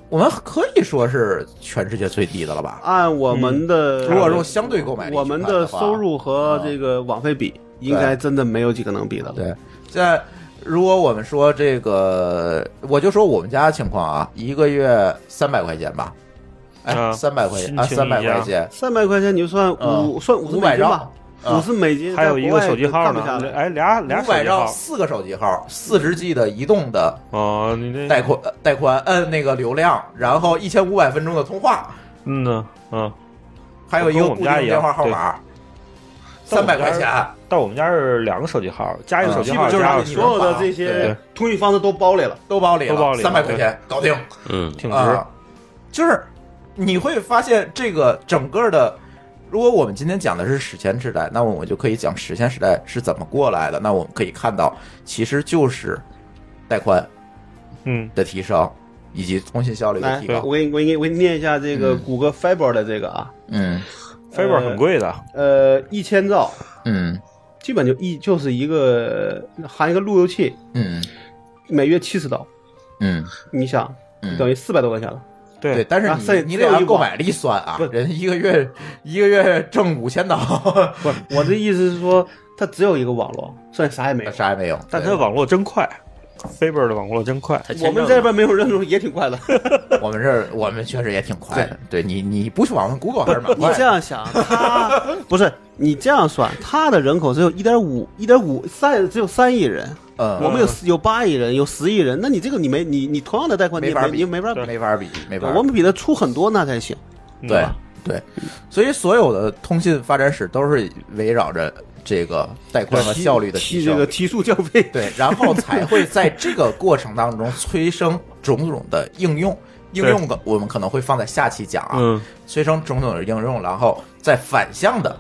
我们可以说是全世界最低的了吧？
按我们的
嗯如果用相对购买力去
呃我
看话，嗯
们的收入和这个网费比，应该真的没有几个能比的了。
对，现在如果我们说这个，我就说我们家的情况啊，一个月三百块钱吧，哎，
啊
三百块钱啊，
亲
三
情
百
一家
块钱，
三百块钱你就算五算五十
啊五
美
百啊
金
兆
吧，，五十美金
还有一个手机号
在国外
呢
看不，下来
哎，俩俩
五
手
百
机
兆
号
四个手机号，四十 G 的移动的
哦，你这
带宽呃带宽，嗯，那个流量，然后一千五百分钟的通话，
嗯呢，嗯，
还有一个固定
跟我们家一
电
样
话号码，三百块钱。
但我们家是两个手机号，加一
啊
个手机
基
号
本就是
加
让
二
你
十
说，
所有的这些
对
通讯方式都包来了。
都包里
都包
了，
里了
三百块钱搞定
嗯，
挺值
啊。就是你会发现这个整个的，如果我们今天讲的是史前时代，那么我就可以讲史前时代是怎么过来的。那我们可以看到，其实就是带宽
嗯，
的提升以及通信效率的
来
提，
我
高。
给你，我给你，我给你念一下这个
嗯
谷歌 Fiber 的这个啊，
嗯
飞本很贵的，
呃，一千兆，
嗯
基本就一就是一个含一个路由器，
嗯
每月七十刀，
嗯
你想
嗯，
等于四百多块钱了。
对，，但
啊
是
所
你
以
你
只
得
有一
按购
网
买力算啊
不，
人一个月一个月挣五千刀，
不是，我的意思是说，它只有一个网络，算啥也没有。
啥也没有。
但它
对
网络真快，飞本的网络真快，
它签
我们
证
这边没有认识也挺快的。
我们这儿我们确实也挺快的，对你你不去访问 Google 还是蛮
你
快
这
的。
样想，他不是你这样算，他的人口只有一点五，一点五三只有三亿人，
嗯，
我们有10有八亿人，有十亿人，那你这个你没你你同样的贷款，你
没
也
法
没
比
你也 没法比，
没法比，没法比。
我们比他出很多那才行。
对
嗯
对，所以所有的通信发展史都是围绕着这个带宽和效率的提
提这个
升，
提速降费，
对，然后才会在这个过程当中催生种种的应 用。应用的我们可能会放在下期讲啊，
嗯，
催生种种的应用，然后再反向的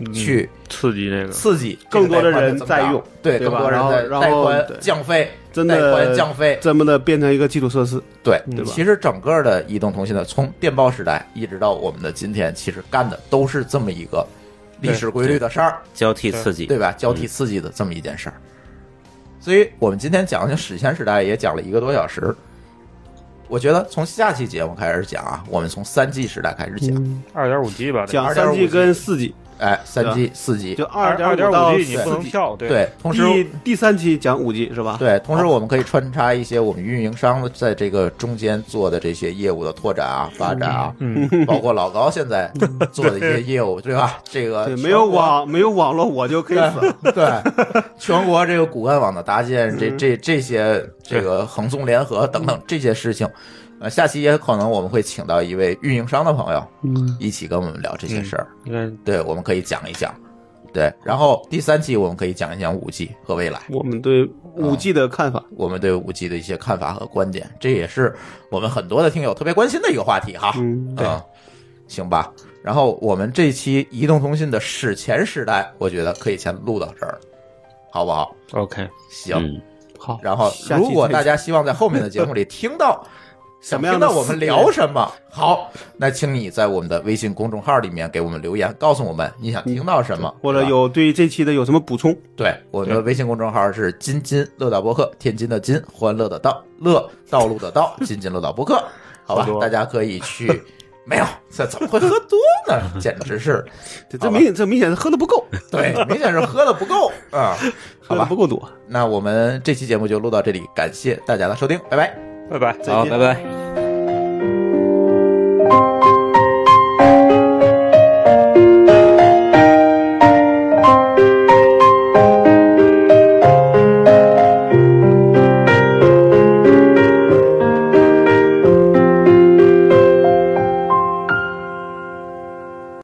嗯
去
刺激那个，
刺激
更多的
这个带宽
人
怎么样
在用
对，
对
更
吧
多人在
然后
带
然后
宽
对
降费，
真
带
的
宽降费，
这么的变成一个基础设施，
对，
对吧
其实整个的移动通信的，从电报时代一直到我们的今天，其实干的都是这么一个历史规律的事儿，
交替刺激，
对吧？交替刺激的这么一件事儿。所以我们今天讲的史前时代也讲了一个多小时。我觉得从下期节目开始讲啊，我们从三 G 时代开始讲，
二点五 G 吧，这
讲
2.5
三 G 跟四 G，
哎，三 G、四 G，
就
二
二点
二点
五到
五
四
G 你不能
G。
跳，对，
对，同时
第第三期讲五 G 是吧？
对，同时我们可以穿插一些我们运营商的在这个中间做的这些业务的拓展啊、发展啊，
嗯，
包括老高现在做的一些业务，对吧？这个
嗯对，
全
没有
国，
网没有网络我就可以死了。
对，全国这个骨干网的搭建，这
嗯
这这些这个横纵联合等等这些事情，呃，下期也可能我们会请到一位运营商的朋友，
嗯，
一起跟我们聊这些事儿。
应该
对，我们可以讲一讲。对，然后第三期我们可以讲一讲五 G 和未来。
我们对五 G 的看法，
我们对五 G 的一些看法和观点，这也是我们很多的听友特别关心的一个话题哈。
嗯，
嗯，行吧。然后我们这期移动通信的史前时代，我觉得可以先录到这儿，好不好？
OK，
行。
嗯，
好。
然后，
下期
如果
再
大家希望在后面的节 目里听到
什
想
么样
听
的
到我们聊什么，好，那请你在我们的微信公众号里面给我们留言，告诉我们你想听到什么，
或者
是吧
有对这期的有什么补充？
对，我们的微信公众号是“津津乐道播客”，天津的津，欢乐的道，乐道路的道，津津乐道播客，好吧
喝，多
大家可以去。没有，这怎么会喝多呢？简直是，
这
好
这
吧
明这明显是喝的 不够，
对，明显是喝的不够啊、好
喝的
吧
不，够多。
那我们这期节目就录到这里，感谢大家的收听，拜拜。
拜拜。
再
好，
见
拜拜。
拜